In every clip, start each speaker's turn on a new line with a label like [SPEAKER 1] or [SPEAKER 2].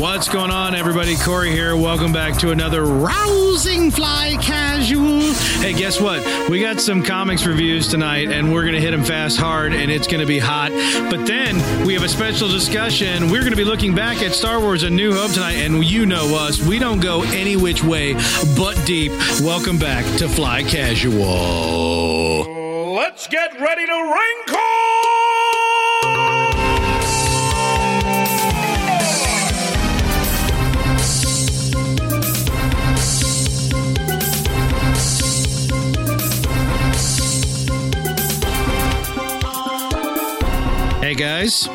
[SPEAKER 1] What's going on, everybody? Corey here. Welcome back to another Rousing Fly Casual. Hey, guess what? We got some comics reviews tonight, and we're going to hit them fast, hard, and it's going to be hot. But then we have a special discussion. We're going to be looking back at Star Wars A New Hope tonight, and you know us. We don't go any which way but deep. Welcome back to Fly Casual.
[SPEAKER 2] Let's get ready to wrinkle!
[SPEAKER 1] Hey, guys.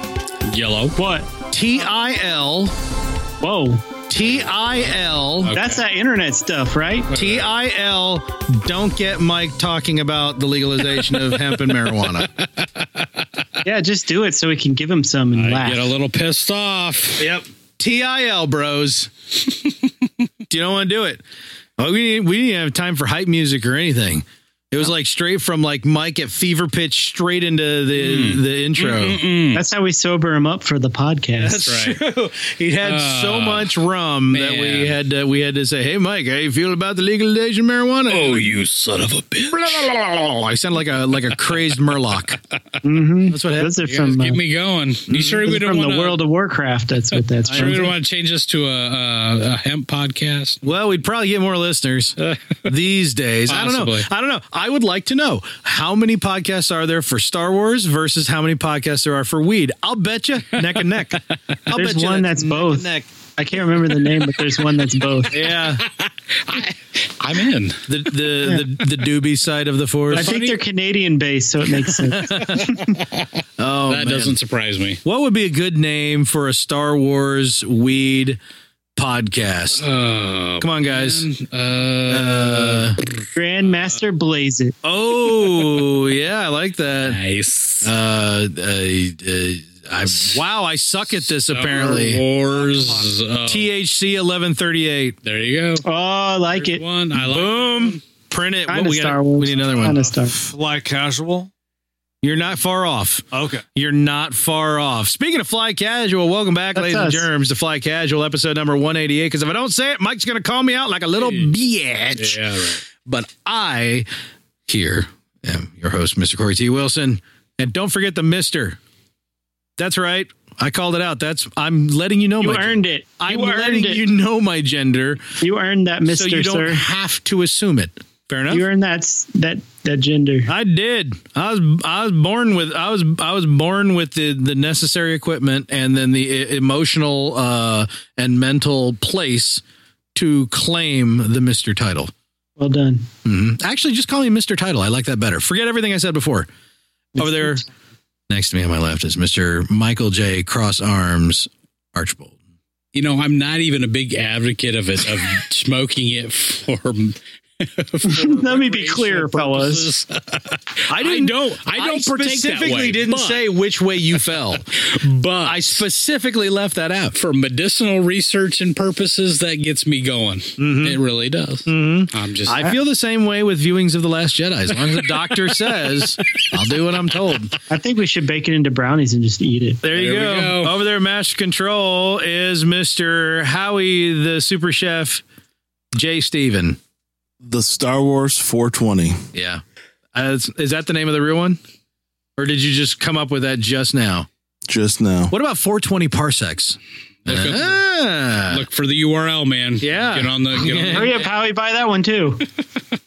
[SPEAKER 3] Yellow. What?
[SPEAKER 1] T I L.
[SPEAKER 4] Whoa,
[SPEAKER 1] T I L.
[SPEAKER 4] that's that internet stuff, right?
[SPEAKER 1] T I L. Don't get Mike talking about the legalization of hemp and marijuana.
[SPEAKER 4] Yeah, just do it so we can give him some and
[SPEAKER 3] I
[SPEAKER 4] laugh. Hmm.
[SPEAKER 3] get a little pissed off.
[SPEAKER 1] Yep. T I L, bros. you don't want to do it. Oh, we didn't, we didn't have time for hype music or anything. It was like straight from like Mike at fever pitch straight into the the intro.
[SPEAKER 4] that's how we sober him up for the podcast.
[SPEAKER 1] That's
[SPEAKER 3] That's
[SPEAKER 1] true. He had so
[SPEAKER 3] Ah,
[SPEAKER 1] much rum that we
[SPEAKER 3] man.
[SPEAKER 1] had to, we had to say, "Hey, Mike, how you feel about the legalization of marijuana?"
[SPEAKER 3] Oh, you son of a bitch.
[SPEAKER 1] I sound like a like a crazed murloc.
[SPEAKER 4] hmm
[SPEAKER 1] That's what happens.
[SPEAKER 4] Those are
[SPEAKER 3] You guys
[SPEAKER 4] from, uh,
[SPEAKER 3] keep me going. You sure
[SPEAKER 4] those
[SPEAKER 3] we
[SPEAKER 4] are
[SPEAKER 3] don't
[SPEAKER 4] from
[SPEAKER 3] want
[SPEAKER 4] the
[SPEAKER 3] to?
[SPEAKER 4] World of Warcraft. That's what that's
[SPEAKER 3] Sure, we don't
[SPEAKER 4] from.
[SPEAKER 3] want to change this to a, a, a hemp podcast.
[SPEAKER 1] Well, we'd probably get more listeners these days. I don't
[SPEAKER 3] Possibly.
[SPEAKER 1] know. I don't know. I would like to know how many podcasts are there for Star Wars versus how many podcasts there are for weed. I'll bet you neck and neck. I'll
[SPEAKER 4] There's
[SPEAKER 1] bet you
[SPEAKER 4] one that's
[SPEAKER 1] neck and
[SPEAKER 4] both.
[SPEAKER 1] Neck.
[SPEAKER 4] I can't remember the name, but there's one that's both.
[SPEAKER 1] Yeah,
[SPEAKER 3] I'm in.
[SPEAKER 1] the the, the the doobie side of the force.
[SPEAKER 4] I think
[SPEAKER 3] Funny-
[SPEAKER 4] they're Canadian based, so it makes sense.
[SPEAKER 1] oh,
[SPEAKER 3] that
[SPEAKER 1] man.
[SPEAKER 3] doesn't surprise me.
[SPEAKER 1] What would be a good name for a Star Wars weed podcast?
[SPEAKER 3] Uh,
[SPEAKER 1] Come on, guys.
[SPEAKER 3] uh,
[SPEAKER 1] Uh,
[SPEAKER 4] Grandmaster Blaze it.
[SPEAKER 1] oh, yeah, I like that.
[SPEAKER 3] nice.
[SPEAKER 1] uh, uh, uh, I, wow, I suck at this apparently.
[SPEAKER 3] Star Wars. uh,
[SPEAKER 1] THC 1138.
[SPEAKER 3] there you go.
[SPEAKER 4] Oh, I like it.
[SPEAKER 3] One. I like
[SPEAKER 1] Boom. Print it.
[SPEAKER 4] Kind
[SPEAKER 1] What
[SPEAKER 4] of
[SPEAKER 1] we, got-
[SPEAKER 4] Star Wars.
[SPEAKER 1] we need another one.
[SPEAKER 4] Kind of Star.
[SPEAKER 2] Fly casual?
[SPEAKER 1] You're not far off.
[SPEAKER 2] Okay.
[SPEAKER 1] You're not far off. Speaking of Fly Casual, welcome back,
[SPEAKER 4] That's
[SPEAKER 1] ladies and
[SPEAKER 4] us.
[SPEAKER 1] germs, to Fly Casual, episode number 188. Because if I don't say it, Mike's going to call me out like a little bitch.
[SPEAKER 3] Yeah. Right.
[SPEAKER 1] But I here am your host, Mr. Corey T. Wilson. And don't forget the Mister. That's right. I called it out. That's I'm letting you know
[SPEAKER 4] You
[SPEAKER 1] Oh my
[SPEAKER 4] earned it.
[SPEAKER 1] I'm
[SPEAKER 4] You
[SPEAKER 1] letting
[SPEAKER 4] earned it.
[SPEAKER 1] you
[SPEAKER 4] You,
[SPEAKER 1] know my gender,
[SPEAKER 4] earned that,
[SPEAKER 1] so you
[SPEAKER 4] Mister
[SPEAKER 1] don't
[SPEAKER 4] Sir.
[SPEAKER 1] have to assume it. Fair enough.
[SPEAKER 4] You earned that s- that that gender.
[SPEAKER 1] I did. I was I was born with I was I was born with the the necessary equipment and then the e- emotional uh, and mental place to claim the Mister title.
[SPEAKER 4] Well done.
[SPEAKER 1] Mhm. Actually, just call me Mister Title. I like that better. Forget everything I said before. Over there, next to me on my left is Mister Michael J. Cross Arms Archbold.
[SPEAKER 3] You know, I'm not even a big advocate of it of smoking it for.
[SPEAKER 4] Let me be clear, fellas.
[SPEAKER 3] purposes.
[SPEAKER 1] I
[SPEAKER 3] didn't- I don't partake that
[SPEAKER 1] specifically
[SPEAKER 3] way,
[SPEAKER 1] didn't
[SPEAKER 3] but-
[SPEAKER 1] say which way you fell.
[SPEAKER 3] But
[SPEAKER 1] I specifically left that out.
[SPEAKER 3] for medicinal research and purposes, that gets me going.
[SPEAKER 1] Mm-hmm.
[SPEAKER 3] It really does. I'm just
[SPEAKER 1] Hmm. I feel the same way with viewings of The Last Jedi. As long as the doctor says, I'll do what I'm told.
[SPEAKER 4] I think we should bake it into brownies and just eat it.
[SPEAKER 1] There you
[SPEAKER 3] There we
[SPEAKER 1] go.
[SPEAKER 3] go.
[SPEAKER 1] Over there, Master Control is Mr. Howie, the super chef, Jay Steven.
[SPEAKER 5] The Star Wars 420.
[SPEAKER 1] Yeah. Uh, is, is that the name of the real one? Or did you just come up with that just now?
[SPEAKER 5] Just now.
[SPEAKER 1] What about 420 parsecs?
[SPEAKER 3] Look up-
[SPEAKER 1] Ah.
[SPEAKER 3] look for the URL, man.
[SPEAKER 1] Yeah.
[SPEAKER 3] get on the. Get on the
[SPEAKER 4] Hurry up, Howie, buy that one too.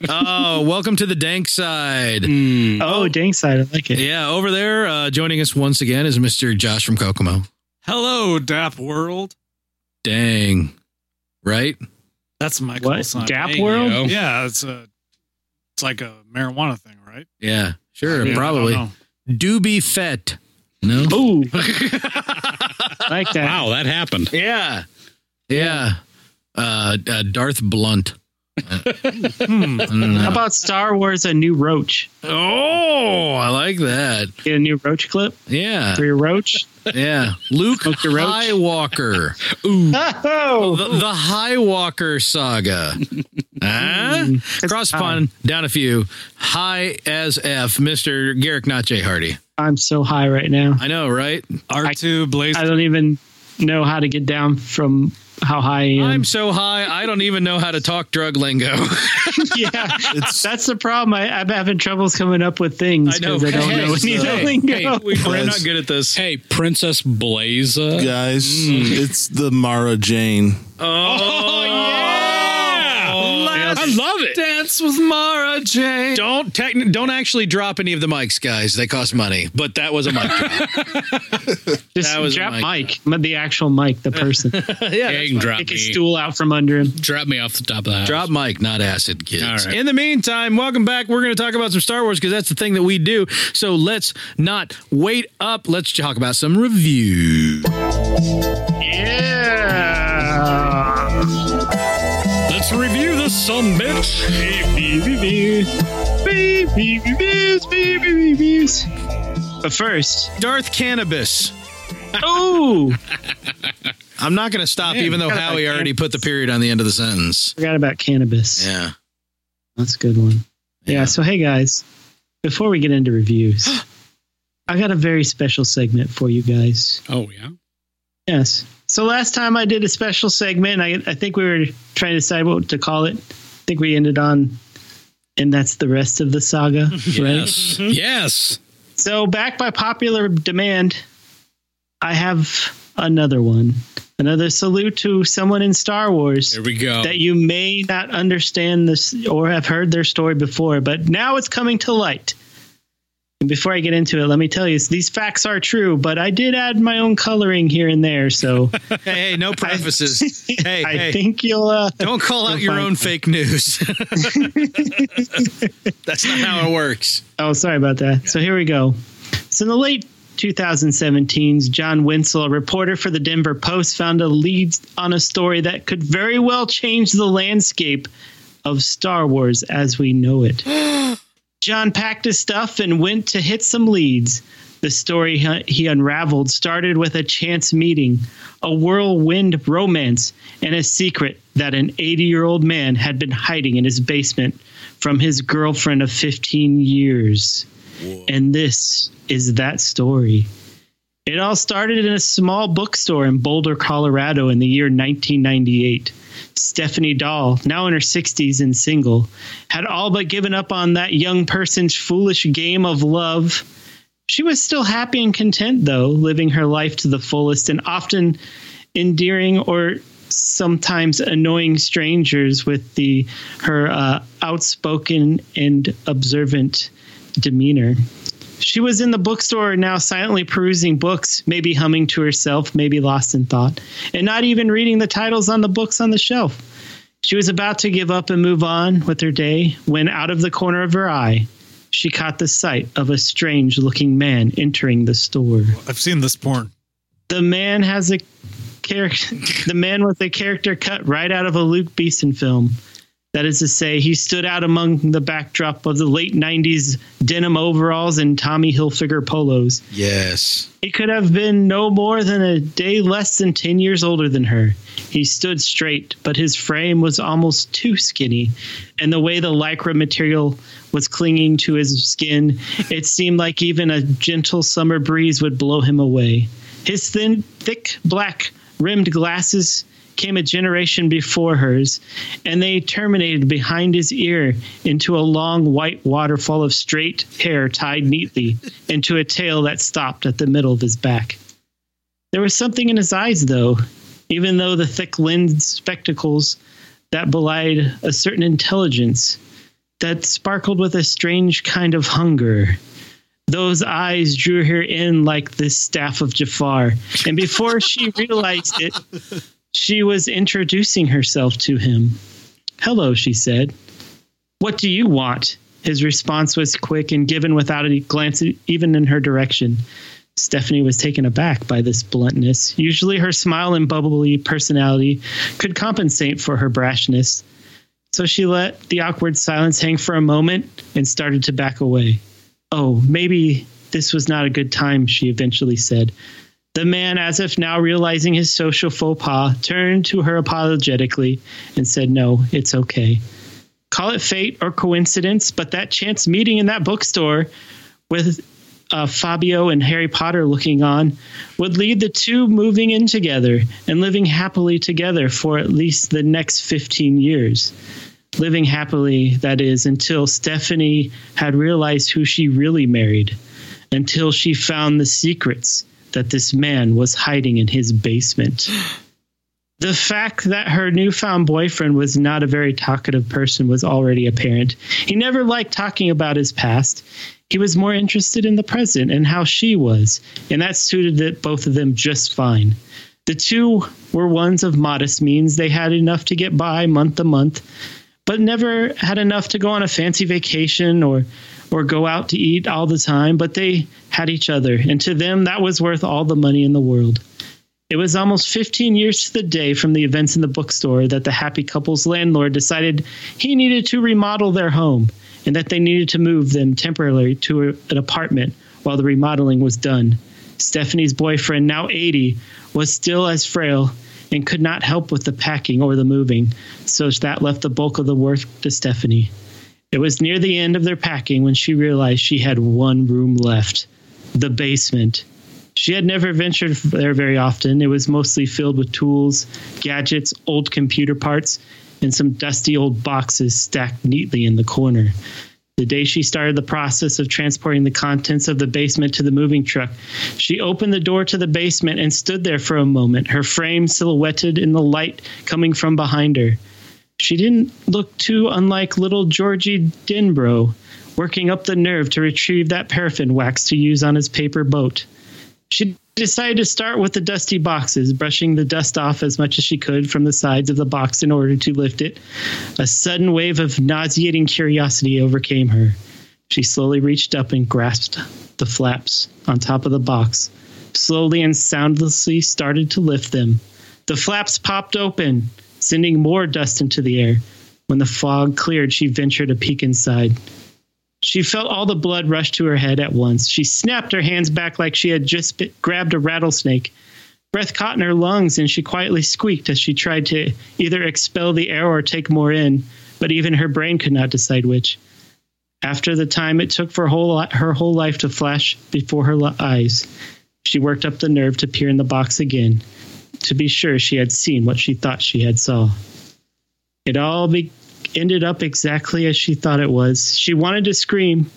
[SPEAKER 1] oh, welcome to the dank side.
[SPEAKER 3] Hmm.
[SPEAKER 4] Oh, dang side, I like it.
[SPEAKER 1] Yeah, over there, uh, joining us once again is Mr. Josh from Kokomo.
[SPEAKER 2] Hello, Dap World.
[SPEAKER 1] Dang. Right?
[SPEAKER 2] That's my
[SPEAKER 4] What?
[SPEAKER 2] call sign.
[SPEAKER 4] Dap
[SPEAKER 2] Hey,
[SPEAKER 4] World?
[SPEAKER 2] yo. Yeah, it's a it's like a marijuana thing, right?
[SPEAKER 1] Yeah. Sure,
[SPEAKER 2] I mean, I
[SPEAKER 1] probably.
[SPEAKER 2] don't know.
[SPEAKER 1] Doobie Fett. No.
[SPEAKER 4] Ooh, like that.
[SPEAKER 3] Wow, that happened.
[SPEAKER 1] Yeah. Yeah. Uh, uh, Darth Blunt. I don't
[SPEAKER 4] How
[SPEAKER 1] know.
[SPEAKER 4] about Star Wars: A New Roach?
[SPEAKER 1] Oh, I like that.
[SPEAKER 4] Get a new roach clip
[SPEAKER 1] Yeah.
[SPEAKER 4] for your roach.
[SPEAKER 1] Yeah. Luke
[SPEAKER 4] Smoked a roach?
[SPEAKER 1] Highwalker.
[SPEAKER 4] Oh,
[SPEAKER 1] The, the Highwalker saga. huh? Cross pun, down a few. High as F, Mr. Garrick Not J. Hardy.
[SPEAKER 4] I'm so high right now.
[SPEAKER 1] I know, right?
[SPEAKER 2] R2 Blaze
[SPEAKER 4] I don't even. know how to get down from how high I am.
[SPEAKER 6] I'm so high, I don't even know how to talk drug lingo.
[SPEAKER 4] yeah, that's the problem. I, I'm having troubles coming up with things
[SPEAKER 6] I know.
[SPEAKER 4] because I don't know
[SPEAKER 6] Hey,
[SPEAKER 4] any
[SPEAKER 6] hey,
[SPEAKER 4] other lingo.
[SPEAKER 3] hey, we-
[SPEAKER 6] We're
[SPEAKER 1] Yes.
[SPEAKER 6] not good at this.
[SPEAKER 3] Hey, Princess Blaza.
[SPEAKER 1] Guys,
[SPEAKER 2] Mm.
[SPEAKER 1] it's the Mara Jane.
[SPEAKER 6] Oh, yeah.
[SPEAKER 3] I love it.
[SPEAKER 6] Dance with Mara Jane. Don't techni- don't actually drop any of the mics, guys. They cost money. But that was a mic drop.
[SPEAKER 4] Just
[SPEAKER 6] That was
[SPEAKER 4] drop
[SPEAKER 6] Mike.
[SPEAKER 4] Mike. the actual Mike, the person.
[SPEAKER 6] yeah.
[SPEAKER 3] You can drop
[SPEAKER 4] Take
[SPEAKER 3] me.
[SPEAKER 4] his stool out from under him.
[SPEAKER 3] Drop me off the top of that.
[SPEAKER 6] Drop mic, not acid, kids.
[SPEAKER 3] All right.
[SPEAKER 6] In the meantime, welcome back. We're going to talk about some Star Wars because that's the thing that we do. So let's not wait up. Let's talk about some reviews.
[SPEAKER 4] Yeah.
[SPEAKER 3] Let's review this son bitch.
[SPEAKER 4] But first,
[SPEAKER 6] Darth Cannabis.
[SPEAKER 4] oh,
[SPEAKER 6] I'm not going to stop, even though
[SPEAKER 4] forgot about
[SPEAKER 6] Howie already
[SPEAKER 4] cannabis.
[SPEAKER 6] put the period on the end of the sentence.
[SPEAKER 4] forgot about cannabis.
[SPEAKER 6] Yeah.
[SPEAKER 4] That's a good one. Yeah,
[SPEAKER 6] Yeah.
[SPEAKER 4] So, hey guys, before we get into reviews, I got a very special segment for you guys.
[SPEAKER 3] Oh yeah.
[SPEAKER 4] Yes. So last time I did a special segment, I, I think we were trying to decide what to call it. I think we ended on, and that's the rest of the saga, right?
[SPEAKER 3] Yes. Yes.
[SPEAKER 4] So back by popular demand, I have another one, another salute to someone in Star Wars
[SPEAKER 3] Here we go.
[SPEAKER 4] that you may not understand this or have heard their story before, but now it's coming to light. And before I get into it, let me tell you, these facts are true, but I did add my own coloring here and there, so.
[SPEAKER 6] Hey, hey, no prefaces. hey,
[SPEAKER 4] I
[SPEAKER 6] hey.
[SPEAKER 4] think you'll. Uh,
[SPEAKER 6] don't call out your
[SPEAKER 4] find-
[SPEAKER 6] own fake news. That's not how it works.
[SPEAKER 4] oh, sorry about that. So here we go. So in the late 2017s, John Winslow, a reporter for the Denver Post, found a lead on a story that could very well change the landscape of Star Wars as we know it. John packed his stuff and went to hit some leads. The story he- he unraveled started with a chance meeting, a whirlwind romance, and a secret that an 80 year old man had been hiding in his basement from his girlfriend of 15 years. And this is that story. It all started in a small bookstore in Boulder, Colorado in the year 1998. Stephanie Dahl, now in her 60s and single, had all but given up on that young person's foolish game of love. She was still happy and content, though, living her life to the fullest and often endearing or sometimes annoying strangers with the her uh, outspoken and observant demeanor. She was in the bookstore now silently perusing books, maybe humming to herself, maybe lost in thought, and not even reading the titles on the books on the shelf. She was about to give up and move on with her day when, out of the corner of her eye, she caught the sight of a strange looking man entering the store.
[SPEAKER 2] I've seen this porn.
[SPEAKER 4] The man has a character. the man with a character cut right out of a Luke Beeson film. That is to say, he stood out among the backdrop of the late '90s denim overalls and Tommy Hilfiger polos.
[SPEAKER 6] Yes.
[SPEAKER 4] He could have been no more than a day less than 10 years older than her. He stood straight, but his frame was almost too skinny, and the way the lycra material was clinging to his skin, it seemed like even a gentle summer breeze would blow him away. His thin, thick, black rimmed glasses came a generation before hers, and they terminated behind his ear into a long white waterfall of straight hair tied neatly into a tail that stopped at the middle of his back. There was something in his eyes, though, even though the thick lensed spectacles that belied a certain intelligence that sparkled with a strange kind of hunger. Those eyes drew her in like the staff of Jafar, and before she realized it, she was introducing herself to him. Hello, she said. What do you want? His response was quick and given without a glance even in her direction. Stephanie was taken aback by this bluntness. Usually, her smile and bubbly personality could compensate for her brashness. So she let the awkward silence hang for a moment and started to back away. Oh, maybe this was not a good time, she eventually said. The man, as if now realizing his social faux pas, turned to her apologetically and said, No, it's okay. Call it fate or coincidence, but that chance meeting in that bookstore with uh, Fabio and Harry Potter looking on, would lead the two moving in together and living happily together for at least the next 15 years. Living happily, that is, until Stephanie had realized who she really married, until she found the secrets that this man was hiding in his basement. The fact that her newfound boyfriend was not a very talkative person was already apparent. He never liked talking about his past. He was more interested in the present and how she was, and that suited the, both of them just fine. The two were ones of modest means. They had enough to get by month to month, but never had enough to go on a fancy vacation or or go out to eat all the time, but they had each other, and to them that was worth all the money in the world. It was almost 15 years to the day from the events in the bookstore that the happy couple's landlord decided he needed to remodel their home and that they needed to move them temporarily to a- an apartment while the remodeling was done. Stephanie's boyfriend, now 80, was still as frail and could not help with the packing or the moving, so that left the bulk of the work to Stephanie. It was near the end of their packing when she realized she had one room left the basement. She had never ventured there very often. It was mostly filled with tools, gadgets, old computer parts, and some dusty old boxes stacked neatly in the corner. The day she started the process of transporting the contents of the basement to the moving truck, she opened the door to the basement and stood there for a moment, her frame silhouetted in the light coming from behind her. She didn't look too unlike little Georgie Dinbro, working up the nerve to retrieve that paraffin wax to use on his paper boat. She decided to start with the dusty boxes, brushing the dust off as much as she could from the sides of the box in order to lift it. A sudden wave of nauseating curiosity overcame her. She slowly reached up and grasped the flaps on top of the box, slowly and soundlessly started to lift them. The flaps popped open, sending more dust into the air. When the fog cleared, she ventured a peek inside. She felt all the blood rush to her head at once. She snapped her hands back like she had just bit, grabbed a rattlesnake. Breath caught in her lungs, and she quietly squeaked as she tried to either expel the air or take more in, but even her brain could not decide which. After the time it took for whole, her whole life to flash before her li- eyes, she worked up the nerve to peer in the box again to be sure she had seen what she thought she had saw. It all be- ended up exactly as she thought it was. She wanted to scream,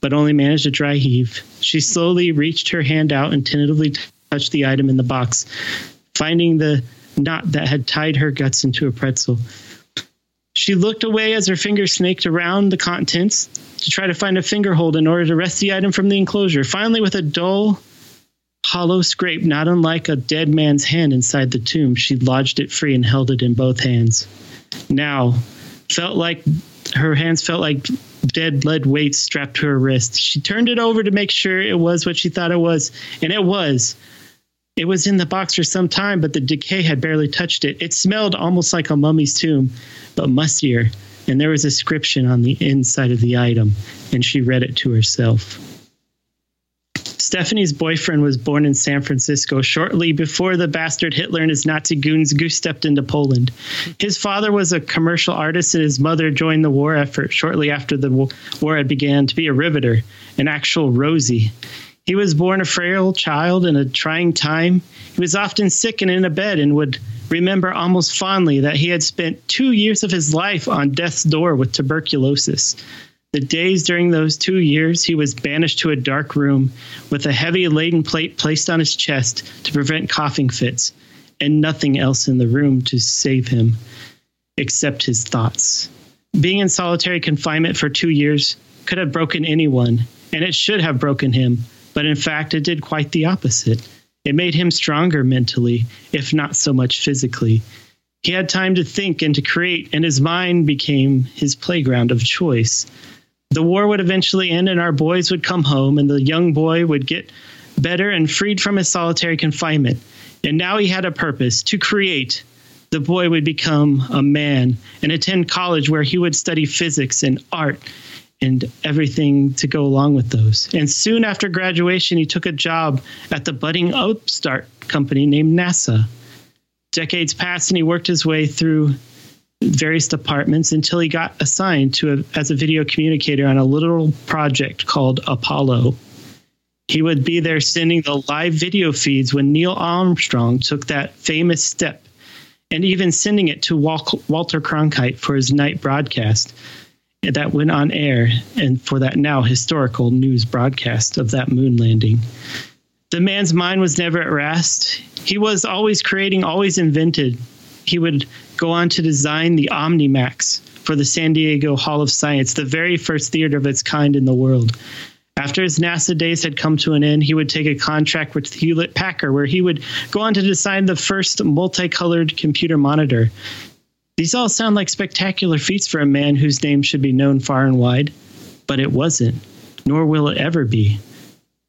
[SPEAKER 4] but only managed a dry heave. She slowly reached her hand out and tentatively t- touched the item in the box, finding the knot that had tied her guts into a pretzel. She looked away as her fingers snaked around the contents to try to find a finger hold in order to wrest the item from the enclosure. Finally, with a dull, hollow scrape not unlike a dead man's hand inside the tomb she lodged it free and held it in both hands now felt like her hands felt like dead lead weights strapped to her wrist she turned it over to make sure it was what she thought it was and it was it was in the box for some time but the decay had barely touched it it smelled almost like a mummy's tomb but mustier and there was a inscription on the inside of the item and she read it to herself Stephanie's boyfriend was born in San Francisco shortly before the bastard Hitler and his Nazi goons goose stepped into Poland. His father was a commercial artist, and his mother joined the war effort shortly after the wa- war had began to be a riveter, an actual Rosie. He was born a frail child in a trying time. He was often sick and in a bed, and would remember almost fondly that he had spent two years of his life on death's door with tuberculosis. The days during those two years, he was banished to a dark room with a heavy laden plate placed on his chest to prevent coughing fits, and nothing else in the room to save him except his thoughts. Being in solitary confinement for two years could have broken anyone, and it should have broken him, but in fact, it did quite the opposite. It made him stronger mentally, if not so much physically. He had time to think and to create, and his mind became his playground of choice the war would eventually end and our boys would come home and the young boy would get better and freed from his solitary confinement and now he had a purpose to create the boy would become a man and attend college where he would study physics and art and everything to go along with those. And soon after graduation, he took a job at the budding upstart company named NASA. Decades passed and he worked his way through various departments until he got assigned to a, as a video communicator on a little project called Apollo. He would be there sending the live video feeds when Neil Armstrong took that famous step and even sending it to Wal- Walter Cronkite for his night broadcast that went on air and for that now historical news broadcast of that moon landing. The man's mind was never at rest. He was always creating, always invented. He would go on to design the OmniMax for the San Diego Hall of Science, the very first theater of its kind in the world. After his NASA days had come to an end, he would take a contract with Hewlett Packard, where he would go on to design the first multicolored computer monitor. These all sound like spectacular feats for a man whose name should be known far and wide, but it wasn't, nor will it ever be.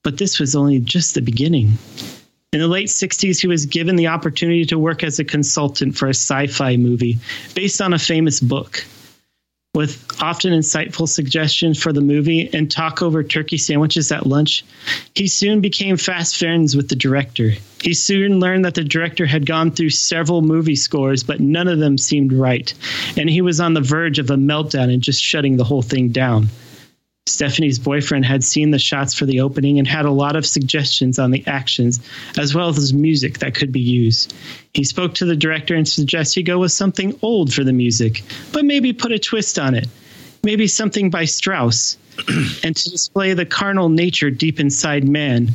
[SPEAKER 4] But this was only just the beginning. In the late 60s, he was given the opportunity to work as a consultant for a sci fi movie based on a famous book with often insightful suggestions for the movie and talk over turkey sandwiches at lunch, he soon became fast friends with the director. He soon learned that the director had gone through several movie scores, but none of them seemed right, and he was on the verge of a meltdown and just shutting the whole thing down. Stephanie's boyfriend had seen the shots for the opening and had a lot of suggestions on the actions, as well as music that could be used. He spoke to the director and suggested he go with something old for the music, but maybe put a twist on it. Maybe something by Strauss, and to display the carnal nature deep inside man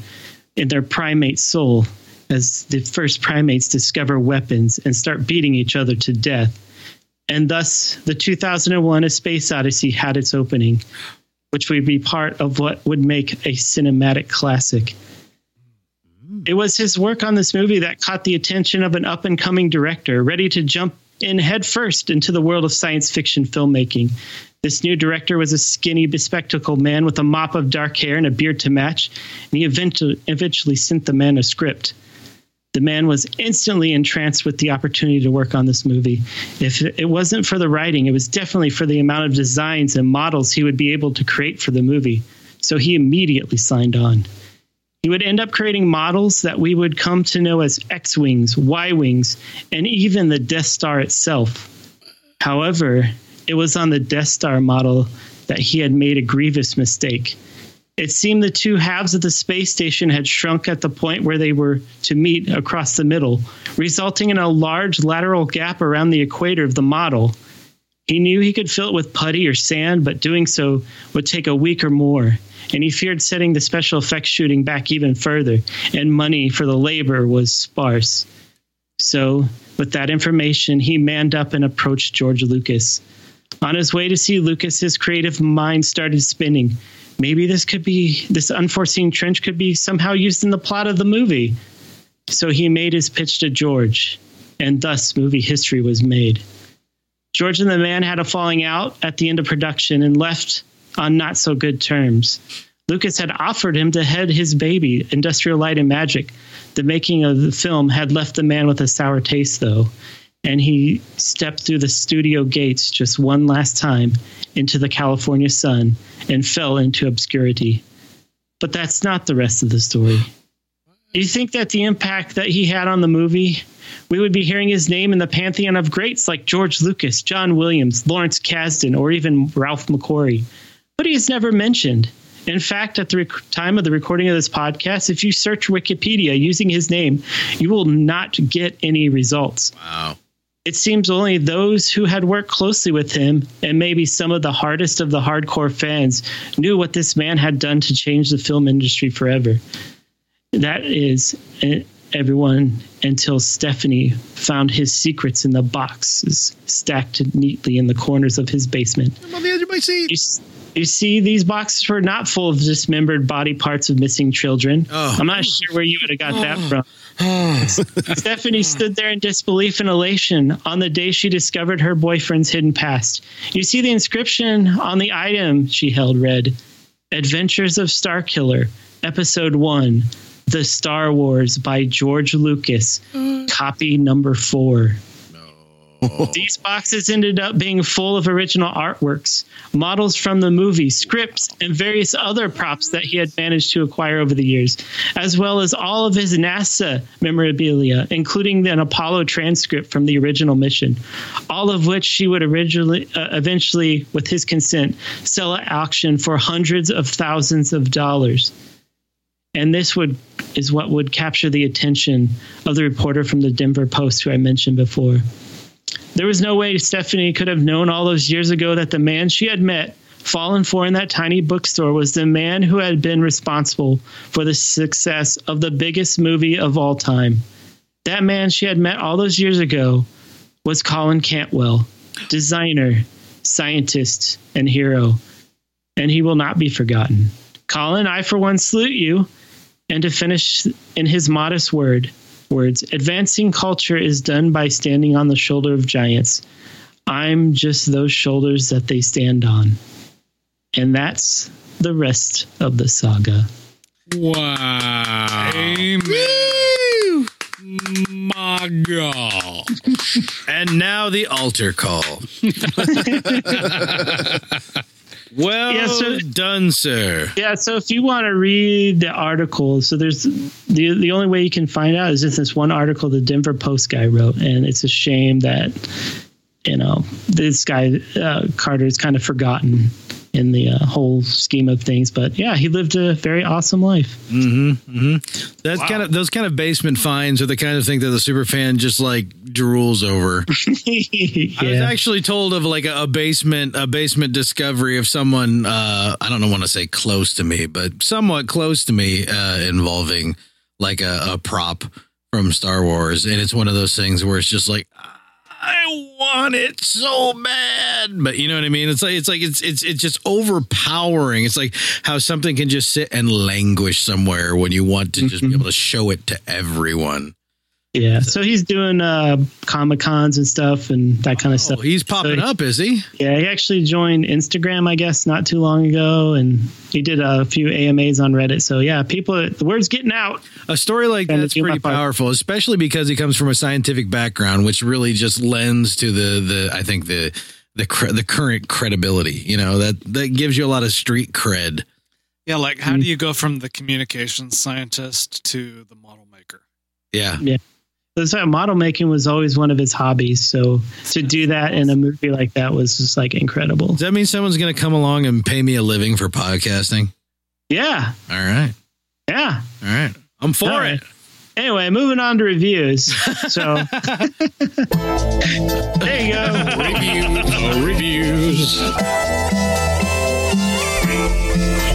[SPEAKER 4] in their primate soul as the first primates discover weapons and start beating each other to death. And thus, the 2001 A Space Odyssey had its opening which would be part of what would make a cinematic classic. It was his work on this movie that caught the attention of an up and coming director ready to jump in headfirst into the world of science fiction filmmaking. This new director was a skinny, bespectacled man with a mop of dark hair and a beard to match, and he eventually, eventually sent the man a script. The man was instantly entranced with the opportunity to work on this movie. If it wasn't for the writing, it was definitely for the amount of designs and models he would be able to create for the movie. So he immediately signed on. He would end up creating models that we would come to know as X Wings, Y Wings, and even the Death Star itself. However, it was on the Death Star model that he had made a grievous mistake. It seemed the two halves of the space station had shrunk at the point where they were to meet across the middle, resulting in a large lateral gap around the equator of the model. He knew he could fill it with putty or sand, but doing so would take a week or more, and he feared setting the special effects shooting back even further, and money for the labor was sparse. So, with that information, he manned up and approached George Lucas. On his way to see Lucas, his creative mind started spinning. Maybe this could be, this unforeseen trench could be somehow used in the plot of the movie. So he made his pitch to George, and thus movie history was made. George and the man had a falling out at the end of production and left on not so good terms. Lucas had offered him to head his baby, Industrial Light and Magic. The making of the film had left the man with a sour taste, though and he stepped through the studio gates just one last time into the California sun and fell into obscurity. But that's not the rest of the story. Do you think that the impact that he had on the movie, we would be hearing his name in the pantheon of greats like George Lucas, John Williams, Lawrence Kasdan, or even Ralph McQuarrie. But he is never mentioned. In fact, at the rec- time of the recording of this podcast, if you search Wikipedia using his name, you will not get any results it seems only those who had worked closely with him and maybe some of the hardest of the hardcore fans knew what this man had done to change the film industry forever. That is eh, everyone until Stephanie found his secrets in the boxes stacked neatly in the corners of his basement.
[SPEAKER 6] I'm on the edge of my seat.
[SPEAKER 4] You, s- you see, these boxes were not full of dismembered body parts of missing children.
[SPEAKER 6] Oh.
[SPEAKER 4] I'm not sure where you would have got that from. Stephanie stood there in disbelief and elation on the day she discovered her boyfriend's hidden past. You see, the inscription on the item she held read Adventures of Starkiller, Episode 1 The Star Wars by George Lucas, copy number 4. These boxes ended up being full of original artworks, models from the movie, scripts, and various other props that he had managed to acquire over the years, as well as all of his NASA memorabilia, including an Apollo transcript from the original mission, all of which she would originally, uh, eventually, with his consent, sell at auction for hundreds of thousands of dollars. and this would is what would capture the attention of the reporter from the Denver Post who I mentioned before. There was no way Stephanie could have known all those years ago that the man she had met, fallen for in that tiny bookstore, was the man who had been responsible for the success of the biggest movie of all time. That man she had met all those years ago was Colin Cantwell, designer, scientist, and hero, and he will not be forgotten. Colin, I for one salute you. And to finish in his modest word, words, advancing culture is done by standing on the shoulder of giants. I'm just those shoulders that they stand on. And that's the rest of the saga.
[SPEAKER 3] Wow. My God.
[SPEAKER 1] And now the altar call. well
[SPEAKER 4] Yeah, so-
[SPEAKER 1] done, sir.
[SPEAKER 4] Yeah, so if you want to read the article, so there's the the only way you can find out is just this one article the Denver Post guy wrote, and it's a shame that you know this guy uh, Carter is kind of forgotten in the uh, whole scheme of things. But yeah, he lived a very awesome life.
[SPEAKER 1] That's kind of those kind of basement finds are the kind of thing that the super fan just like drools over. I was
[SPEAKER 4] yeah,
[SPEAKER 1] actually told of like a, a basement a basement discovery of someone uh I don't want to say close to me, but somewhat close to me uh involving like a, a prop from Star Wars and it's one of those things where it's just like I want it so bad. But you know what I mean? It's like it's like it's it's it's just overpowering. It's like how something can just sit and languish somewhere when you want to just be able to show it to everyone.
[SPEAKER 4] yeah. So he's doing uh, comic cons and stuff and that kind of
[SPEAKER 1] Oh,
[SPEAKER 4] stuff.
[SPEAKER 1] he's popping up, is he?
[SPEAKER 4] Yeah, he actually joined Instagram, I guess, not too long ago, and he did a few AMAs on Reddit. So yeah, people, the word's getting out.
[SPEAKER 1] A story like
[SPEAKER 4] And
[SPEAKER 1] that's
[SPEAKER 4] do my
[SPEAKER 1] pretty
[SPEAKER 4] part.
[SPEAKER 1] powerful, especially because he comes from a scientific background, which really just lends to the the I think the the cre- the current credibility. You know that that gives you a lot of street cred.
[SPEAKER 2] Yeah, like how do you go from the communications scientist to the model maker?
[SPEAKER 1] Yeah,
[SPEAKER 4] That's why model making was always one of his hobbies. So to do that in a movie like that was just like incredible.
[SPEAKER 1] does that mean someone's going to come along and pay me a living for podcasting?
[SPEAKER 4] Yeah,
[SPEAKER 1] All right,
[SPEAKER 4] yeah.
[SPEAKER 1] all right, I'm for
[SPEAKER 4] All
[SPEAKER 1] it.
[SPEAKER 4] right. Anyway, moving on to reviews. So there you go.
[SPEAKER 3] oh, Reviews.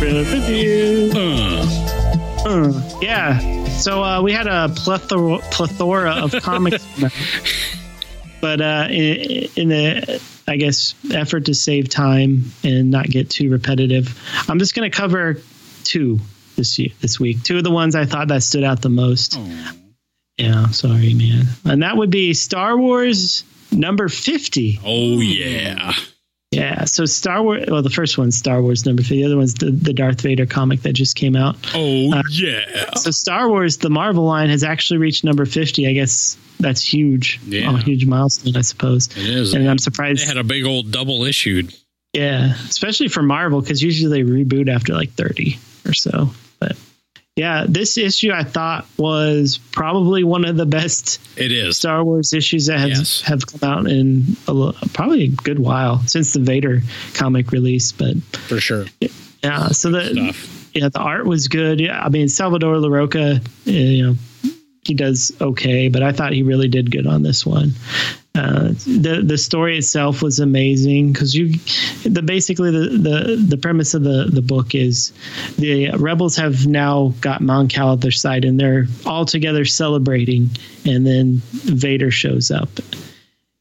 [SPEAKER 4] Review.
[SPEAKER 3] Uh,
[SPEAKER 4] Uh, yeah. So uh, we had a plethora plethora of comics, come out. but uh, in, in the I guess effort to save time and not get too repetitive, I'm just going to cover two this year, this week. Two of the ones I thought that stood out the most. Yeah, sorry, man. And that would be Star Wars number fifty.
[SPEAKER 3] oh, yeah.
[SPEAKER 4] Yeah. So Star Wars. Well, the first one's Star Wars number fifty. The other one's the, the Darth Vader comic that just came out.
[SPEAKER 3] Oh, yeah.
[SPEAKER 4] So Star Wars, the Marvel line, has actually reached number fifty. I guess that's huge.
[SPEAKER 3] Yeah.
[SPEAKER 4] A huge milestone, I suppose.
[SPEAKER 3] It is.
[SPEAKER 4] And I'm
[SPEAKER 3] They
[SPEAKER 4] surprised.
[SPEAKER 3] had a big old double issued.
[SPEAKER 4] yeah, especially for Marvel, because usually they reboot after like thirty or so. But yeah, this issue I thought was probably one of the best
[SPEAKER 3] It is.
[SPEAKER 4] Star Wars issues that have
[SPEAKER 3] Yes.
[SPEAKER 4] have come out in a, lo- probably a good while since the Vader comic release. But
[SPEAKER 3] For sure.
[SPEAKER 4] yeah, so the
[SPEAKER 3] Stuff.
[SPEAKER 4] yeah, the art was good. Yeah, I mean, Salvador LaRocca, uh, you know, he does okay, but I thought he really did good on this one. Uh, the the story itself was amazing because you, the basically the, the the premise of the the book is the rebels have now got Mon Cal at their side and they're all together celebrating, and then Vader shows up,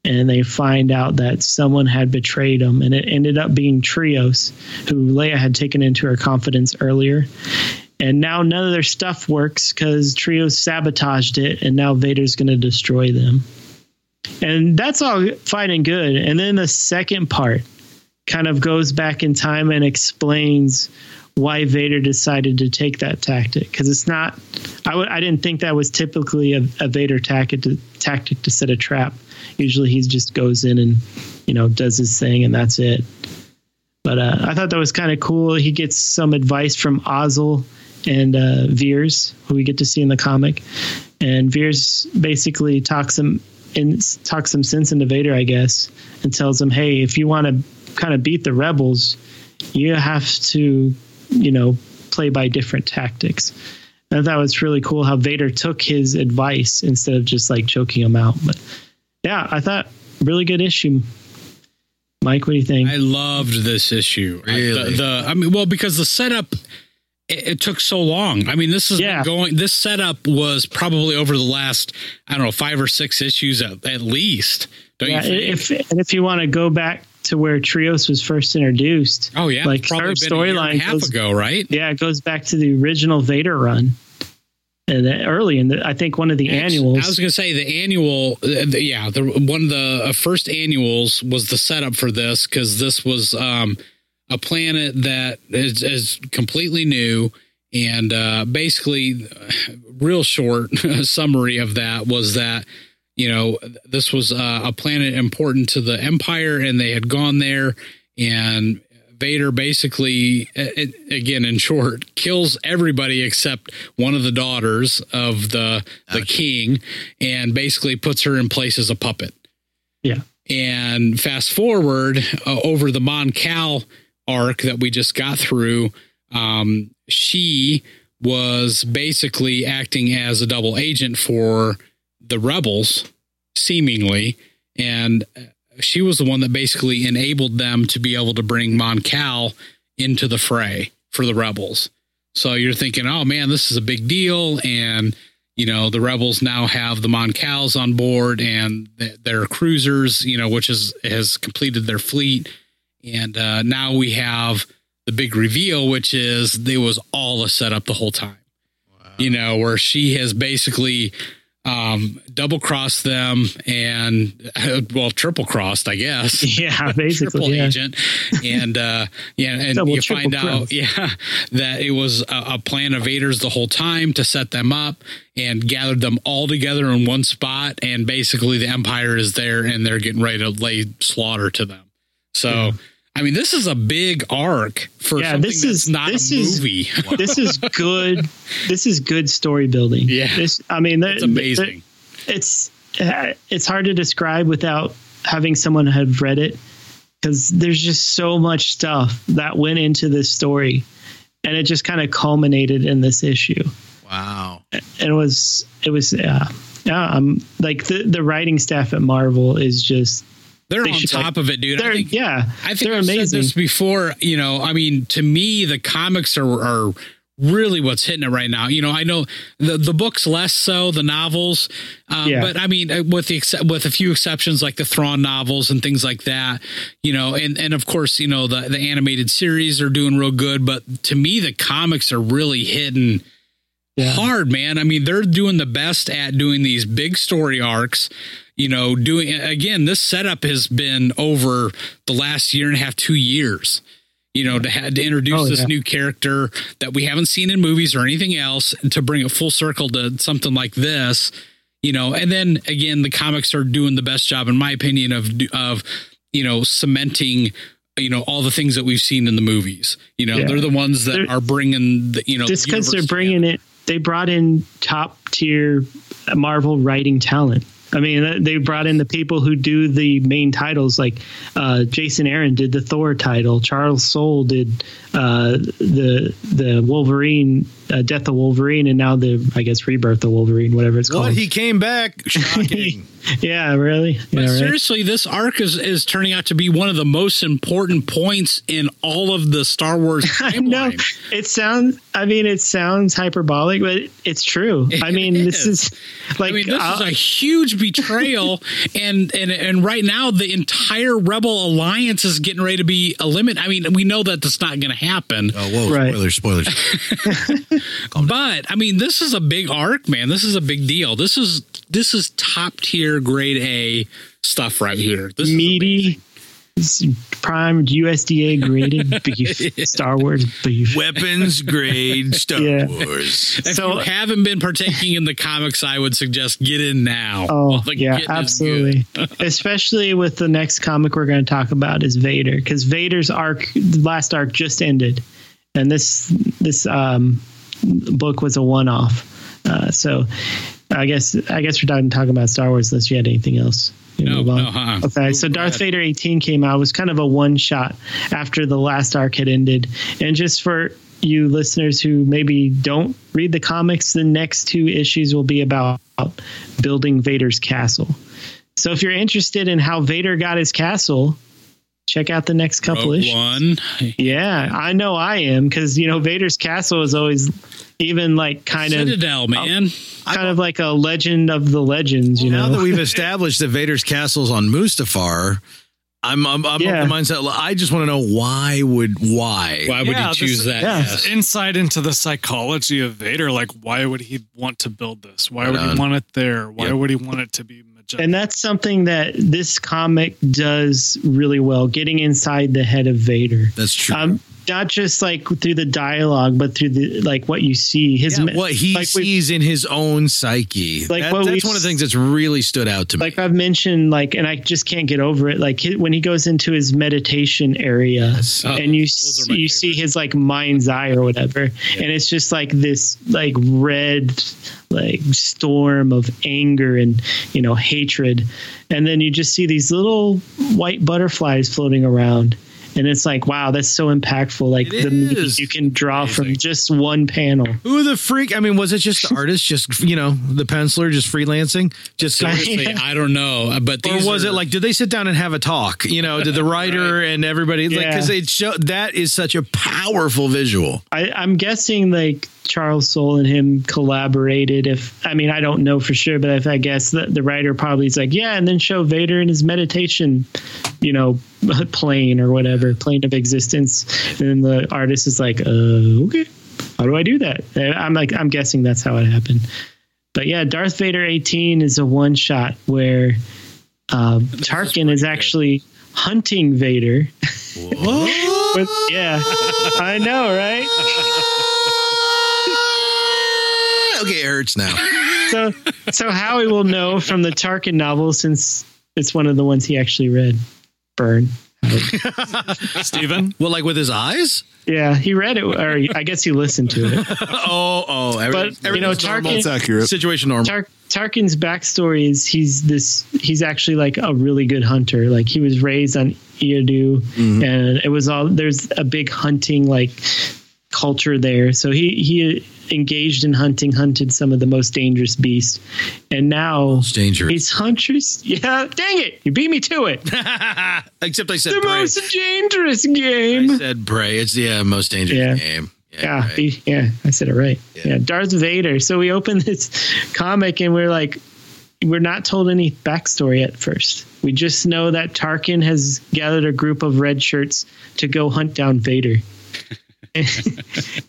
[SPEAKER 4] and they find out that someone had betrayed them, and it ended up being Trios, who Leia had taken into her confidence earlier. And now none of their stuff works because Trios sabotaged it, and now Vader's going to destroy them. And that's all fine and good. And then the second part kind of goes back in time and explains why Vader decided to take that tactic because it's not I w- I didn't think that was typically a, a Vader tactic to, tactic to set a trap. Usually he just goes in and you know does his thing and that's it. But uh, I thought that was kind of cool. He gets some advice from Ozzel and uh, Veers, who we get to see in the comic, and Veers basically talks him in talks some sense into Vader, I guess, and tells him, "Hey, if you want to kind of beat the rebels, you have to, you know, play by different tactics." I thought it was really cool how Vader took his advice instead of just like choking him out. But yeah, I thought really good issue. Mike, what do you think?
[SPEAKER 3] I loved this issue. I-
[SPEAKER 7] Really?
[SPEAKER 3] the, the- I mean, well, because the setup it, it took so long. I mean, this is
[SPEAKER 4] Yeah.
[SPEAKER 3] going. This setup was probably over the last I don't know five or six issues at, at least. Don't
[SPEAKER 4] yeah,
[SPEAKER 3] you think?
[SPEAKER 4] if and if you want to go back to where Trios was first introduced,
[SPEAKER 3] oh yeah,
[SPEAKER 4] like
[SPEAKER 3] probably
[SPEAKER 4] her
[SPEAKER 3] been a year and a
[SPEAKER 4] storyline
[SPEAKER 3] half
[SPEAKER 4] goes
[SPEAKER 3] ago, right?
[SPEAKER 4] Yeah, it goes back to the original Vader run, and then early in the, I think one of the
[SPEAKER 3] Actu-
[SPEAKER 4] annuals.
[SPEAKER 3] I was going to say the annual. Uh, the, yeah, the one of the uh, first annuals was the setup for this because this was um, a planet that is, is completely new and uh, basically, uh, real short summary of that was that you know this was uh, a planet important to the Empire and they had gone there and. Vader basically, a- a- again in short, kills everybody except one of the daughters of the the king, and basically puts her in place as a puppet.
[SPEAKER 4] Yeah.
[SPEAKER 3] And fast forward uh, over the Mon Cal arc that we just got through, um, she was basically acting as a double agent for the rebels, seemingly, and uh, she was the one that basically enabled them to be able to bring Mon Cal into the fray for the rebels. So you're thinking, oh man, this is a big deal, and you know the rebels now have the Mon Cals on board and th- their cruisers, you know, which is has completed their fleet, and uh, now we have the big reveal, which is it was all a setup the whole time. You know, where she has basically um, double crossed them and well, triple crossed, I guess
[SPEAKER 4] yeah, basically.
[SPEAKER 3] triple
[SPEAKER 4] Yeah.
[SPEAKER 3] agent, and uh, yeah, and
[SPEAKER 4] Double,
[SPEAKER 3] you
[SPEAKER 4] triple
[SPEAKER 3] find
[SPEAKER 4] cross.
[SPEAKER 3] out, yeah, that it was a, a plan of Vader's the whole time to set them up and gathered them all together in one spot, and basically the Empire is there and they're getting ready to lay slaughter to them. So, I mean, this is a big arc for
[SPEAKER 4] Yeah,
[SPEAKER 3] something
[SPEAKER 4] this
[SPEAKER 3] that's
[SPEAKER 4] is-
[SPEAKER 3] not
[SPEAKER 4] this
[SPEAKER 3] a
[SPEAKER 4] is-
[SPEAKER 3] movie.
[SPEAKER 4] This is good. this is good story building.
[SPEAKER 3] Yeah.
[SPEAKER 4] This, I mean,
[SPEAKER 3] it's amazing.
[SPEAKER 4] it's uh, it's hard to describe without having someone have read it because there's just so much stuff that went into this story, and it just kind of culminated in this issue.
[SPEAKER 7] Wow.
[SPEAKER 4] it was it was yeah yeah i'm like the the writing staff at marvel is just
[SPEAKER 3] They're
[SPEAKER 4] they
[SPEAKER 3] on
[SPEAKER 4] should,
[SPEAKER 3] top
[SPEAKER 4] like-
[SPEAKER 3] of it, dude. I
[SPEAKER 4] they're
[SPEAKER 3] think-
[SPEAKER 4] yeah
[SPEAKER 3] I think
[SPEAKER 4] they're
[SPEAKER 3] I've
[SPEAKER 4] amazing
[SPEAKER 3] said this before. You know, I mean, to me, the comics are are really what's hitting it right now. You know, I know the the books less so, the novels, um,
[SPEAKER 4] Yeah.
[SPEAKER 3] but I mean, uh, with the exce- with a few exceptions like the Thrawn novels and things like that. You know, and and of course, you know, the the animated series are doing real good, but to me, the comics are really hitting hard, man. I mean, they're doing the best at doing these big story arcs. You know, doing again, this setup has been over the last year and a half, two years. You know, to had to introduce
[SPEAKER 4] Oh,
[SPEAKER 3] this
[SPEAKER 4] yeah.
[SPEAKER 3] new character that we haven't seen in movies or anything else, and to bring it full circle to something like this. You know, and then again, the comics are doing the best job, in my opinion, of of you know cementing you know all the things that we've seen in the movies. You know,
[SPEAKER 4] Yeah.
[SPEAKER 3] they're the ones that
[SPEAKER 4] They're-
[SPEAKER 3] are bringing the you know
[SPEAKER 4] just because they're
[SPEAKER 3] universe
[SPEAKER 4] bringing it they brought in top tier marvel writing talent i mean th- they brought in the people who do the main titles like uh, jason aaron did the thor title charles soule did uh, the the wolverine uh, death of wolverine and now the i guess rebirth of wolverine whatever it's
[SPEAKER 1] What
[SPEAKER 4] called
[SPEAKER 1] he came back. Shocking.
[SPEAKER 4] yeah really yeah,
[SPEAKER 3] But
[SPEAKER 4] right?
[SPEAKER 3] seriously, this arc is, is turning out to be one of the most important points in all of the Star Wars
[SPEAKER 4] No,
[SPEAKER 3] timeline.
[SPEAKER 4] it sounds. I mean, it sounds hyperbolic, but it's true. I mean, this
[SPEAKER 3] is.
[SPEAKER 4] is
[SPEAKER 3] I
[SPEAKER 4] like uh,
[SPEAKER 3] mean, this is
[SPEAKER 4] I'll-
[SPEAKER 3] a huge betrayal, and and and right now the entire Rebel Alliance is getting ready to be eliminated. I mean, we know that that's not going to happen,
[SPEAKER 7] Oh, whoa.
[SPEAKER 4] Right.
[SPEAKER 7] Spoilers, spoilers.
[SPEAKER 3] but I mean, this is a big arc, man. This is a big deal. This is this is top tier, grade A stuff right here. This is
[SPEAKER 4] meaty, s- primed USDA graded beef, Star Wars beef.
[SPEAKER 1] Weapons grade Star
[SPEAKER 4] Yeah.
[SPEAKER 1] Wars.
[SPEAKER 3] If
[SPEAKER 4] So-
[SPEAKER 3] you haven't been partaking in the comics, I would suggest get in now.
[SPEAKER 4] Oh
[SPEAKER 3] While the
[SPEAKER 4] yeah,
[SPEAKER 3] getting is good.
[SPEAKER 4] absolutely. Especially with the next comic we're going to talk about is Vader, because Vader's arc, the last arc, just ended, and this this um, book was a one off. Uh, so, I guess I guess we're done talking about Star Wars. Unless you had anything else. You
[SPEAKER 3] No,
[SPEAKER 4] move on?
[SPEAKER 3] no, uh-uh.
[SPEAKER 4] Okay, so Darth Vader 18 came out. It was kind of a one shot after the last arc had ended. And just for you listeners who maybe don't read the comics, the next two issues will be about building Vader's castle. So if you're interested in how Vader got his castle, check out the next couple
[SPEAKER 3] Rogue
[SPEAKER 4] issues.
[SPEAKER 3] One.
[SPEAKER 4] Yeah, I know I am because you know Vader's castle is always even like kind of
[SPEAKER 3] Citadel, man.
[SPEAKER 4] kind of like a legend of the legends. You
[SPEAKER 1] now
[SPEAKER 4] know,
[SPEAKER 1] that we've established that Vader's castle's on Mustafar, I'm I'm, I'm
[SPEAKER 4] Yeah.
[SPEAKER 1] of the mindset. I just want to know why would why?
[SPEAKER 3] Why would
[SPEAKER 2] Yeah,
[SPEAKER 3] you
[SPEAKER 2] this
[SPEAKER 3] choose
[SPEAKER 2] is-
[SPEAKER 3] that?
[SPEAKER 4] yeah.
[SPEAKER 3] Yes.
[SPEAKER 2] Insight into the psychology of Vader. Like, why would he want to build this? Why
[SPEAKER 1] Right
[SPEAKER 2] would
[SPEAKER 1] on.
[SPEAKER 2] he want it there? Why
[SPEAKER 1] Yep.
[SPEAKER 2] would he want it to be majestic?
[SPEAKER 4] and that's something that this comic does really well, getting inside the head of Vader.
[SPEAKER 1] That's true.
[SPEAKER 4] Um, not just like through the dialogue, but through the like what you see. His
[SPEAKER 1] Yeah,
[SPEAKER 4] me-
[SPEAKER 1] what he
[SPEAKER 4] like we-
[SPEAKER 1] sees in his own psyche.
[SPEAKER 4] Like
[SPEAKER 1] That-
[SPEAKER 4] what
[SPEAKER 1] that's
[SPEAKER 4] we-
[SPEAKER 1] one of the things that's really stood out to me.
[SPEAKER 4] like I've mentioned, like, and I just can't get over it. Like hi- when he goes into his meditation area,
[SPEAKER 3] Oh,
[SPEAKER 4] and you
[SPEAKER 3] those
[SPEAKER 4] s-
[SPEAKER 3] are my
[SPEAKER 4] you see
[SPEAKER 3] favorite.
[SPEAKER 4] his like mind's eye or whatever, and it's just like this like red like storm of anger and you know hatred, and then you just see these little white butterflies floating around. And it's like, wow, that's so impactful. Like
[SPEAKER 1] It
[SPEAKER 4] the meaning
[SPEAKER 1] is.
[SPEAKER 4] you can draw from just one panel.
[SPEAKER 1] Who the freak? I mean, was it just the artist, just you know, the penciler, just freelancing? Just
[SPEAKER 3] Seriously, I don't know, but
[SPEAKER 1] or
[SPEAKER 3] these
[SPEAKER 1] was
[SPEAKER 3] are-
[SPEAKER 1] it like did they sit down and have a talk? You know, did the writer and everybody like
[SPEAKER 4] Yeah.
[SPEAKER 1] because it show that is such a powerful visual.
[SPEAKER 4] I, I'm guessing like Charles Soule and him collaborated. If I mean, I don't know for sure, but if I guess the, the writer probably is like, yeah, and then show Vader in his meditation, you know, plane or whatever plane of existence, and then the artist is like, uh, okay, how do I do that? And I'm like, I'm guessing that's how it happened. But yeah, Darth Vader 18 is a one shot where um, Tarkin is actually hunting Vader. With- yeah, I know, right?
[SPEAKER 1] Ah! okay, it hurts now.
[SPEAKER 4] so so Howie will know from the Tarkin novel since it's one of the ones he actually read. Burn.
[SPEAKER 2] Steven?
[SPEAKER 1] Well, like with his eyes.
[SPEAKER 4] Yeah, he read it, or I guess he listened to it.
[SPEAKER 1] Oh, oh, every,
[SPEAKER 4] But you know, Tarkin.
[SPEAKER 7] It's accurate.
[SPEAKER 1] situation normal.
[SPEAKER 4] Tar- Tarkin's backstory is he's this he's actually like a really good hunter. Like he was raised on Eodu and it was all there's a big hunting like culture there. So he he engaged in hunting, hunted some of the most dangerous beasts. And now
[SPEAKER 1] It's dangerous.
[SPEAKER 4] he's hunters. Yeah, dang it. You beat me to it.
[SPEAKER 1] Except I said
[SPEAKER 4] the
[SPEAKER 1] pray.
[SPEAKER 4] most dangerous
[SPEAKER 1] I
[SPEAKER 4] game.
[SPEAKER 1] said pray. It's the uh, most dangerous
[SPEAKER 4] Yeah.
[SPEAKER 1] game.
[SPEAKER 4] Yeah,
[SPEAKER 1] right.
[SPEAKER 4] be- yeah, I said it right. Yeah. Darth Vader. So we open this comic and we're like, we're not told any backstory at first. We just know that Tarkin has gathered a group of red shirts to go hunt down Vader.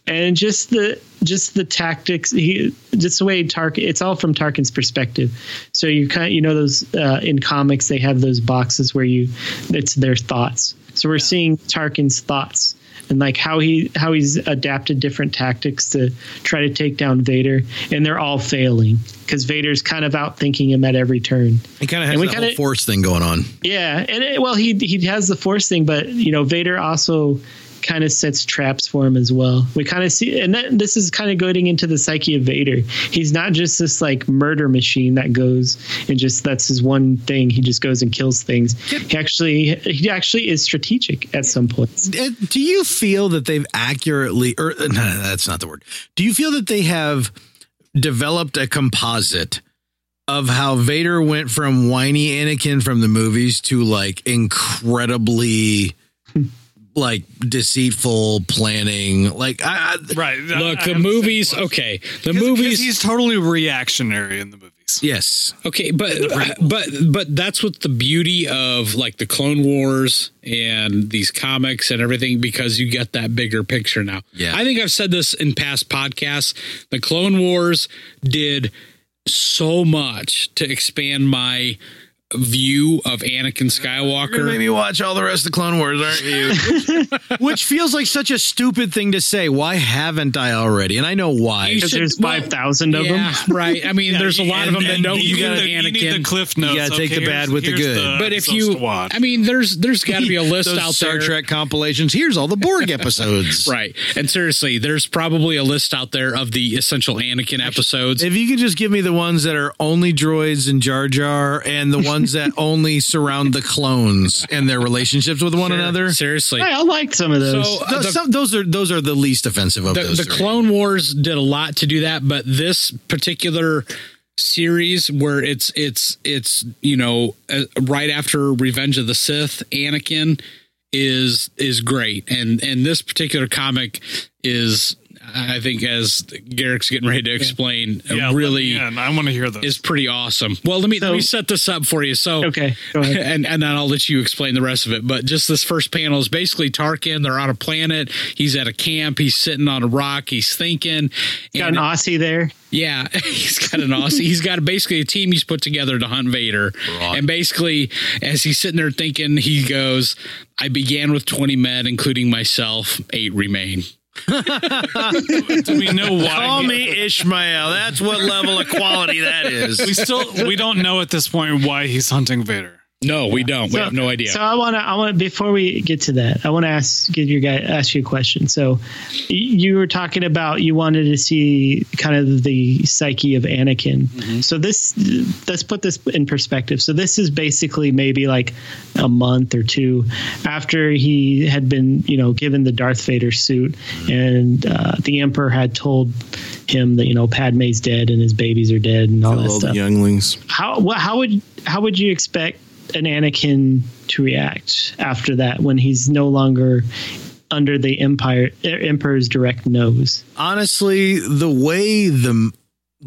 [SPEAKER 4] and just the just the tactics he just the way Tarkin it's all from Tarkin's perspective. So you kind you know those uh, in comics they have those boxes where you it's their thoughts. So we're seeing Tarkin's thoughts and like how he how he's adapted different tactics to try to take down Vader and they're all failing cuz Vader's kind of outthinking him at every turn.
[SPEAKER 1] He kind of
[SPEAKER 4] And
[SPEAKER 1] has
[SPEAKER 4] we
[SPEAKER 1] that whole
[SPEAKER 4] kinda-
[SPEAKER 1] force thing going on.
[SPEAKER 4] Yeah, and it, well, he he has the force thing, but you know, Vader also kind of sets traps for him as well. We kind of see, and that, this is kind of going into the psyche of Vader. He's not just this like murder machine that goes and just that's his one thing. He just goes and kills things. He actually he actually is strategic at some points.
[SPEAKER 1] Uh, do you feel that they've accurately or uh, no, that's not the word do you feel that they have developed a composite of how vader went from whiny anakin from the movies to like incredibly like deceitful planning like i, I
[SPEAKER 2] Right.
[SPEAKER 3] Look, the movies. Okay, the movies.
[SPEAKER 2] He's totally reactionary in the movies.
[SPEAKER 1] yes
[SPEAKER 3] Okay, but but but that's what the beauty of like the Clone Wars and these comics and everything because you get that bigger picture now.
[SPEAKER 1] Yeah.
[SPEAKER 3] I think I've said this in past podcasts. The Clone Wars did so much to expand my view of Anakin
[SPEAKER 1] You're gonna
[SPEAKER 3] Skywalker.
[SPEAKER 1] make me watch all the rest of the Clone Wars, aren't you? which, which feels like such a stupid thing to say. Why haven't I already? And I know why.
[SPEAKER 3] You
[SPEAKER 4] Because
[SPEAKER 3] should-
[SPEAKER 4] there's
[SPEAKER 3] well,
[SPEAKER 4] five thousand of
[SPEAKER 3] Yeah,
[SPEAKER 4] them.
[SPEAKER 3] right. I mean, there's a lot of them that don't
[SPEAKER 2] you,
[SPEAKER 3] you
[SPEAKER 2] need
[SPEAKER 3] got
[SPEAKER 2] the, you need the
[SPEAKER 3] Anakin.
[SPEAKER 2] cliff notes.
[SPEAKER 1] gotta take the
[SPEAKER 2] Okay,
[SPEAKER 1] bad
[SPEAKER 2] here's-
[SPEAKER 1] with the
[SPEAKER 2] here's
[SPEAKER 1] good.
[SPEAKER 3] But if
[SPEAKER 2] episodes
[SPEAKER 3] you,
[SPEAKER 2] to watch.
[SPEAKER 3] I mean, there's there's got to be a list
[SPEAKER 1] Those
[SPEAKER 3] out
[SPEAKER 1] Star
[SPEAKER 3] there.
[SPEAKER 1] Trek compilations. Here's all the Borg episodes.
[SPEAKER 3] Right. And seriously, there's probably a list out there of the essential Anakin episodes.
[SPEAKER 1] If you could just give me the ones that are only droids and Jar Jar and the ones ones that only surround the clones and their relationships with one another.
[SPEAKER 3] Seriously.
[SPEAKER 4] Hey, I liked some of those.
[SPEAKER 3] So uh,
[SPEAKER 1] Those, some, those are those are the least offensive of
[SPEAKER 3] the,
[SPEAKER 1] those.
[SPEAKER 3] the
[SPEAKER 1] three.
[SPEAKER 3] Clone Wars did a lot to do that, but this particular series where it's it's it's you know uh, right after Revenge of the Sith, Anakin is is great, and and this particular comic is I think as Garrick's getting ready to explain uh, really
[SPEAKER 2] Yeah, I want to hear this.
[SPEAKER 3] is pretty awesome. Well, let me let me
[SPEAKER 4] So-
[SPEAKER 3] set this up for you. So
[SPEAKER 4] okay, go ahead.
[SPEAKER 3] and and then I'll let you explain the rest of it. But just this first panel is basically Tarkin. They're on a planet. He's at a camp. He's sitting on a rock. He's thinking.
[SPEAKER 4] Got
[SPEAKER 3] And
[SPEAKER 4] an Aussie there.
[SPEAKER 3] yeah, he's got an Aussie. he's got basically a team he's put together to hunt Vader. And basically, as he's sitting there thinking, he goes, "I began with twenty men, including myself. Eight remain."
[SPEAKER 2] Do we know why?
[SPEAKER 1] Call
[SPEAKER 2] he-
[SPEAKER 1] me Ishmael. That's what level of quality that
[SPEAKER 2] We
[SPEAKER 1] is.
[SPEAKER 2] still we don't know at this point why he's hunting Vader.
[SPEAKER 3] No, we don't. we have no idea.
[SPEAKER 4] So I want to. I want before we get to that, I want to ask give your guy ask you a question. So y- you were talking about you wanted to see kind of the psyche of Anakin. So this let's put this in perspective. So this is basically maybe like a month or two after he had been you know given the Darth Vader suit, and uh, the Emperor had told him that you know Padme's dead and his babies are dead and all that
[SPEAKER 7] Hello,
[SPEAKER 4] stuff
[SPEAKER 7] younglings.
[SPEAKER 4] how wha how would how would you expect an Anakin to react after that when he's no longer under the empire er, emperor's direct nose?
[SPEAKER 1] Honestly, the way the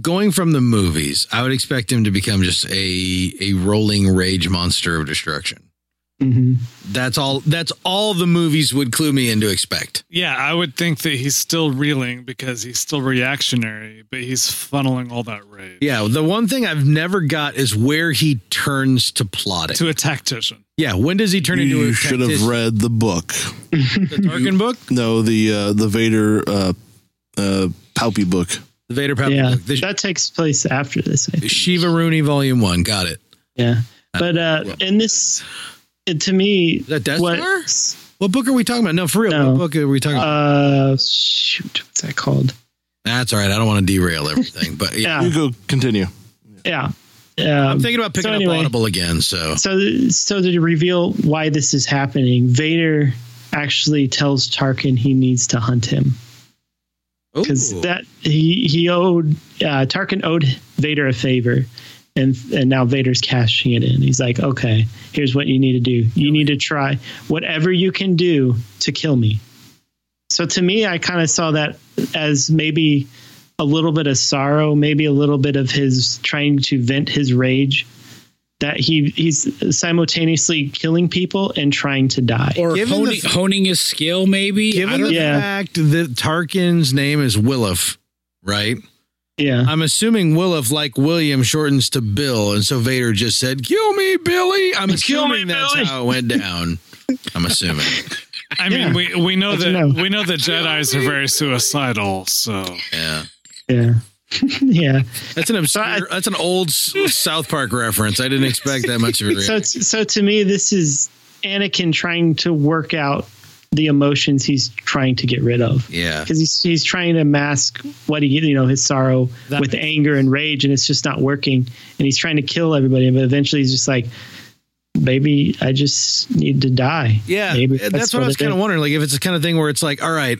[SPEAKER 1] going from the movies, I would expect him to become just a a rolling rage monster of destruction.
[SPEAKER 4] hmm
[SPEAKER 1] That's all. That's all the movies would clue me into expect.
[SPEAKER 2] Yeah, I would think that he's still reeling because he's still reactionary, but he's funneling all that rage
[SPEAKER 1] Yeah, the one thing I've never got is where he turns to plotting.
[SPEAKER 2] to a tactician.
[SPEAKER 1] yeah, when does he turn into
[SPEAKER 7] You
[SPEAKER 1] a
[SPEAKER 7] should have
[SPEAKER 1] tactician?
[SPEAKER 7] read the book.
[SPEAKER 1] the Tarkin book,
[SPEAKER 7] No, the uh, the Vader uh, uh, Palpy book.
[SPEAKER 1] the Vader Palpatine
[SPEAKER 4] Yeah,
[SPEAKER 1] book, the
[SPEAKER 4] that takes place after this. I think.
[SPEAKER 1] Shiva Rooney Volume One. Got it.
[SPEAKER 4] Yeah, but uh, in this, it, to me,
[SPEAKER 1] that Death
[SPEAKER 4] what-
[SPEAKER 1] What book are we talking about? No, for real.
[SPEAKER 4] No.
[SPEAKER 1] What book are we talking about?
[SPEAKER 4] Uh, shoot, what's that called?
[SPEAKER 1] That's all right. I don't want to derail everything, but yeah.
[SPEAKER 4] Yeah,
[SPEAKER 7] You go continue.
[SPEAKER 4] yeah. Um,
[SPEAKER 1] I'm thinking about picking
[SPEAKER 4] So
[SPEAKER 1] up
[SPEAKER 4] anyway.
[SPEAKER 1] Audible again. So
[SPEAKER 4] so so to reveal why this is happening, Vader actually tells Tarkin he needs to hunt him because
[SPEAKER 1] Ooh.
[SPEAKER 4] that he he owed uh, Tarkin owed Vader a favor, and and now Vader's cashing it in. He's like, okay, here's what you need to do. You need to try whatever you can do to kill me. So to me, I kind of saw that as maybe a little bit of sorrow, maybe a little bit of his trying to vent his rage. That he he's simultaneously killing people and trying to die.
[SPEAKER 3] or
[SPEAKER 1] given the
[SPEAKER 3] honing,
[SPEAKER 1] f-
[SPEAKER 3] honing his skill, maybe. I
[SPEAKER 1] given
[SPEAKER 3] don't-
[SPEAKER 1] the
[SPEAKER 4] Yeah.
[SPEAKER 1] fact that Tarkin's name is Willif, right?
[SPEAKER 4] yeah,
[SPEAKER 1] I'm assuming Willif, like William, shortens to Bill, and so Vader just said, "Kill me, Billy." I'm
[SPEAKER 2] Kill me,
[SPEAKER 1] assuming that's
[SPEAKER 2] Billy.
[SPEAKER 1] how it went down. I'm assuming.
[SPEAKER 2] I mean,
[SPEAKER 4] Yeah.
[SPEAKER 2] we we know
[SPEAKER 4] But
[SPEAKER 2] that
[SPEAKER 4] you know.
[SPEAKER 2] we know that Jedi's are very suicidal, so
[SPEAKER 1] Yeah,
[SPEAKER 4] yeah, yeah.
[SPEAKER 1] that's an obscure,
[SPEAKER 4] I-
[SPEAKER 1] that's an old S- South Park reference. I didn't expect that much of a
[SPEAKER 4] so
[SPEAKER 1] reaction.
[SPEAKER 4] t- so to me this is Anakin trying to work out the emotions he's trying to get rid of
[SPEAKER 1] Yeah,
[SPEAKER 4] because he's he's trying to mask what he you know his sorrow with anger and rage and it's just not working and he's trying to kill everybody but eventually he's just like maybe I just need to die
[SPEAKER 1] yeah.
[SPEAKER 4] Maybe
[SPEAKER 1] that's, what, I was
[SPEAKER 4] it
[SPEAKER 1] kind
[SPEAKER 4] is.
[SPEAKER 1] of wondering. Like, if it's the kind of thing where it's like, all right,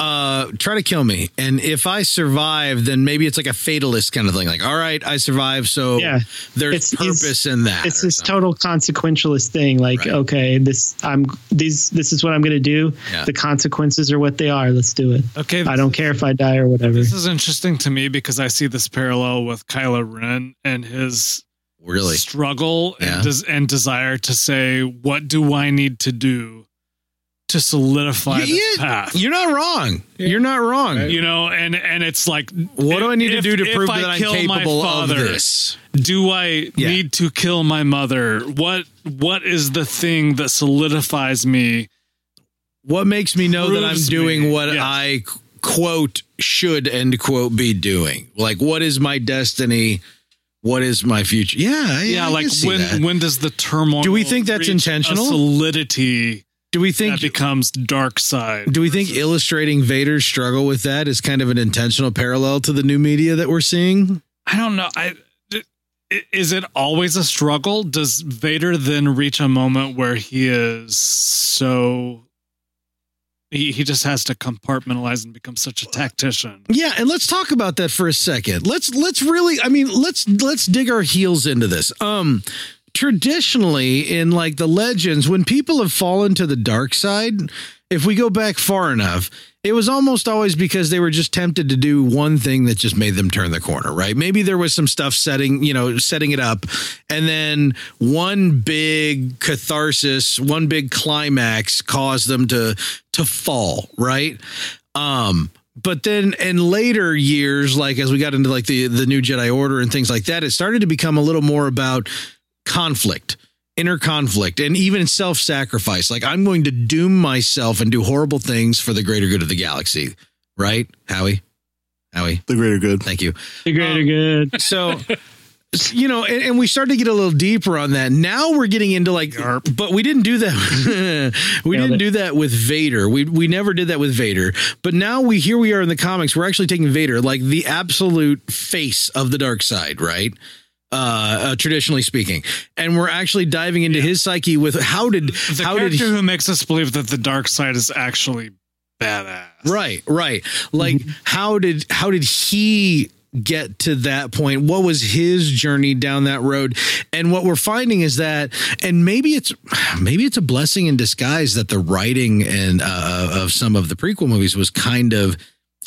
[SPEAKER 1] uh, try to kill me, and if I survive, then maybe it's like a fatalist kind of thing. Like, all right, I survive, so
[SPEAKER 4] Yeah.
[SPEAKER 1] there's
[SPEAKER 4] It's- it's-
[SPEAKER 1] purpose in that.
[SPEAKER 4] it's
[SPEAKER 1] or
[SPEAKER 4] this
[SPEAKER 1] Oh, something.
[SPEAKER 4] total consequentialist thing like
[SPEAKER 1] Right.
[SPEAKER 4] okay this i'm these this is what i'm going to do
[SPEAKER 1] Yeah.
[SPEAKER 4] the consequences are what they are let's do it
[SPEAKER 2] okay.
[SPEAKER 4] i don't care if i die or whatever
[SPEAKER 2] This is interesting to me because I see this parallel with Kylo Ren and his
[SPEAKER 1] really.
[SPEAKER 2] struggle
[SPEAKER 1] Yeah.
[SPEAKER 2] and, des- and desire to say, "What do I need to do to solidify
[SPEAKER 1] You-
[SPEAKER 2] this
[SPEAKER 1] you-
[SPEAKER 2] path?"
[SPEAKER 1] You're not wrong. You're not wrong.
[SPEAKER 2] You know, and and it's like,
[SPEAKER 1] what do I need
[SPEAKER 2] if-
[SPEAKER 1] to do to
[SPEAKER 2] if
[SPEAKER 1] prove
[SPEAKER 2] I
[SPEAKER 1] that I'm
[SPEAKER 2] kill my
[SPEAKER 1] capable of
[SPEAKER 2] father,
[SPEAKER 1] this?
[SPEAKER 2] Do I
[SPEAKER 1] Yeah.
[SPEAKER 2] need to kill my mother? What what is the thing that solidifies me?
[SPEAKER 1] What makes me know that I'm
[SPEAKER 2] Proves
[SPEAKER 1] doing
[SPEAKER 2] me.
[SPEAKER 1] what
[SPEAKER 2] Yes.
[SPEAKER 1] I qu- quote should end quote be doing? Like, what is my destiny? What is my future? Yeah, I-
[SPEAKER 2] Yeah,
[SPEAKER 1] I
[SPEAKER 2] like
[SPEAKER 1] can see
[SPEAKER 2] when
[SPEAKER 1] that.
[SPEAKER 2] when does the turmoil?
[SPEAKER 1] Do we think that's
[SPEAKER 2] reach a
[SPEAKER 1] intentional?
[SPEAKER 2] solidity
[SPEAKER 1] do we think?
[SPEAKER 2] that becomes dark side.
[SPEAKER 1] Do we think illustrating Vader's struggle with that is kind of an intentional parallel to the new media that we're seeing?
[SPEAKER 2] I don't know. I i- is it always a struggle? Does Vader then reach a moment where he is so he, he just has to compartmentalize and become such a tactician?
[SPEAKER 1] Yeah, and let's talk about that for a second. Let's let's really I mean, let's let's dig our heels into this. Um traditionally in like the legends when people have fallen to the dark side, if we go back far enough, it was almost always because they were just tempted to do one thing that just made them turn the corner, right? Maybe there was some stuff setting, you know, setting it up and then one big catharsis, one big climax caused them to to fall, right? Um, but then in later years, like as we got into like the the new Jedi Order and things like that, it started to become a little more about conflict, inner conflict, and even self sacrifice. Like I'm going to doom myself and do horrible things for the greater good of the galaxy. Right, Howie? Howie,
[SPEAKER 7] The greater good.
[SPEAKER 1] thank you.
[SPEAKER 4] The greater good.
[SPEAKER 1] So, you know, and, and we started to get a little deeper on that. Now we're getting into like, but we didn't do that. we
[SPEAKER 4] Nailed
[SPEAKER 1] didn't
[SPEAKER 4] it.
[SPEAKER 1] do that with Vader. We we never did that with Vader. But now we here we are in the comics. We're actually taking Vader, like the absolute face of the dark side, right? Uh, uh traditionally speaking, and we're actually diving into his psyche with how did
[SPEAKER 2] The
[SPEAKER 1] how did
[SPEAKER 2] character
[SPEAKER 1] he,
[SPEAKER 2] who makes us believe that the dark side is actually badass.
[SPEAKER 1] Right, right. Like how did how did he get to that point? What was his journey down that road? And what we're finding is that and maybe it's maybe it's a blessing in disguise that the writing and uh, of some of the prequel movies was kind of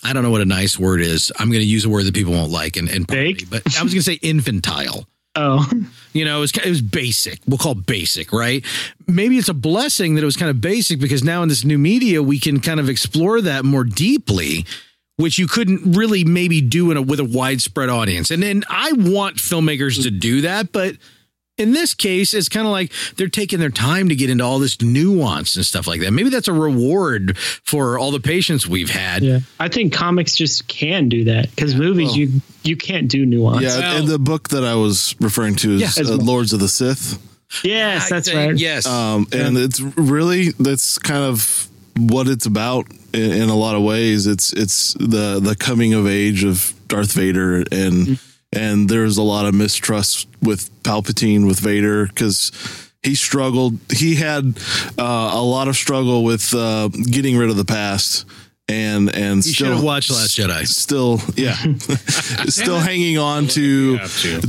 [SPEAKER 1] I don't know what a nice word is. I'm going to use a word that people won't like and, and
[SPEAKER 4] Vague?
[SPEAKER 1] but I was going to say infantile.
[SPEAKER 4] Oh,
[SPEAKER 1] You know, it was, it was basic. We'll call it basic, right? Maybe it's a blessing that it was kind of basic because now in this new media, we can kind of explore that more deeply, which you couldn't really maybe do in a, with a widespread audience. And then I want filmmakers to do that, but in this case, it's kind of like they're taking their time to get into all this nuance and stuff like that. Maybe that's a reward for all the patience we've had.
[SPEAKER 4] yeah. I think comics just can do that because movies you you can't do nuance.
[SPEAKER 7] Yeah, and the book that I was referring to is
[SPEAKER 1] Yeah.
[SPEAKER 7] uh, Lords of the Sith.
[SPEAKER 4] Yes, that's
[SPEAKER 1] I think-
[SPEAKER 4] right.
[SPEAKER 1] Yes.
[SPEAKER 7] Um, and it's really that's kind of what it's about in, in a lot of ways. It's it's the the coming of age of Darth Vader and
[SPEAKER 1] Mm-hmm.
[SPEAKER 7] and there's a lot of mistrust with Palpatine with Vader because he struggled. He had uh, a lot of struggle with uh, getting rid of the past. And and
[SPEAKER 1] you should
[SPEAKER 7] still
[SPEAKER 1] have watched Last Jedi.
[SPEAKER 7] still yeah still hanging on to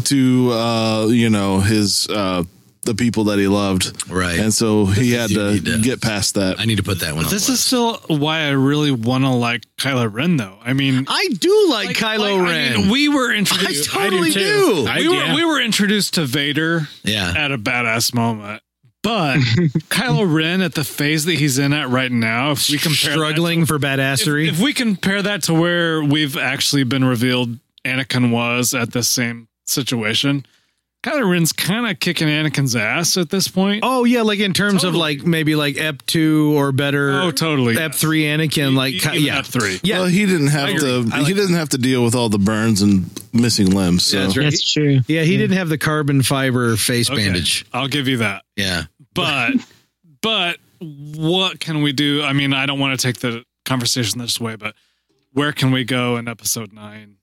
[SPEAKER 7] to uh you know his uh the people that he loved
[SPEAKER 1] Right.
[SPEAKER 7] and so he had
[SPEAKER 1] you
[SPEAKER 7] to,
[SPEAKER 1] need to-
[SPEAKER 7] get past that
[SPEAKER 1] I need to put that one on.
[SPEAKER 2] This
[SPEAKER 1] the
[SPEAKER 2] is still why I really want to like Kylo Ren, though. I mean,
[SPEAKER 1] I do like, Kylo
[SPEAKER 2] like, I
[SPEAKER 1] Ren.
[SPEAKER 2] mean, we were introduced.
[SPEAKER 1] I totally do.
[SPEAKER 2] We
[SPEAKER 1] I-
[SPEAKER 2] were
[SPEAKER 3] yeah.
[SPEAKER 2] we were introduced to Vader
[SPEAKER 1] yeah.
[SPEAKER 2] at a badass moment, but Kylo Ren at the phase that he's in at right now, if we compare that
[SPEAKER 1] struggling for
[SPEAKER 2] to,
[SPEAKER 1] badassery.
[SPEAKER 2] if we compare that to where we've actually been revealed Anakin was at the same situation, Kylo Ren's kind of kicking Anakin's ass at this point.
[SPEAKER 1] oh yeah, like in terms of
[SPEAKER 2] Totally.
[SPEAKER 1] like maybe like Ep two or better.
[SPEAKER 2] Oh, totally,
[SPEAKER 1] Ep
[SPEAKER 2] yes.
[SPEAKER 1] three Anakin, like
[SPEAKER 2] E-
[SPEAKER 1] ki-
[SPEAKER 2] even
[SPEAKER 1] yeah,
[SPEAKER 2] Ep three.
[SPEAKER 1] yeah.
[SPEAKER 7] well he didn't have
[SPEAKER 1] agree.
[SPEAKER 7] to
[SPEAKER 1] I like
[SPEAKER 7] he doesn't have to deal with all the burns and missing limbs so
[SPEAKER 1] that's right.
[SPEAKER 4] That's true.
[SPEAKER 1] yeah, he didn't have the carbon fiber face
[SPEAKER 2] Okay,
[SPEAKER 1] bandage.
[SPEAKER 2] I'll give you that.
[SPEAKER 1] Yeah,
[SPEAKER 2] but but what can we do i mean i don't want to take the conversation this way but where can we go in episode 9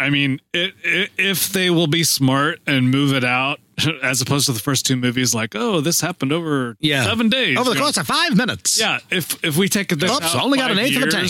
[SPEAKER 2] i mean it, i if they will be smart and move it out as opposed to the first two movies like oh this happened over
[SPEAKER 1] Yeah.
[SPEAKER 2] 7 days
[SPEAKER 1] over the
[SPEAKER 2] you know?
[SPEAKER 1] course of five minutes.
[SPEAKER 2] yeah if if we take this
[SPEAKER 1] Oops,
[SPEAKER 2] out
[SPEAKER 1] only got an
[SPEAKER 2] five
[SPEAKER 1] eighth of a tank.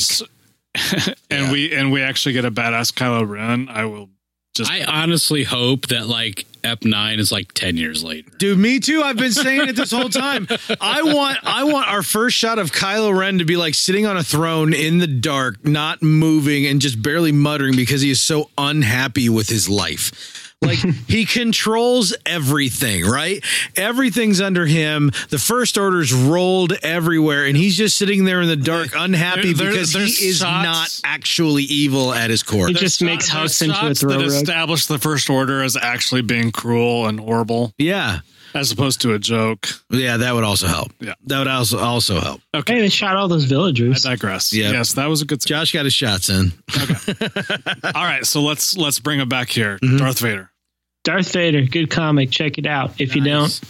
[SPEAKER 2] years, and we and we actually get a badass Kylo Ren i will just
[SPEAKER 3] I honestly hope that like Ep nine is like ten years later.
[SPEAKER 1] Dude, me too. I've been saying it this whole time. I want I want our first shot of Kylo Ren to be like sitting on a throne in the dark, not moving and just barely muttering because he is so unhappy with his life. Like he controls everything, right? Everything's under him. The first order's rolled everywhere, and he's just sitting there in the dark, unhappy
[SPEAKER 2] there-
[SPEAKER 1] because
[SPEAKER 2] there's
[SPEAKER 1] he is
[SPEAKER 2] shots-
[SPEAKER 1] not actually evil at his core.
[SPEAKER 4] It just makes
[SPEAKER 2] There's
[SPEAKER 4] Hux into a
[SPEAKER 2] shots that
[SPEAKER 4] throw rug.
[SPEAKER 2] establish the first order as actually being cruel and horrible
[SPEAKER 1] Yeah.
[SPEAKER 2] as opposed to a joke
[SPEAKER 1] Yeah, that would also help.
[SPEAKER 2] Yeah.
[SPEAKER 1] That would also also help.
[SPEAKER 4] Hey, they shot all those villagers.
[SPEAKER 2] I digress.
[SPEAKER 1] Yeah.
[SPEAKER 2] Yes, that was a good.
[SPEAKER 1] Josh got his shots in.
[SPEAKER 2] All right, so let's let's bring it back here.
[SPEAKER 7] Mm-hmm.
[SPEAKER 2] Darth Vader.
[SPEAKER 4] Darth Vader, good comic. Check it out. If you don't,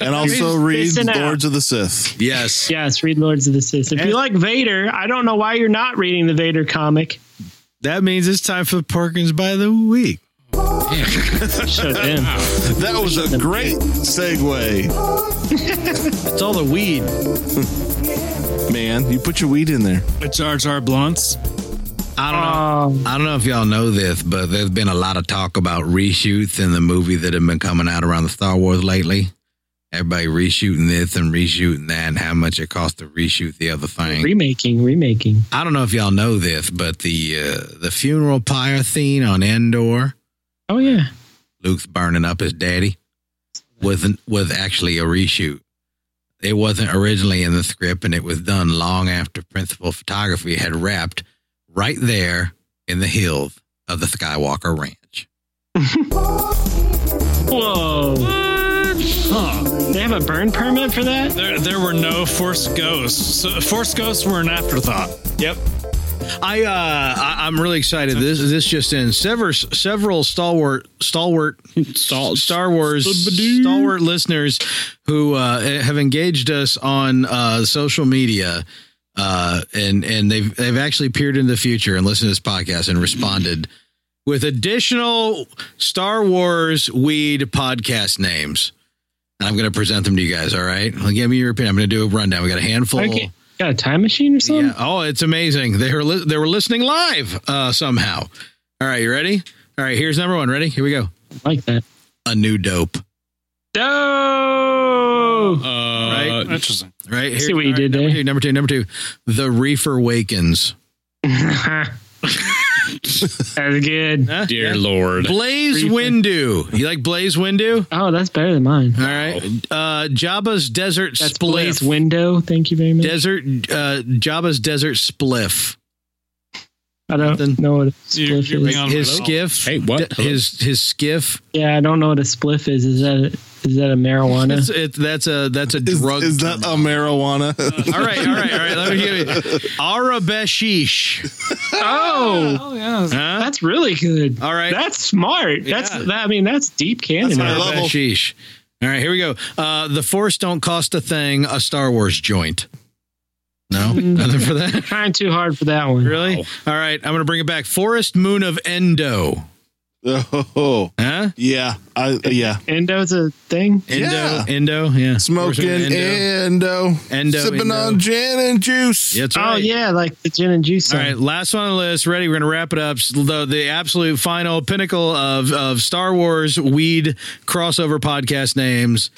[SPEAKER 7] and also read
[SPEAKER 4] Listen out.
[SPEAKER 7] Lords of the Sith
[SPEAKER 1] Yes.
[SPEAKER 4] yes, read Lords of the Sith. If you like Vader, I don't know why you're not reading the Vader comic.
[SPEAKER 1] That means it's time for Perkins by the week.
[SPEAKER 4] Shut in.
[SPEAKER 7] That was a great segue,
[SPEAKER 1] It's all the weed.
[SPEAKER 7] man. You put your weed in there.
[SPEAKER 2] A Jar Jar Blunts.
[SPEAKER 1] I don't know.
[SPEAKER 4] Um,
[SPEAKER 1] I don't know if y'all know this, but there's been a lot of talk about reshoots in the movie that have been coming out around the Star Wars lately. Everybody reshooting this and reshooting that, and how much it costs to reshoot the other thing.
[SPEAKER 4] oh, remaking, remaking.
[SPEAKER 1] I don't know if y'all know this, but the uh, the funeral pyre scene on Endor,
[SPEAKER 4] Oh yeah.
[SPEAKER 1] Luke's burning up his daddy, was was actually a reshoot. It wasn't originally in the script, and it was done long after principal photography had wrapped, right there in the hills of the Skywalker Ranch.
[SPEAKER 4] Whoa.
[SPEAKER 2] Huh.
[SPEAKER 4] They have a burn permit for that?
[SPEAKER 2] There, there were no Force Ghosts. So, Force Ghosts were an afterthought. Yep.
[SPEAKER 1] I, uh, I I'm really excited. This this just in several several stalwart stalwart
[SPEAKER 3] Stal-
[SPEAKER 1] Star Wars stalwart listeners who uh, have engaged us on uh, social media. Uh, and and they've they've actually peered into the future and listened to this podcast and responded with additional Star Wars weed podcast names. And I'm going to present them to you guys. All right, well, give me your opinion. I'm going to do a rundown. We got a handful.
[SPEAKER 4] Okay. Got a time machine or something?
[SPEAKER 1] Yeah. Oh, it's amazing. They were li- they were listening live uh, somehow. All right, you ready? All right, here's number one. Ready? Here we go.
[SPEAKER 4] like that.
[SPEAKER 1] A new dope.
[SPEAKER 4] No.
[SPEAKER 3] Uh,
[SPEAKER 2] Interesting.
[SPEAKER 1] Right here.
[SPEAKER 4] See what you
[SPEAKER 1] all
[SPEAKER 4] did
[SPEAKER 1] number
[SPEAKER 4] there.
[SPEAKER 1] Two, number two. Number two. The reefer wakens.
[SPEAKER 4] That's good.
[SPEAKER 3] Dear Lord.
[SPEAKER 1] Blaze Windu. You like Blaze Windu?
[SPEAKER 4] Oh, that's better than mine.
[SPEAKER 1] All right. Uh, Jabba's desert
[SPEAKER 4] That's
[SPEAKER 1] spliff.
[SPEAKER 4] Blaze Window. Thank you very much.
[SPEAKER 1] desert. Uh, Jabba's desert spliff.
[SPEAKER 4] I don't
[SPEAKER 1] Nothing.
[SPEAKER 4] know what a
[SPEAKER 2] You-
[SPEAKER 4] spliff
[SPEAKER 2] you're
[SPEAKER 4] is.
[SPEAKER 2] being on-
[SPEAKER 1] His
[SPEAKER 2] Hello?
[SPEAKER 1] skiff.
[SPEAKER 3] Hey, what?
[SPEAKER 1] d- His his skiff.
[SPEAKER 4] Yeah, I don't know what a spliff is. Is that a, is that a
[SPEAKER 1] It's,
[SPEAKER 4] marijuana?
[SPEAKER 1] it, that's a that's a
[SPEAKER 7] Is,
[SPEAKER 1] drug.
[SPEAKER 7] is that a marijuana?
[SPEAKER 1] all right, all right, all right. Let me give you Arabeshish.
[SPEAKER 4] oh,
[SPEAKER 2] Oh yeah.
[SPEAKER 1] Huh?
[SPEAKER 4] that's really good.
[SPEAKER 1] All right.
[SPEAKER 4] That's smart.
[SPEAKER 1] Yeah.
[SPEAKER 4] That's that, I mean that's deep canon.
[SPEAKER 7] high
[SPEAKER 4] right?
[SPEAKER 7] level.
[SPEAKER 1] Sheesh. All right, here we go. Uh, the Force don't cost a thing. A Star Wars joint. No, nothing for that.
[SPEAKER 4] Trying too hard for that one.
[SPEAKER 1] Really? All right, I'm going to bring it back. Forest Moon of Endo.
[SPEAKER 7] oh,
[SPEAKER 1] Huh?
[SPEAKER 7] yeah. I yeah.
[SPEAKER 4] Endo's a thing.
[SPEAKER 1] Endo.
[SPEAKER 7] Yeah.
[SPEAKER 1] Endo. Yeah. Forest
[SPEAKER 7] Smoking
[SPEAKER 1] Moon of
[SPEAKER 7] endo.
[SPEAKER 1] Endo,
[SPEAKER 7] sipping
[SPEAKER 1] endo.
[SPEAKER 7] on gin and juice.
[SPEAKER 1] Yeah, that's
[SPEAKER 4] Oh
[SPEAKER 1] right.
[SPEAKER 4] yeah, like the gin and juice.
[SPEAKER 1] All
[SPEAKER 4] song.
[SPEAKER 1] right, last one on the list. Ready? We're going to wrap it up. The, the absolute final pinnacle of, of Star Wars weed crossover podcast names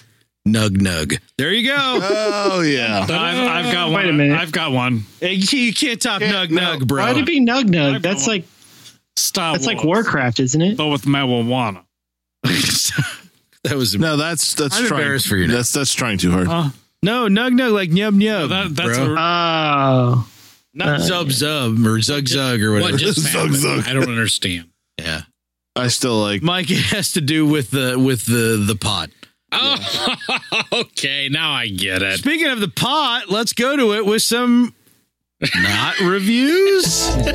[SPEAKER 1] Nug Nug. There you go.
[SPEAKER 7] Oh yeah.
[SPEAKER 2] I've, I've got one.
[SPEAKER 4] Wait a minute.
[SPEAKER 2] I've got one.
[SPEAKER 1] Hey, you can't top
[SPEAKER 7] Yeah,
[SPEAKER 1] Nug
[SPEAKER 7] no.
[SPEAKER 1] Nug, bro.
[SPEAKER 4] Why'd it be Nug Nug?
[SPEAKER 2] I've
[SPEAKER 4] That's
[SPEAKER 2] got
[SPEAKER 4] like
[SPEAKER 2] Star
[SPEAKER 4] that's like
[SPEAKER 2] Wars,
[SPEAKER 4] Warcraft, isn't it?
[SPEAKER 2] but with marijuana.
[SPEAKER 1] that was
[SPEAKER 7] No, that's that's
[SPEAKER 1] I'm
[SPEAKER 7] trying.
[SPEAKER 1] embarrassed for you now.
[SPEAKER 7] That's that's trying too hard.
[SPEAKER 2] Huh?
[SPEAKER 1] No, nug nug like yum yum.
[SPEAKER 2] That, that's
[SPEAKER 1] bro.
[SPEAKER 2] a,
[SPEAKER 4] Oh,
[SPEAKER 1] not zub zub or zug zug or whatever.
[SPEAKER 3] Uh, What just
[SPEAKER 7] Zug,
[SPEAKER 3] happened?
[SPEAKER 7] zug.
[SPEAKER 3] I don't understand.
[SPEAKER 1] yeah,
[SPEAKER 7] I still like.
[SPEAKER 1] Mike, it has to do with the with the the pot.
[SPEAKER 3] Oh, okay. Now I get it.
[SPEAKER 1] Speaking of the pot, let's go to it with some not reviews.
[SPEAKER 4] we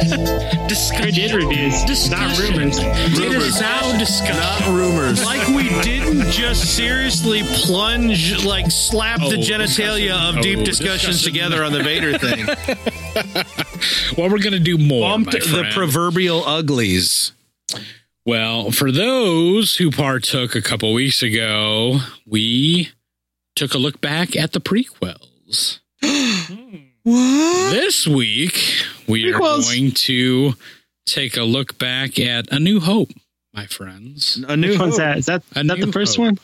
[SPEAKER 4] did reviews, not rumors.
[SPEAKER 3] It is now discussed.
[SPEAKER 7] rumors.
[SPEAKER 1] Like we didn't just seriously plunge, like slap the
[SPEAKER 3] Oh,
[SPEAKER 1] genitalia of
[SPEAKER 3] discussion.
[SPEAKER 1] deep
[SPEAKER 3] Oh,
[SPEAKER 1] discussions
[SPEAKER 3] discussion.
[SPEAKER 1] together on the Vader thing.
[SPEAKER 3] Well, we're going to do more.
[SPEAKER 1] Bumped
[SPEAKER 3] my
[SPEAKER 1] the
[SPEAKER 3] friend.
[SPEAKER 1] proverbial uglies.
[SPEAKER 3] Well, for those who partook a couple weeks ago, we took a look back at the prequels. what? This week, we
[SPEAKER 4] Prequels.
[SPEAKER 3] are going to take a look back at A New Hope, my friends.
[SPEAKER 1] A new
[SPEAKER 4] Which one's that? Is that,
[SPEAKER 3] A
[SPEAKER 4] is that the
[SPEAKER 3] New
[SPEAKER 4] first
[SPEAKER 3] Hope.
[SPEAKER 4] one?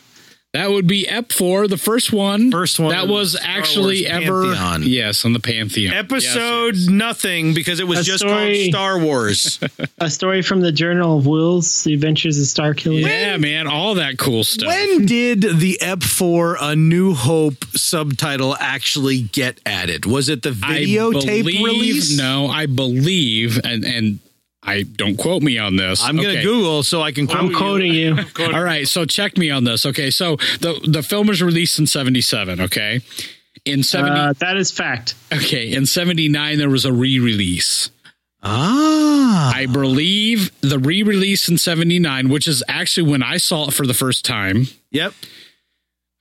[SPEAKER 3] That would be Ep 4, the first one.
[SPEAKER 1] First one
[SPEAKER 3] That was
[SPEAKER 1] Star
[SPEAKER 3] actually
[SPEAKER 1] Wars
[SPEAKER 3] ever.
[SPEAKER 1] Pantheon.
[SPEAKER 3] Yes, on the Pantheon.
[SPEAKER 1] episode
[SPEAKER 3] Yes, yes.
[SPEAKER 1] nothing because it was
[SPEAKER 4] A
[SPEAKER 1] just
[SPEAKER 4] story-
[SPEAKER 1] called Star Wars.
[SPEAKER 4] A story from the Journal of Wills, The Adventures of Star Killer.
[SPEAKER 3] Yeah, man. All that cool stuff.
[SPEAKER 1] when did the Ep 4 A New Hope subtitle actually get added? Was it the videotape
[SPEAKER 3] believe-
[SPEAKER 1] release?
[SPEAKER 3] No, I believe, and and I don't quote me on this.
[SPEAKER 1] I'm going to
[SPEAKER 3] Okay.
[SPEAKER 1] Google so I can quote
[SPEAKER 4] I'm quoting you.
[SPEAKER 3] All right, so check me on this. Okay, so the the film was released in '77. Okay, in '70.
[SPEAKER 4] Uh, that is fact.
[SPEAKER 3] okay, in '79 there was a re-release.
[SPEAKER 1] Ah.
[SPEAKER 3] I believe the re-release in '79, which is actually when I saw it for the first time.
[SPEAKER 1] Yep.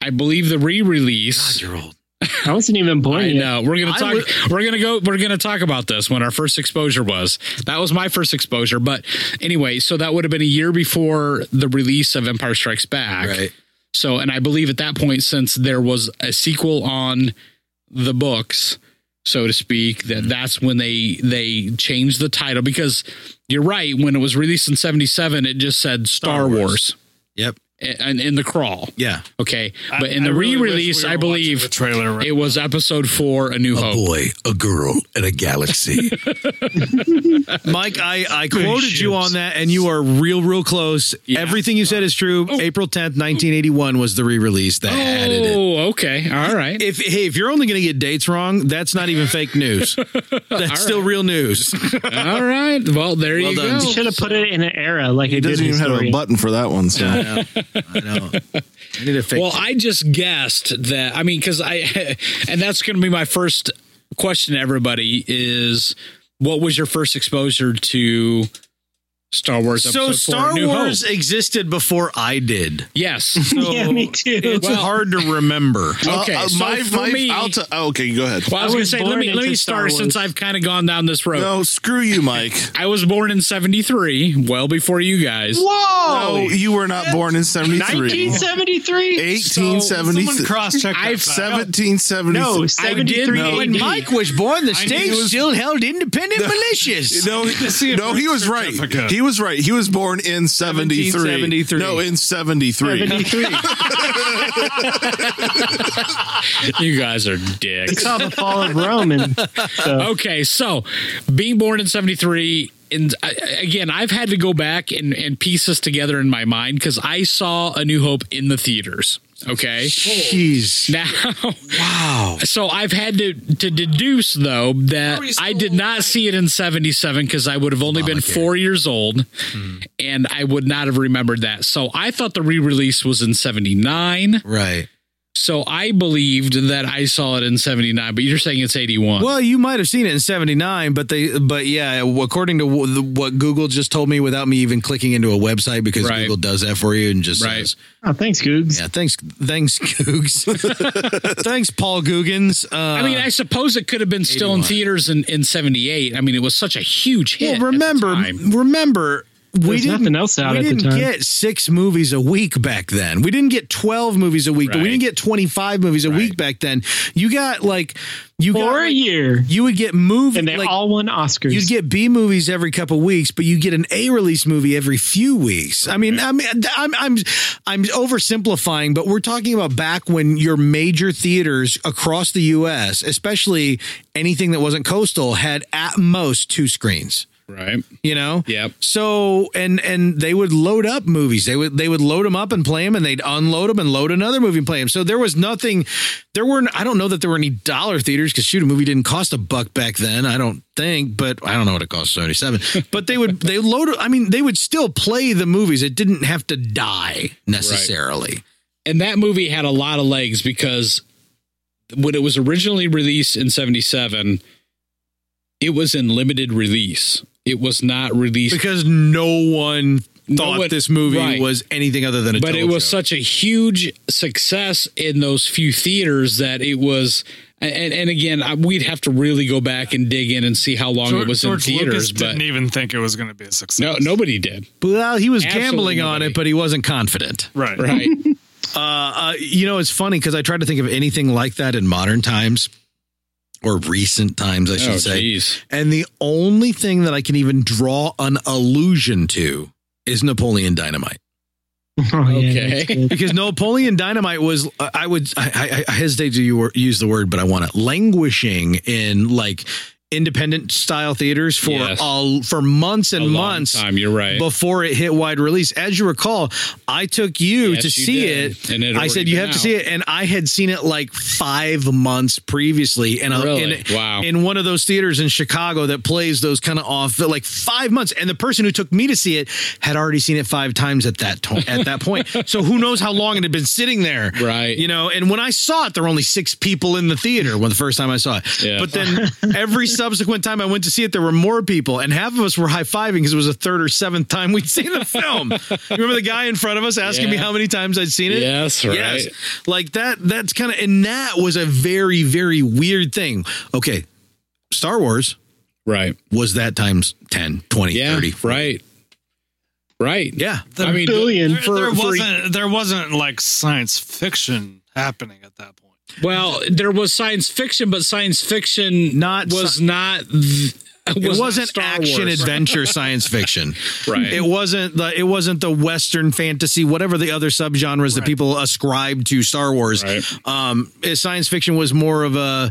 [SPEAKER 3] I believe the re-release
[SPEAKER 1] You're old.
[SPEAKER 4] I wasn't even born
[SPEAKER 3] I
[SPEAKER 4] yet.
[SPEAKER 3] know. We're gonna
[SPEAKER 1] I
[SPEAKER 3] talk. we're gonna go. We're gonna talk about this when our first exposure was. That was my first exposure. But anyway, so that would have been a year before the release of Empire Strikes Back.
[SPEAKER 1] Right.
[SPEAKER 3] So, and I believe at that point, since there was a sequel on the books, so to speak, that
[SPEAKER 2] Mm-hmm.
[SPEAKER 3] that's when they they changed the title because you're right. When it was released in '77, it just said Star,
[SPEAKER 1] Wars.
[SPEAKER 3] Wars.
[SPEAKER 1] Yep.
[SPEAKER 3] a- And in the crawl,
[SPEAKER 1] Yeah.
[SPEAKER 3] okay, but in
[SPEAKER 2] I
[SPEAKER 3] the
[SPEAKER 2] really wish
[SPEAKER 3] re-release,
[SPEAKER 2] we
[SPEAKER 3] I
[SPEAKER 2] were watching
[SPEAKER 3] believe
[SPEAKER 2] the Oh, trailer. Right
[SPEAKER 3] it was episode four, A New Hope.
[SPEAKER 8] boy, a girl, and a galaxy.
[SPEAKER 1] Mike, I, I quoted you on that, and you are real, real close. Everything you said is true. April 10th, 1981 was the re release that added it.
[SPEAKER 3] Oh. Oh, okay. All right.
[SPEAKER 1] If, hey, if you're only going to get dates wrong, that's not even fake news. That's still real news.
[SPEAKER 3] All right. Well, there you
[SPEAKER 1] done.
[SPEAKER 3] go.
[SPEAKER 4] Should have put it in an era like
[SPEAKER 7] He
[SPEAKER 4] it
[SPEAKER 7] doesn't even have a button for that one. So Uh,
[SPEAKER 1] I know. I need a fake.
[SPEAKER 3] Well, I just guessed that. I mean, because I, and that's going to be my first question to everybody is what was your first exposure to Star Wars?
[SPEAKER 1] so
[SPEAKER 3] Episode four, A
[SPEAKER 1] Star
[SPEAKER 3] New
[SPEAKER 1] Wars
[SPEAKER 3] Hope?
[SPEAKER 1] existed before I did.
[SPEAKER 3] Yes.
[SPEAKER 1] So
[SPEAKER 4] Yeah, me too.
[SPEAKER 1] It's
[SPEAKER 3] Well-
[SPEAKER 1] hard to remember.
[SPEAKER 3] Okay.
[SPEAKER 7] Uh, uh,
[SPEAKER 3] so
[SPEAKER 7] my,
[SPEAKER 3] for
[SPEAKER 7] my,
[SPEAKER 3] me,
[SPEAKER 7] I'll t- oh, okay, go ahead.
[SPEAKER 3] well, I was going
[SPEAKER 4] I
[SPEAKER 3] to
[SPEAKER 4] was
[SPEAKER 3] say, let
[SPEAKER 4] born
[SPEAKER 3] me, let me
[SPEAKER 4] into
[SPEAKER 3] start
[SPEAKER 4] Star
[SPEAKER 3] since
[SPEAKER 4] Wars.
[SPEAKER 3] I've kind of gone down this road.
[SPEAKER 7] No, screw you, Mike.
[SPEAKER 3] I was born in 73, well before you guys.
[SPEAKER 7] Whoa! No, you were not born in 73.
[SPEAKER 4] 1973.
[SPEAKER 7] 1873.
[SPEAKER 2] cross check.
[SPEAKER 3] I've
[SPEAKER 2] seven.
[SPEAKER 7] 1873.
[SPEAKER 4] No,
[SPEAKER 3] I did
[SPEAKER 4] 73.
[SPEAKER 3] know-
[SPEAKER 4] AD.
[SPEAKER 1] When Mike was born, the state
[SPEAKER 7] was-
[SPEAKER 1] still held independent militias.
[SPEAKER 7] No,
[SPEAKER 2] see a
[SPEAKER 7] no, he
[SPEAKER 2] birth
[SPEAKER 7] was right.
[SPEAKER 2] certificate.
[SPEAKER 7] He was right. He was born in 73.
[SPEAKER 1] 1773.
[SPEAKER 7] No, in 73.
[SPEAKER 4] 73.
[SPEAKER 3] You guys are dicks.
[SPEAKER 4] saw the fall of Rome and so
[SPEAKER 3] Okay, so being born in 73 and I, again, I've had to go back and, and piece this together in my mind because I saw A New Hope in the theaters. Okay.
[SPEAKER 1] Jeez.
[SPEAKER 3] Now, wow. So I've had to, to deduce, though, that I did not see it in 77 because I would have only been four years old and I would not have remembered that. So I thought the re release was in 79.
[SPEAKER 1] Right.
[SPEAKER 3] So I believed that I saw it in 79, but you're saying it's 81.
[SPEAKER 1] Well, you might have seen it in '79, but they, but yeah, according to w- the- what Google just told me, without me even clicking into a website, because
[SPEAKER 3] Right.
[SPEAKER 1] Google does that for you and just
[SPEAKER 3] Right.
[SPEAKER 1] says,
[SPEAKER 4] oh, thanks, Googs.
[SPEAKER 1] "Yeah, thanks, thanks, Googs, thanks, Paul Googans." Uh,
[SPEAKER 3] I mean, I suppose it could have been still in theaters in, in 78. I mean, it was such a huge hit.
[SPEAKER 1] well,
[SPEAKER 3] at the
[SPEAKER 1] remember,
[SPEAKER 3] time.
[SPEAKER 1] remember, we
[SPEAKER 4] was
[SPEAKER 1] didn't
[SPEAKER 4] nothing else out
[SPEAKER 1] we
[SPEAKER 4] at the
[SPEAKER 1] didn't
[SPEAKER 4] time.
[SPEAKER 1] get six movies a week back then. We didn't get twelve movies a week, but we
[SPEAKER 3] Right.
[SPEAKER 1] didn't get twenty-five movies a week back then. You got like you got
[SPEAKER 4] For a
[SPEAKER 1] like,
[SPEAKER 4] year.
[SPEAKER 1] you would get movie
[SPEAKER 4] And they
[SPEAKER 1] like,
[SPEAKER 4] all won Oscars.
[SPEAKER 1] You'd get B movies every couple weeks, but you get an A release movie every few weeks. I mean, I mean, I'm I'm I'm oversimplifying, but we're talking about back when your major theaters across the U.S., especially anything that wasn't coastal, had at most two screens.
[SPEAKER 3] right.
[SPEAKER 1] You know,
[SPEAKER 3] Yep.
[SPEAKER 1] So and and they would load up movies. They would they would load them up and play them, and they'd unload them and load another movie and play them. So there was nothing. There weren't. I don't know that there were any dollar theaters because shoot, a movie didn't cost a buck back then. I don't think, but I don't know what it cost seventy seven. But they would they load. I mean, they would still play the movies. It didn't have to die necessarily.
[SPEAKER 3] And that movie had a lot of legs because when it was originally released in 77, it was in limited release. It was not released.
[SPEAKER 1] Because no one
[SPEAKER 3] No
[SPEAKER 1] thought
[SPEAKER 3] one-
[SPEAKER 1] this movie
[SPEAKER 3] right.
[SPEAKER 1] was anything other than a
[SPEAKER 3] but it was
[SPEAKER 1] telejoke.
[SPEAKER 3] such a huge success in those few theaters that it was. And, and again, I, we'd have to really go back and dig in and see how long
[SPEAKER 2] George,
[SPEAKER 3] it was
[SPEAKER 2] George
[SPEAKER 3] in
[SPEAKER 2] Lucas
[SPEAKER 3] theaters.
[SPEAKER 2] didn't
[SPEAKER 3] But
[SPEAKER 2] even think it was going to be a success.
[SPEAKER 3] no, nobody did.
[SPEAKER 1] well, he was gambling
[SPEAKER 3] Absolutely
[SPEAKER 1] on
[SPEAKER 3] nobody.
[SPEAKER 1] it, but he wasn't confident.
[SPEAKER 2] Right.
[SPEAKER 3] Right.
[SPEAKER 1] Uh, you know, it's funny because I tried to think of anything like that in modern times or recent times, I should
[SPEAKER 3] oh,
[SPEAKER 1] say.
[SPEAKER 3] jeez.
[SPEAKER 1] And the only thing that I can even draw an allusion to is Napoleon Dynamite
[SPEAKER 4] Oh, yeah,
[SPEAKER 3] Okay.
[SPEAKER 4] that's good.
[SPEAKER 1] because Napoleon Dynamite was uh, I would I, I, I hesitate to u- use the word, but I want it languishing in like independent style theaters for
[SPEAKER 3] Yes.
[SPEAKER 1] all for months and
[SPEAKER 3] A long
[SPEAKER 1] months
[SPEAKER 3] time. You're right.
[SPEAKER 1] before it hit wide release. As you recall, I took you
[SPEAKER 3] Yes,
[SPEAKER 1] to
[SPEAKER 3] you
[SPEAKER 1] see
[SPEAKER 3] did.
[SPEAKER 1] it.
[SPEAKER 3] And it had
[SPEAKER 1] I said
[SPEAKER 3] already
[SPEAKER 1] you
[SPEAKER 3] been
[SPEAKER 1] have to see
[SPEAKER 3] out."
[SPEAKER 1] it, and I had seen it like five months previously, and in,
[SPEAKER 3] Really? Wow.
[SPEAKER 1] in one of those theaters in Chicago that plays those kind of off like five months. And the person who took me to see it had already seen it five times at that to- at that point. So who knows how long it had been sitting there,
[SPEAKER 3] Right.
[SPEAKER 1] You know. And when I saw it, there were only six people in the theater when the first time I saw it.
[SPEAKER 3] Yeah.
[SPEAKER 1] But then every
[SPEAKER 6] subsequent time I went to see it, there were more people, and half of us were high fiving because it was the third or seventh time we'd seen the film. You remember the guy in front of us asking me
[SPEAKER 3] Yeah.
[SPEAKER 6] how many times I'd seen it?
[SPEAKER 3] Yes, right.
[SPEAKER 6] Like that, that's kind of, and that was a very, very weird thing.
[SPEAKER 1] Okay. Star Wars
[SPEAKER 3] Right.
[SPEAKER 1] was that times 10, 20,
[SPEAKER 3] Yeah.
[SPEAKER 1] 30.
[SPEAKER 3] Right. Right.
[SPEAKER 1] Yeah.
[SPEAKER 3] I mean,
[SPEAKER 4] billion.
[SPEAKER 2] There, there wasn't there wasn't like science fiction happening at that point.
[SPEAKER 3] well, there was science fiction, but science fiction
[SPEAKER 1] Not
[SPEAKER 3] was not. Th-
[SPEAKER 1] It
[SPEAKER 3] was not
[SPEAKER 1] wasn't
[SPEAKER 3] Star
[SPEAKER 1] action
[SPEAKER 3] Wars.
[SPEAKER 1] adventure science fiction.
[SPEAKER 3] Right.
[SPEAKER 1] It wasn't the it wasn't the western fantasy whatever the other subgenres that people ascribe to Star Wars.
[SPEAKER 3] Right.
[SPEAKER 1] Um eh, science fiction was more of a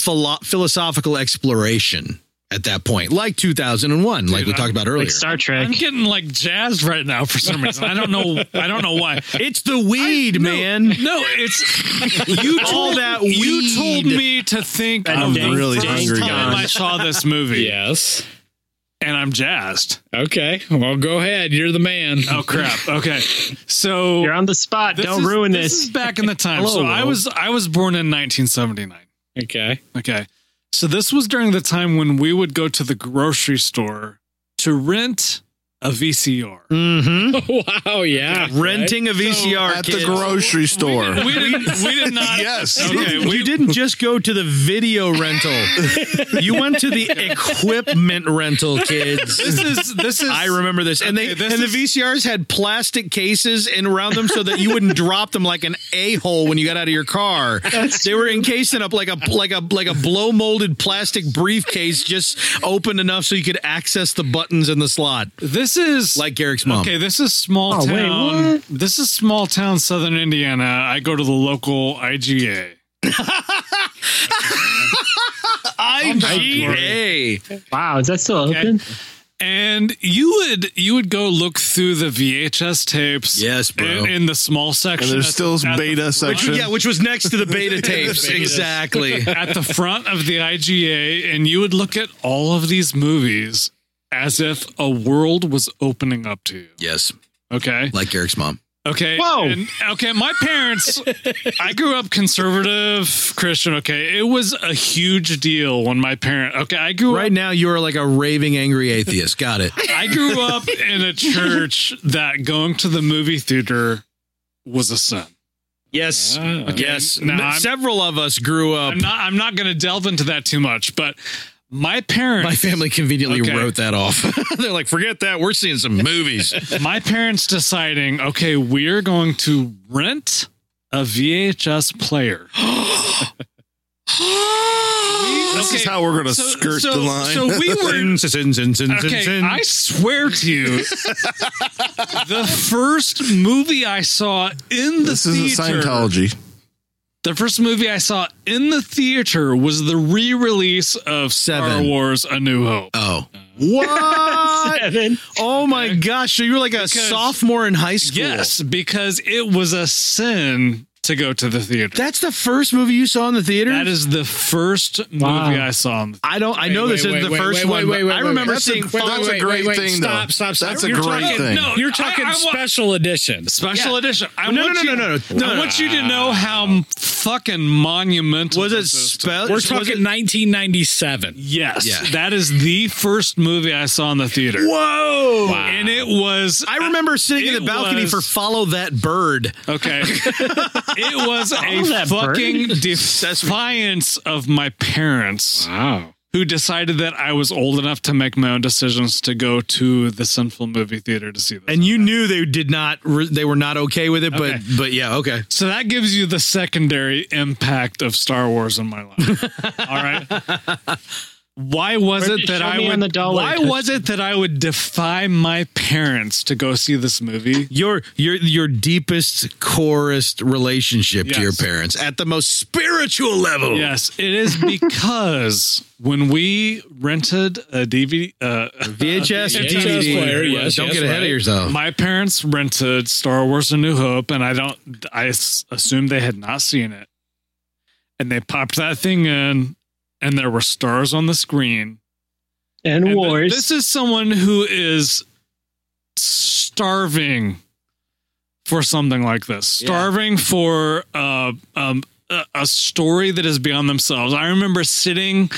[SPEAKER 1] philo- philosophical exploration at that point. Like 2001 like we
[SPEAKER 2] I-
[SPEAKER 1] talked about earlier.
[SPEAKER 4] Like Star Trek.
[SPEAKER 2] I'm getting like jazzed right now for some reason. I don't know. I don't know why.
[SPEAKER 1] it's the weed, man.
[SPEAKER 2] No, it's
[SPEAKER 1] You all that weed.
[SPEAKER 2] you told me to think
[SPEAKER 4] And
[SPEAKER 2] of the
[SPEAKER 4] dang-
[SPEAKER 7] really
[SPEAKER 2] first
[SPEAKER 7] hungry
[SPEAKER 2] time
[SPEAKER 7] now.
[SPEAKER 2] I saw this movie,
[SPEAKER 3] Yes.
[SPEAKER 2] and I'm jazzed.
[SPEAKER 3] Okay. Well, go ahead. You're the man.
[SPEAKER 2] Oh crap! Okay, so
[SPEAKER 4] You're on the spot. Don't
[SPEAKER 2] is-
[SPEAKER 4] ruin
[SPEAKER 2] this.
[SPEAKER 4] this.
[SPEAKER 2] is back in the time. so I was I was born in 1979.
[SPEAKER 3] Okay.
[SPEAKER 2] Okay. So this was during the time when we would go to the grocery store to rent a VCR.
[SPEAKER 1] Mm.
[SPEAKER 3] wow. Yeah.
[SPEAKER 1] renting a VCR
[SPEAKER 7] at
[SPEAKER 1] kids.
[SPEAKER 7] the grocery store.
[SPEAKER 2] We did, we did not.
[SPEAKER 7] Yes.
[SPEAKER 2] Okay.
[SPEAKER 1] you
[SPEAKER 2] We,
[SPEAKER 1] didn't just go to the video rental. you went to the equipment rental, kids.
[SPEAKER 2] this is this is.
[SPEAKER 1] I remember this, and they
[SPEAKER 2] Okay, this
[SPEAKER 1] and
[SPEAKER 2] is-
[SPEAKER 1] the VCRs had plastic cases and around them so that you wouldn't drop them like an a hole when you got out of your car. they were encased in up like a like a like a blow molded plastic briefcase, just open enough so you could access the buttons in the slot,
[SPEAKER 2] This is
[SPEAKER 1] like Garrick's mom.
[SPEAKER 2] Okay, this is small
[SPEAKER 4] Oh, wait,
[SPEAKER 2] town.
[SPEAKER 4] what?
[SPEAKER 2] This is small town Southern Indiana. I go to the local IGA.
[SPEAKER 1] IGA.
[SPEAKER 4] Wow, is that still open?
[SPEAKER 2] and you would you would go look through the VHS tapes.
[SPEAKER 1] Yes, bro.
[SPEAKER 2] In, in the small section,
[SPEAKER 7] And there's
[SPEAKER 2] at
[SPEAKER 7] still
[SPEAKER 2] the- at the-
[SPEAKER 7] beta section.
[SPEAKER 1] Yeah, which was next to the beta tapes. exactly.
[SPEAKER 2] at the front of the IGA, and you would look at all of these movies as if a world was opening up to you.
[SPEAKER 1] Yes,
[SPEAKER 2] Okay.
[SPEAKER 1] like Garrick's mom.
[SPEAKER 2] Okay.
[SPEAKER 4] Whoa.
[SPEAKER 2] and- okay. My parents, I grew up conservative Christian. Okay. It was a huge deal when my parent, okay. I grew
[SPEAKER 1] Right
[SPEAKER 2] up,
[SPEAKER 1] now, you are like a raving angry atheist. Got it.
[SPEAKER 2] I grew up in a church that going to the movie theater was a sin.
[SPEAKER 1] Yes.
[SPEAKER 2] Okay,
[SPEAKER 1] Yes.
[SPEAKER 2] now I'm-
[SPEAKER 1] Several of us grew up.
[SPEAKER 2] I'm not, I'm not going to delve into that too much, but my parents,
[SPEAKER 1] My family conveniently
[SPEAKER 2] Okay.
[SPEAKER 1] wrote that off. They're like, forget that. We're seeing some movies.
[SPEAKER 2] my parents deciding, okay, we're going to rent a VHS player.
[SPEAKER 7] This is
[SPEAKER 2] Okay,
[SPEAKER 7] how we're going to
[SPEAKER 2] so-
[SPEAKER 7] skirt
[SPEAKER 2] so-
[SPEAKER 7] the line.
[SPEAKER 2] So we were. Okay,
[SPEAKER 1] okay,
[SPEAKER 2] I swear to you, the first movie I saw in the
[SPEAKER 7] this
[SPEAKER 2] theater,
[SPEAKER 7] isn't Scientology.
[SPEAKER 2] The first movie I saw in the theater was the re-release of Star
[SPEAKER 1] Seven.
[SPEAKER 2] Wars: A New Hope.
[SPEAKER 1] oh. What?
[SPEAKER 4] Seven.
[SPEAKER 1] Oh my gosh. So you were like a sophomore in high school.
[SPEAKER 2] Yes, because it was a sin to go to the theater.
[SPEAKER 1] That's the first movie you saw in the theater?
[SPEAKER 2] that is the first
[SPEAKER 4] Wow.
[SPEAKER 2] movie I saw. In the
[SPEAKER 1] I don't I know
[SPEAKER 3] Wait,
[SPEAKER 1] this
[SPEAKER 3] wait,
[SPEAKER 1] isn't the
[SPEAKER 3] wait,
[SPEAKER 1] first
[SPEAKER 3] wait, wait,
[SPEAKER 1] one.
[SPEAKER 3] wait,
[SPEAKER 1] but
[SPEAKER 3] wait,
[SPEAKER 1] I
[SPEAKER 3] wait.
[SPEAKER 1] remember
[SPEAKER 3] That's a-
[SPEAKER 1] seeing
[SPEAKER 3] wait,
[SPEAKER 1] photos-
[SPEAKER 7] That's
[SPEAKER 3] wait,
[SPEAKER 7] a great
[SPEAKER 3] wait,
[SPEAKER 7] thing,
[SPEAKER 3] stop,
[SPEAKER 7] though.
[SPEAKER 3] stop, stop.
[SPEAKER 7] That's a
[SPEAKER 3] You're
[SPEAKER 7] great
[SPEAKER 3] talking-
[SPEAKER 7] thing.
[SPEAKER 2] No,
[SPEAKER 3] You're talking
[SPEAKER 2] I- I wa-
[SPEAKER 3] special edition.
[SPEAKER 2] Special
[SPEAKER 1] Yeah.
[SPEAKER 2] edition. I
[SPEAKER 1] No,
[SPEAKER 2] want
[SPEAKER 1] no, no,
[SPEAKER 2] you,
[SPEAKER 1] no, no, no,
[SPEAKER 2] I
[SPEAKER 1] no.
[SPEAKER 2] want you to know how fucking monumental.
[SPEAKER 1] Was it
[SPEAKER 2] this is.
[SPEAKER 1] spell?
[SPEAKER 3] We're
[SPEAKER 1] was
[SPEAKER 3] talking
[SPEAKER 1] it-
[SPEAKER 3] 1997.
[SPEAKER 2] Yes,
[SPEAKER 1] Yeah.
[SPEAKER 2] that is the first movie I saw in the theater,
[SPEAKER 1] Whoa.
[SPEAKER 2] and it was.
[SPEAKER 1] I remember sitting in
[SPEAKER 2] It
[SPEAKER 1] the balcony
[SPEAKER 2] was-
[SPEAKER 1] for Follow That Bird.
[SPEAKER 2] Okay, it was a
[SPEAKER 4] that bird.
[SPEAKER 2] fucking defiance of my parents.
[SPEAKER 3] Wow.
[SPEAKER 2] who decided that I was old enough to make my own decisions to go to the sinful movie theater to see this.
[SPEAKER 1] And you knew they did not re- they were not okay with it,
[SPEAKER 2] Okay.
[SPEAKER 1] but but yeah, okay.
[SPEAKER 2] so that gives you the secondary impact of Star Wars in my life. All right. Why was
[SPEAKER 4] Where'd
[SPEAKER 2] it
[SPEAKER 4] you
[SPEAKER 2] that
[SPEAKER 4] show
[SPEAKER 2] I
[SPEAKER 4] me on the
[SPEAKER 2] would?
[SPEAKER 4] dollar
[SPEAKER 2] Why
[SPEAKER 4] touch?
[SPEAKER 2] was it that I would defy my parents to go see this movie?
[SPEAKER 1] your your your deepest corest relationship
[SPEAKER 2] Yes.
[SPEAKER 1] to your parents at the most spiritual level
[SPEAKER 2] Yes, it is because when we rented a DVD, uh,
[SPEAKER 1] vhs or
[SPEAKER 3] VHS
[SPEAKER 1] dvd
[SPEAKER 3] player, yes,
[SPEAKER 1] don't
[SPEAKER 3] yes,
[SPEAKER 1] get ahead
[SPEAKER 3] right.
[SPEAKER 1] of yourself
[SPEAKER 2] my parents rented Star Wars: A New Hope, and I don't. I s- assume they had not seen it, and they popped that thing in, and there were stars on the screen.
[SPEAKER 4] And,
[SPEAKER 2] And th-
[SPEAKER 4] wars.
[SPEAKER 2] this is someone who is starving for something like this, starving for uh, um, a, a story that is beyond themselves. I remember sitting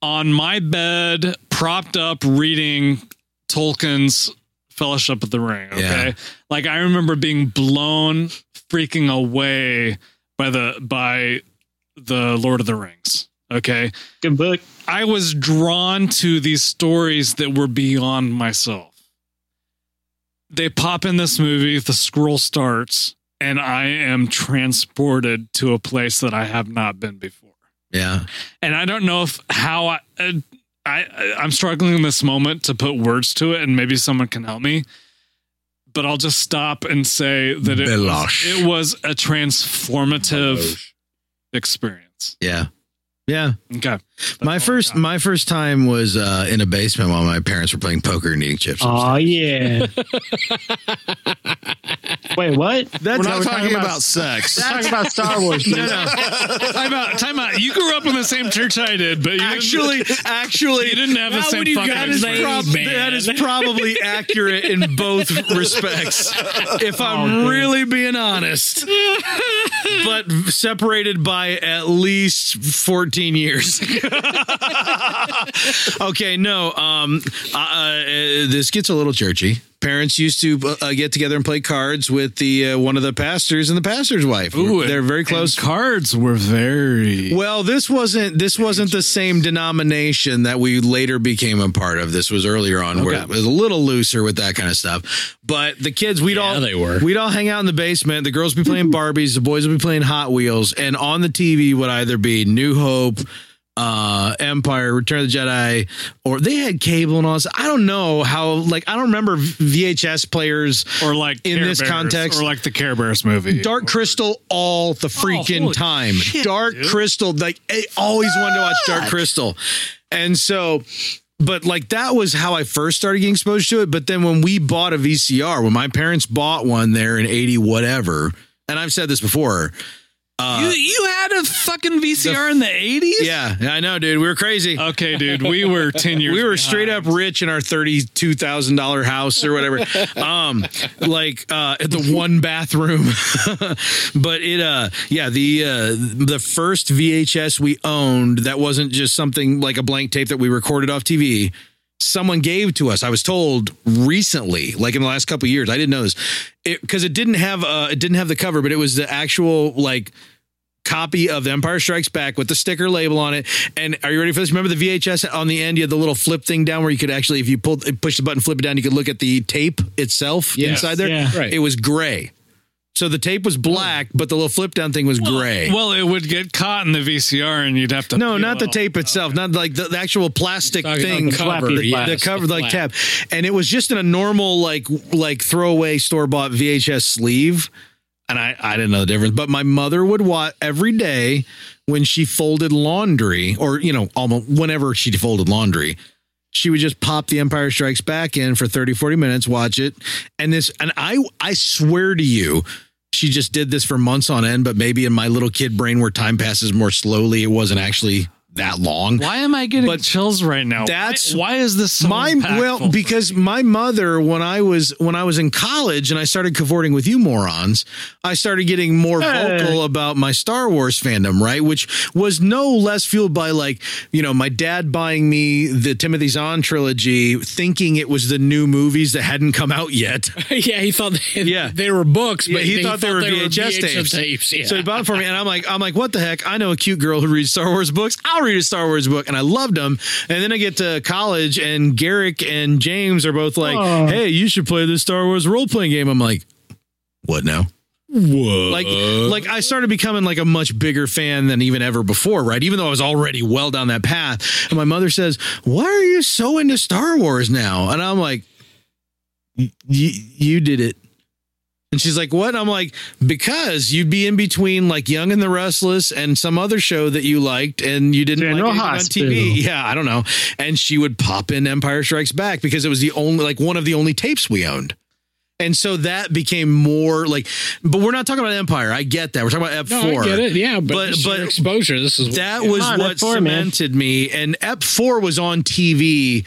[SPEAKER 2] on my bed, propped up, reading Tolkien's Fellowship of the Ring. Okay,
[SPEAKER 8] Yeah.
[SPEAKER 2] like I remember being blown freaking away by the by the Lord of the Rings. Okay,
[SPEAKER 4] Good book.
[SPEAKER 2] I was drawn to these stories that were beyond myself. They pop in this movie, the scroll starts, and I am transported to a place that I have not been before.
[SPEAKER 1] Yeah.
[SPEAKER 2] And I don't know if how I, uh, I I- I'm struggling in this moment to put words to it, and maybe someone can help me. But I'll just stop and say that it was,
[SPEAKER 8] Belosh.
[SPEAKER 2] it was a transformative experience.
[SPEAKER 1] Yeah. Yeah.
[SPEAKER 2] Okay,
[SPEAKER 1] my first my first time was uh, in a basement while my parents were playing poker and eating chips.
[SPEAKER 4] Oh yeah. Wait, what?
[SPEAKER 7] We're
[SPEAKER 1] That's
[SPEAKER 7] not talking about, sex.
[SPEAKER 4] Talking about Star Wars.
[SPEAKER 2] No, no. time out. Time out. You grew up in the same church I did, but you
[SPEAKER 1] actually actually
[SPEAKER 2] you didn't have the same fucking
[SPEAKER 1] that is,
[SPEAKER 2] experience.
[SPEAKER 1] prob-
[SPEAKER 3] man.
[SPEAKER 1] that is probably accurate in both respects if i'm
[SPEAKER 2] Oh,
[SPEAKER 4] dude.
[SPEAKER 1] really being honest but separated by at least 14 years okay no um uh, uh, this gets a little churchy parents used to uh, get together and play cards with the uh, one of the pastors and the pastor's wife they're very close
[SPEAKER 2] Cards were very.
[SPEAKER 1] well, this wasn't this wasn't the same denomination that we later became a part of. This was earlier on where it was a little looser with that kind of stuff. But the kids, we'd all
[SPEAKER 3] they were.
[SPEAKER 1] we'd all hang out in the basement. The girls would be playing Barbies, the boys would be playing Hot Wheels, and on the TV would either be New Hope. Uh, Empire, Return of the Jedi, or they had cable and all this. I don't know how. Like, I don't remember VHS players
[SPEAKER 2] Or like
[SPEAKER 1] in
[SPEAKER 2] Care
[SPEAKER 1] this
[SPEAKER 2] Bears,
[SPEAKER 1] context.
[SPEAKER 2] or like the Care Bears movie.
[SPEAKER 1] Dark Crystal all the freaking
[SPEAKER 2] holy
[SPEAKER 1] time. Dark Crystal, like I always wanted to watch Dark Crystal, and so. But like that was how I first started getting exposed to it. But then when we bought a VCR, when my parents bought one there in eighty whatever, and I've said this before,
[SPEAKER 2] you, you had a fucking VCR in the eighties.
[SPEAKER 1] yeah, I know, dude, we were crazy.
[SPEAKER 2] Okay, dude. We were ten years.
[SPEAKER 1] we were
[SPEAKER 2] behind.
[SPEAKER 1] straight up rich in our thirty-two thousand dollar house or whatever, um, like uh, at the one bathroom. but it, uh, yeah, the uh, the first VHS we owned that wasn't just something like a blank tape that we recorded off TV. Someone gave to us. I was told recently, like in the last couple of years. I didn't know this because it, didn't have uh, it didn't have the cover, but it was the actual like copy of The Empire Strikes Back with the sticker label on it. And are you ready for this? Remember the VHS on the end, you had the little flip thing down where you could actually, if you pulled, push the button, flip it down, you could look at the tape itself inside there.
[SPEAKER 4] yeah.
[SPEAKER 3] Right.
[SPEAKER 1] It was gray. So the tape was black, but the little flip down thing was gray.
[SPEAKER 2] Well, it would get caught in the VCR, and you'd have to.
[SPEAKER 1] no,
[SPEAKER 2] peel
[SPEAKER 1] not the
[SPEAKER 2] it off.
[SPEAKER 1] tape itself, not like the, the actual plastic
[SPEAKER 3] Talking about
[SPEAKER 1] thing.
[SPEAKER 3] the cover,
[SPEAKER 4] flappy
[SPEAKER 3] yes,
[SPEAKER 1] the cover like
[SPEAKER 3] flap.
[SPEAKER 1] tab and it was just in a normal like like throwaway store bought vhs sleeve and i i didn't know the difference but my mother would watch every day when she folded laundry or you know almost whenever she folded laundry she would just pop the empire strikes back in for 30 40 minutes watch it and this and i i swear to you she just did this for months on end but maybe in my little kid brain where time passes more slowly it wasn't actually that long
[SPEAKER 2] Why am I getting
[SPEAKER 1] But
[SPEAKER 2] chills right now?
[SPEAKER 1] that's-
[SPEAKER 2] why, why is this so
[SPEAKER 1] my well
[SPEAKER 2] impactful?
[SPEAKER 1] because my mother when i was when i was in college and i started cavorting with you morons i started getting more vocal about my star wars fandom right which was no less fueled by like you know my dad buying me the timothy zahn trilogy thinking it was the new movies that hadn't come out yet
[SPEAKER 3] yeah, he thought they,
[SPEAKER 1] Yeah.
[SPEAKER 3] they were books, but
[SPEAKER 1] Yeah, he thought they were VHS tapes.
[SPEAKER 3] yeah.
[SPEAKER 1] So he bought it for me, and I'm like, I'm like, what the heck? I know a cute girl who reads Star Wars books. I'll read a Star Wars book, and I loved them. And then I get to college, and Garrick and James are both like,
[SPEAKER 4] Aw.
[SPEAKER 1] "Hey, you should play this Star Wars role playing game." I'm like, what now?
[SPEAKER 3] Uh,
[SPEAKER 1] Like, like I started becoming like a much bigger fan than even ever before, right? Even though I was already well down that path. And my mother says, "Why are you so into Star Wars now?" And I'm like, "Y- y- "You did it." And she's like, "What?" I'm like, "Because you'd be in between like Young and the Restless and some other show that you liked, and you didn't
[SPEAKER 4] General
[SPEAKER 1] like anything on
[SPEAKER 4] Hospital.
[SPEAKER 1] TV. Yeah, I don't know." And she would pop in Empire Strikes Back because it was the only like one of the only tapes we owned. And so that became more like, but we're not talking about Empire. I get that. We're talking about Ep
[SPEAKER 3] no,
[SPEAKER 1] four.
[SPEAKER 3] I get it. Yeah, but,
[SPEAKER 1] But-
[SPEAKER 3] this is
[SPEAKER 1] but
[SPEAKER 3] your exposure. This is
[SPEAKER 1] That was
[SPEAKER 4] on,
[SPEAKER 1] what
[SPEAKER 4] Ep four, man.
[SPEAKER 1] cemented me. And Ep four was on TV.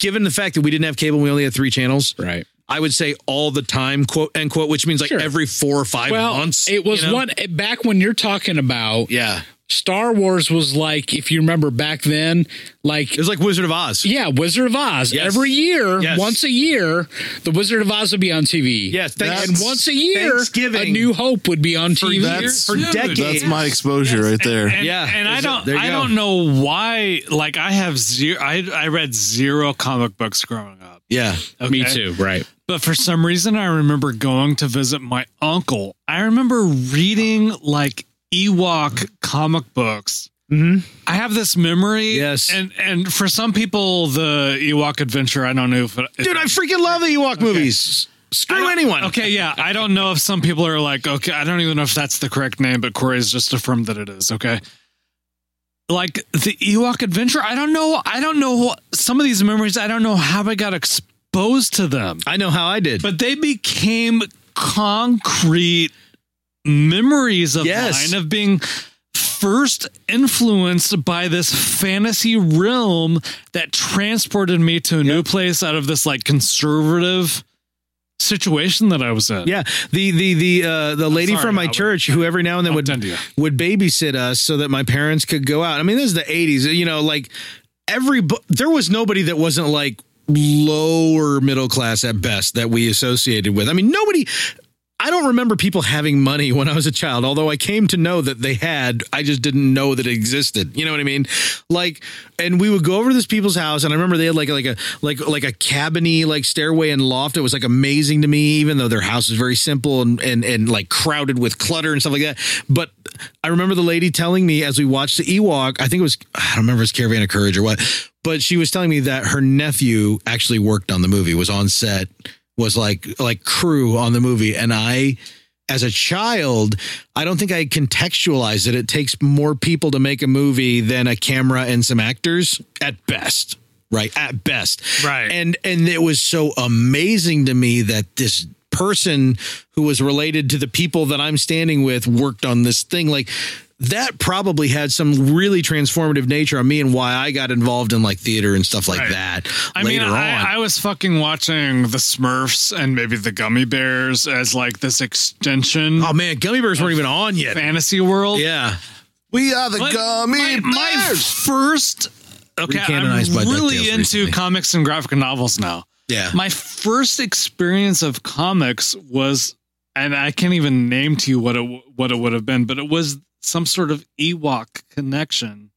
[SPEAKER 1] Given the fact that we didn't have cable, we only had three channels.
[SPEAKER 3] right.
[SPEAKER 1] I would say all the time, quote end quote, which means like
[SPEAKER 3] Sure.
[SPEAKER 1] every four or five
[SPEAKER 3] Well,
[SPEAKER 1] months.
[SPEAKER 3] it was
[SPEAKER 1] you know?
[SPEAKER 3] one back when you're talking about
[SPEAKER 1] Yeah.
[SPEAKER 3] Star Wars was like, if you remember back then, like
[SPEAKER 1] It was like Wizard of Oz.
[SPEAKER 3] yeah, Wizard of Oz.
[SPEAKER 1] Yes.
[SPEAKER 3] Every year,
[SPEAKER 1] Yes.
[SPEAKER 3] once a year, the Wizard of Oz would be on TV.
[SPEAKER 1] Yes, thanks-
[SPEAKER 3] and once a year,
[SPEAKER 1] Thanksgiving.
[SPEAKER 3] a New Hope would be on TV.
[SPEAKER 7] That's-
[SPEAKER 1] for decades.
[SPEAKER 7] That's my exposure right there.
[SPEAKER 2] And,
[SPEAKER 1] Yeah,
[SPEAKER 2] and I
[SPEAKER 1] there's a-
[SPEAKER 2] don't,
[SPEAKER 1] there you
[SPEAKER 2] I
[SPEAKER 1] go.
[SPEAKER 2] don't know why. Like, I have zero. I I read zero comic books growing up.
[SPEAKER 1] Yeah.
[SPEAKER 3] Me
[SPEAKER 2] okay?
[SPEAKER 3] too. Right.
[SPEAKER 2] But for some reason, I remember going to visit my uncle. I remember reading like Ewok comic books. I have this memory.
[SPEAKER 1] Mm-hmm. Yes.
[SPEAKER 2] and and for some people, the Ewok adventure. I don't know if, if
[SPEAKER 1] Dude, I freaking love the Ewok movies.
[SPEAKER 2] I
[SPEAKER 1] Screw
[SPEAKER 2] don't-
[SPEAKER 1] anyone.
[SPEAKER 2] Okay, yeah. I don't know if some people are like, okay, I don't even know if that's the correct name, but Corey's just affirmed that it is. Okay. Like the Ewok adventure, I don't know. I don't know some of these memories. I don't know how I got exposed to them,
[SPEAKER 1] I know how I did.
[SPEAKER 2] but they became concrete memories of
[SPEAKER 1] Yes.
[SPEAKER 2] mine of being first influenced by this fantasy realm that transported me to a new place out of this like conservative situation that I was in.
[SPEAKER 1] Yeah, the the the uh, the lady
[SPEAKER 2] sorry,
[SPEAKER 1] from my
[SPEAKER 2] Howard.
[SPEAKER 1] church who every now and then
[SPEAKER 2] I'll
[SPEAKER 1] would
[SPEAKER 2] tend to you.
[SPEAKER 1] would babysit us so that my parents could go out. I mean, this is the '80s. You know, like every bu- there was nobody that wasn't like lower middle class at best that we associated with. I mean, nobody. I don't remember people having money when I was a child, although I came to know that they had. I just didn't know that it existed. You know what I mean? Like, and we would go over to this people's house, and I remember they had like like a like like a cabiny like stairway and loft. It was like amazing to me, even though their house was very simple and and and like crowded with clutter and stuff like that. But I remember the lady telling me as we watched the Ewok. I think it was I don't remember if it was Caravan of Courage or what, but she was telling me that her nephew actually worked on the movie, was on set, was like like crew on the movie, and I as a child, I don't think I contextualized it. It takes more people to make a movie than a camera and some actors at best, right? At best.
[SPEAKER 2] Right.
[SPEAKER 1] And and it was so amazing to me that this person who was related to the people that I'm standing with worked on this thing like that probably had some really transformative nature on me and why I got involved in like theater and stuff like
[SPEAKER 2] Right.
[SPEAKER 1] that
[SPEAKER 2] I
[SPEAKER 1] later
[SPEAKER 2] mean,
[SPEAKER 1] on.
[SPEAKER 2] I, I was fucking watching the Smurfs and maybe the Gummy Bears as like this extension
[SPEAKER 1] oh man, gummy bears weren't even on yet.
[SPEAKER 2] fantasy world.
[SPEAKER 1] Yeah.
[SPEAKER 7] We are the
[SPEAKER 2] But
[SPEAKER 7] gummy
[SPEAKER 2] my, my
[SPEAKER 7] bears.
[SPEAKER 2] first. Okay,
[SPEAKER 1] Recanonized
[SPEAKER 2] I'm
[SPEAKER 1] by DuckTales
[SPEAKER 2] really into
[SPEAKER 1] recently.
[SPEAKER 2] comics and graphic novels now.
[SPEAKER 1] Yeah.
[SPEAKER 2] My first experience of comics was, and I can't even name to you what it w- what it would have been, but it was some sort of Ewok connection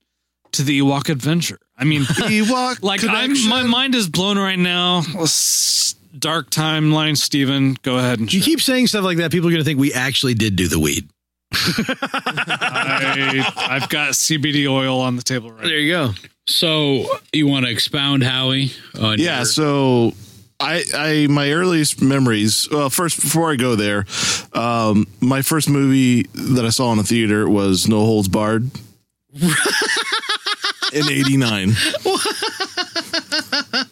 [SPEAKER 2] to the Ewok adventure. I mean,
[SPEAKER 7] Ewok
[SPEAKER 2] like I'm,
[SPEAKER 7] connection.
[SPEAKER 2] my mind is blown right now. S- Dark timeline, Steven, go ahead and
[SPEAKER 1] You
[SPEAKER 2] share.
[SPEAKER 1] keep saying stuff like that, people are going to think we actually did do the weed.
[SPEAKER 2] I, I've got CBD oil on the table right. now.
[SPEAKER 1] you go.
[SPEAKER 3] So you want to expound, Howie? On
[SPEAKER 7] yeah
[SPEAKER 3] your-
[SPEAKER 7] so i i my earliest memories well first before i go there um my first movie that i saw in the theater was no holds barred in 89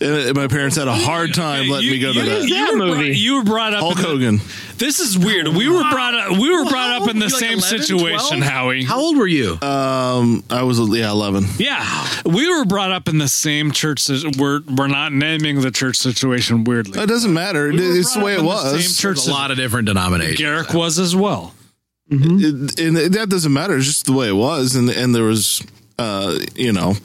[SPEAKER 7] and my parents had a hard time letting
[SPEAKER 2] You-
[SPEAKER 7] me go to
[SPEAKER 2] you-
[SPEAKER 7] that
[SPEAKER 2] you
[SPEAKER 4] That
[SPEAKER 2] were brought-
[SPEAKER 4] movie.
[SPEAKER 2] you were brought up.
[SPEAKER 7] hulk
[SPEAKER 2] in the-
[SPEAKER 7] hogan
[SPEAKER 2] this is weird. We were brought up. We were brought up in the
[SPEAKER 1] You're like
[SPEAKER 2] same
[SPEAKER 1] 11,
[SPEAKER 2] situation,
[SPEAKER 1] 12?
[SPEAKER 2] Howie.
[SPEAKER 1] How old were you?
[SPEAKER 7] um i was yeah 11
[SPEAKER 2] yeah, we were brought up in the same church. si- We're we're not naming the church situation weirdly.
[SPEAKER 7] it doesn't matter It- it's the way it
[SPEAKER 2] in the same
[SPEAKER 7] was
[SPEAKER 2] church
[SPEAKER 1] There's a lot of different denominations.
[SPEAKER 2] Garrick was as well.
[SPEAKER 7] it, and that doesn't matter. It's just the way it was, and and there was, uh, you know,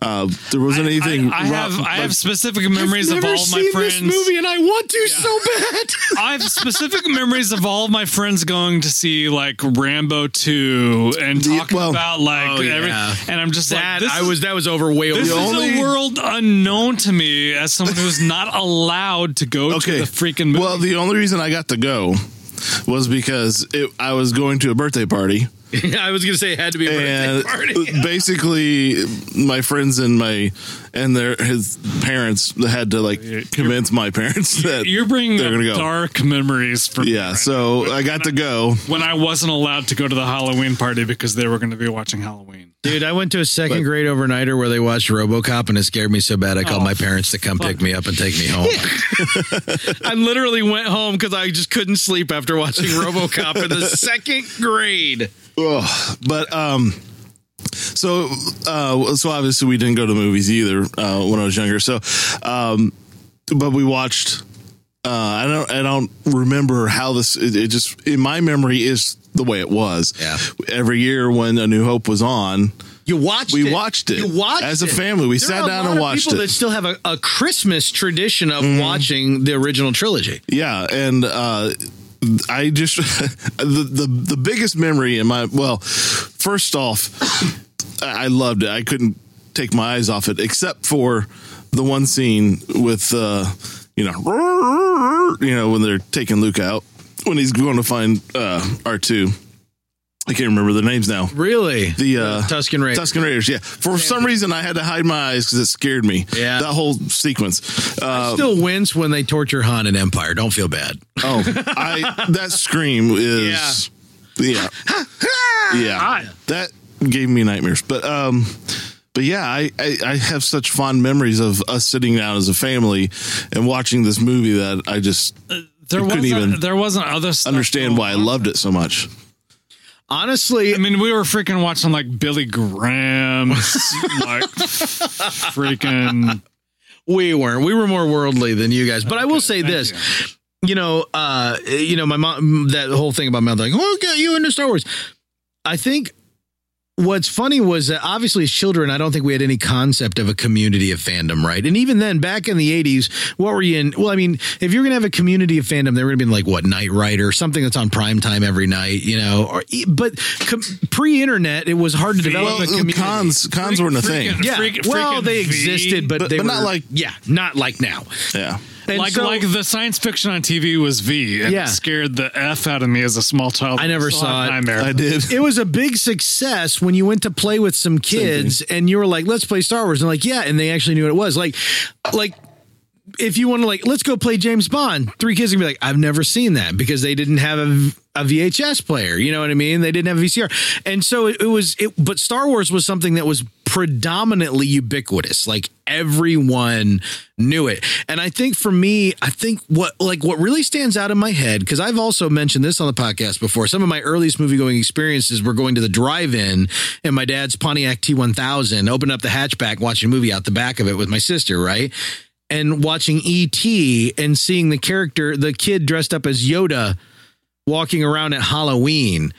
[SPEAKER 7] uh, there wasn't anything.
[SPEAKER 2] I, I
[SPEAKER 7] wrong-
[SPEAKER 2] have I have
[SPEAKER 7] like-
[SPEAKER 2] specific memories of all my friends.
[SPEAKER 1] and I want to so bad.
[SPEAKER 2] I have specific memories of all my friends going to see like Rambo two and
[SPEAKER 7] The-
[SPEAKER 2] talking
[SPEAKER 7] well-
[SPEAKER 2] about like
[SPEAKER 1] Oh, yeah.
[SPEAKER 2] everything. And I'm just
[SPEAKER 1] that
[SPEAKER 2] like, this
[SPEAKER 1] I
[SPEAKER 2] is-
[SPEAKER 1] was that was over way over.
[SPEAKER 2] This
[SPEAKER 7] The
[SPEAKER 2] is
[SPEAKER 7] only-
[SPEAKER 2] a world unknown to me as someone who's not allowed to go to
[SPEAKER 7] okay,
[SPEAKER 2] the freaking movie.
[SPEAKER 7] Well, the only reason I got to go was because it, I was going to a birthday party,
[SPEAKER 1] I was going to say it had to be a birthday
[SPEAKER 7] and
[SPEAKER 1] party.
[SPEAKER 7] basically my friends and my and their his parents had to like convince my parents that
[SPEAKER 2] You're bringing
[SPEAKER 7] they're
[SPEAKER 2] up
[SPEAKER 7] gonna go.
[SPEAKER 2] dark memories for me
[SPEAKER 7] yeah,
[SPEAKER 2] right
[SPEAKER 7] so I got to go.
[SPEAKER 2] now, when I wasn't allowed to go to the Halloween party because they were going to be watching Halloween.
[SPEAKER 1] Dude, I went to a second grade overnighter where they watched RoboCop and it scared me so bad I called
[SPEAKER 2] Oh,
[SPEAKER 1] my parents to come pick me up and take me home. I literally went home because I just couldn't sleep after watching RoboCop in the second grade.
[SPEAKER 7] Ugh. But um, so uh, so obviously we didn't go to the movies either uh, when I was younger. So um, but we watched Uh, I don't. I don't remember how this. It, it just in my memory is the way it was.
[SPEAKER 1] Yeah.
[SPEAKER 7] Every year when A New Hope was on,
[SPEAKER 1] You watched
[SPEAKER 7] We
[SPEAKER 1] it.
[SPEAKER 7] watched it.
[SPEAKER 1] You watched
[SPEAKER 7] As a
[SPEAKER 1] it.
[SPEAKER 7] family, we
[SPEAKER 1] There
[SPEAKER 7] sat
[SPEAKER 1] are a
[SPEAKER 7] down
[SPEAKER 1] lot
[SPEAKER 7] and
[SPEAKER 1] of
[SPEAKER 7] watched
[SPEAKER 1] people
[SPEAKER 7] it. Mm-hmm.
[SPEAKER 1] that still have a, a Christmas tradition of watching the original trilogy.
[SPEAKER 7] Yeah, and uh, I just the, the the biggest memory in my well, first off, I I loved it. I couldn't take my eyes off it, except for the one scene with uh, you know, you know when they're taking Luke out when he's going to find uh, R two. I can't remember their names now.
[SPEAKER 1] Really?
[SPEAKER 7] The uh,
[SPEAKER 1] Tusken Raiders.
[SPEAKER 7] Tuscan Raiders. Yeah. For some reason, I had to hide my eyes because it scared me.
[SPEAKER 1] Yeah.
[SPEAKER 7] That whole sequence. Uh,
[SPEAKER 1] still wins when they torture Han and Empire. Don't feel bad.
[SPEAKER 7] Oh, I that scream is yeah. Yeah. That gave me nightmares. But um but yeah, I, I I have such fond memories of us sitting down as a family and watching this movie that I just
[SPEAKER 2] There
[SPEAKER 7] couldn't
[SPEAKER 2] wasn't.
[SPEAKER 7] even
[SPEAKER 2] there wasn't other stuff
[SPEAKER 7] understand
[SPEAKER 2] going
[SPEAKER 7] why I
[SPEAKER 2] on.
[SPEAKER 7] loved it so much.
[SPEAKER 1] Honestly,
[SPEAKER 2] I mean, we were freaking watching like Billy Graham's like freaking
[SPEAKER 1] we weren't. We were more worldly than you guys. But I will say
[SPEAKER 2] thank
[SPEAKER 1] this. You know, uh, you know, my mom. That whole thing about my mom, like, oh, get you into Star Wars. I think what's funny was that obviously as children, I don't think we had any concept of a community of fandom, right? And even then, back in the '80s, what were you in? Well, I mean, if you're gonna have a community of fandom, they were gonna be in, like what Knight Rider, something that's on prime time every night, you know. Or, e, but com- pre-internet, it was hard to develop
[SPEAKER 7] Well, uh,
[SPEAKER 1] a community.
[SPEAKER 7] cons cons weren't a
[SPEAKER 2] freaking-
[SPEAKER 7] thing.
[SPEAKER 1] Yeah.
[SPEAKER 2] Freak-
[SPEAKER 1] well,
[SPEAKER 2] freaking
[SPEAKER 1] they
[SPEAKER 2] V.
[SPEAKER 1] existed, but,
[SPEAKER 7] But-
[SPEAKER 1] they
[SPEAKER 7] but
[SPEAKER 1] were
[SPEAKER 7] not like-
[SPEAKER 1] yeah, not like now.
[SPEAKER 7] Yeah.
[SPEAKER 1] And
[SPEAKER 2] like
[SPEAKER 1] so-
[SPEAKER 2] like the science fiction on TV was V. And
[SPEAKER 1] Yeah.
[SPEAKER 2] it scared the f out of me as a small child.
[SPEAKER 1] I never saw it.
[SPEAKER 2] Nightmare.
[SPEAKER 7] I did.
[SPEAKER 1] it was a big success when you went to play with some kids and you were like, "Let's play Star Wars," and like, yeah, and they actually knew what it was. Like, like if you want to like, let's go play James Bond. Three kids can be like, "I've never seen that" because they didn't have a, a VHS player. You know what I mean? They didn't have a VCR, and so it, it was. It, but Star Wars was something that was predominantly ubiquitous. Like everyone knew it. And I think for me, I think what like what really stands out in my head because I've also mentioned this on the podcast before. Some of my earliest movie going experiences were going to the drive-in and my dad's Pontiac T1000, opened up the hatchback, watching a movie out the back of it with my sister, right? And watching ET and seeing the character, the kid dressed up as Yoda walking around at Halloween.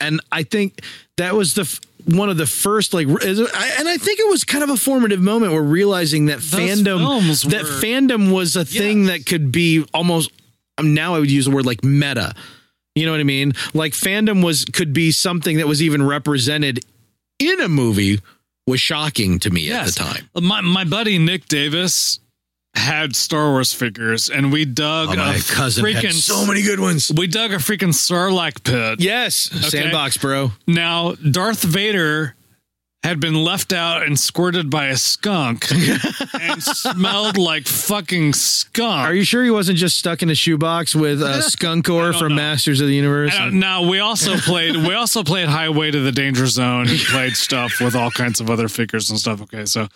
[SPEAKER 1] And I think that was the f- one of the first like, r- is- I- and I think it was kind of a formative moment where realizing that
[SPEAKER 2] films
[SPEAKER 1] fandom that
[SPEAKER 2] were-
[SPEAKER 1] fandom was a thing that could be almost. um, Now I would use the word like meta. You know what I mean? Like fandom was could be something that was even represented in a movie was shocking to me at
[SPEAKER 2] Yes.
[SPEAKER 1] the time.
[SPEAKER 2] My my buddy Nick Davis had Star Wars figures, and we dug
[SPEAKER 1] Oh, my
[SPEAKER 2] a
[SPEAKER 1] cousin
[SPEAKER 2] freaking
[SPEAKER 1] had so many good ones.
[SPEAKER 2] We dug a freaking Sarlacc pit.
[SPEAKER 1] Yes, sandbox,
[SPEAKER 2] Uh,
[SPEAKER 1] bro.
[SPEAKER 2] Now Darth Vader had been left out and squirted by a skunk and smelled like fucking skunk.
[SPEAKER 1] Are you sure he wasn't just stuck in a shoebox with uh, Skunkor from Masters of the Universe?
[SPEAKER 2] Uh, no, we also played. We also played Highway to the Danger Zone and played stuff with all kinds of other figures and stuff. Okay, so,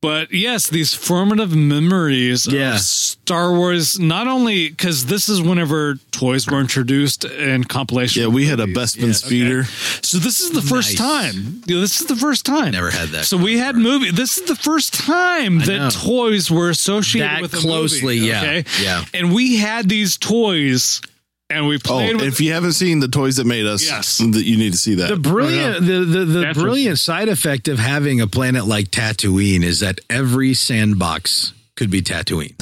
[SPEAKER 2] but yes, these formative memories
[SPEAKER 1] Yeah.
[SPEAKER 2] of Star Wars. Not only because this is whenever toys were introduced in compilation.
[SPEAKER 7] Yeah, we had a Bestman speeder.
[SPEAKER 2] So this is the first time. You know, this is the first time.
[SPEAKER 1] Never had that
[SPEAKER 2] So we had movie. This is the first time that
[SPEAKER 1] know.
[SPEAKER 2] toys were associated
[SPEAKER 1] That
[SPEAKER 2] with a
[SPEAKER 1] closely,
[SPEAKER 2] movie,
[SPEAKER 1] yeah,
[SPEAKER 2] okay?
[SPEAKER 1] yeah.
[SPEAKER 2] And we had these toys, and we
[SPEAKER 7] Oh,
[SPEAKER 2] played with.
[SPEAKER 7] if you haven't seen the toys that made us,
[SPEAKER 2] Yes.
[SPEAKER 7] that you need to see that.
[SPEAKER 1] the
[SPEAKER 2] Oh,
[SPEAKER 1] brilliant, the the, the
[SPEAKER 4] Definitely.
[SPEAKER 1] brilliant side effect of having a planet like Tatooine is that every sandbox could be Tatooine.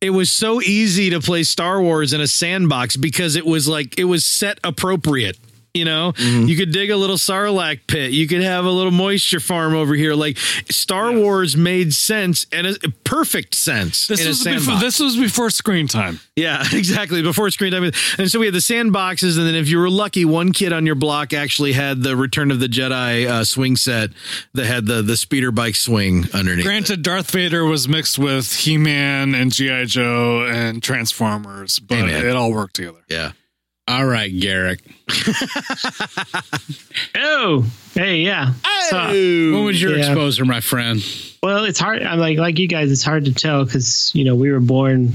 [SPEAKER 1] it was so easy to play Star Wars in a sandbox because it was like it was set appropriate. You know,
[SPEAKER 2] Mm-hmm.
[SPEAKER 1] you could dig a little sarlacc pit. You could have a little moisture farm over here. Like Star Wars made sense and a perfect sense.
[SPEAKER 2] This
[SPEAKER 1] in a
[SPEAKER 2] was before.
[SPEAKER 1] sandbox.
[SPEAKER 2] This was before screen time.
[SPEAKER 1] Yeah, exactly. Before screen time. And so we had the sandboxes. And then if you were lucky, one kid on your block actually had the Return of the Jedi uh, swing set that had the, the speeder bike swing underneath. it.
[SPEAKER 2] Granted, Darth Vader was mixed with He Man and GI Joe and Transformers, but
[SPEAKER 1] Hey, man.
[SPEAKER 2] it all worked together.
[SPEAKER 1] Yeah.
[SPEAKER 3] All right, Garrick.
[SPEAKER 4] Oh, hey, yeah. So-
[SPEAKER 3] When was your
[SPEAKER 4] Yeah.
[SPEAKER 3] exposure, my friend?
[SPEAKER 4] Well, it's hard. I'm like like you guys. It's hard to tell because you know we were born.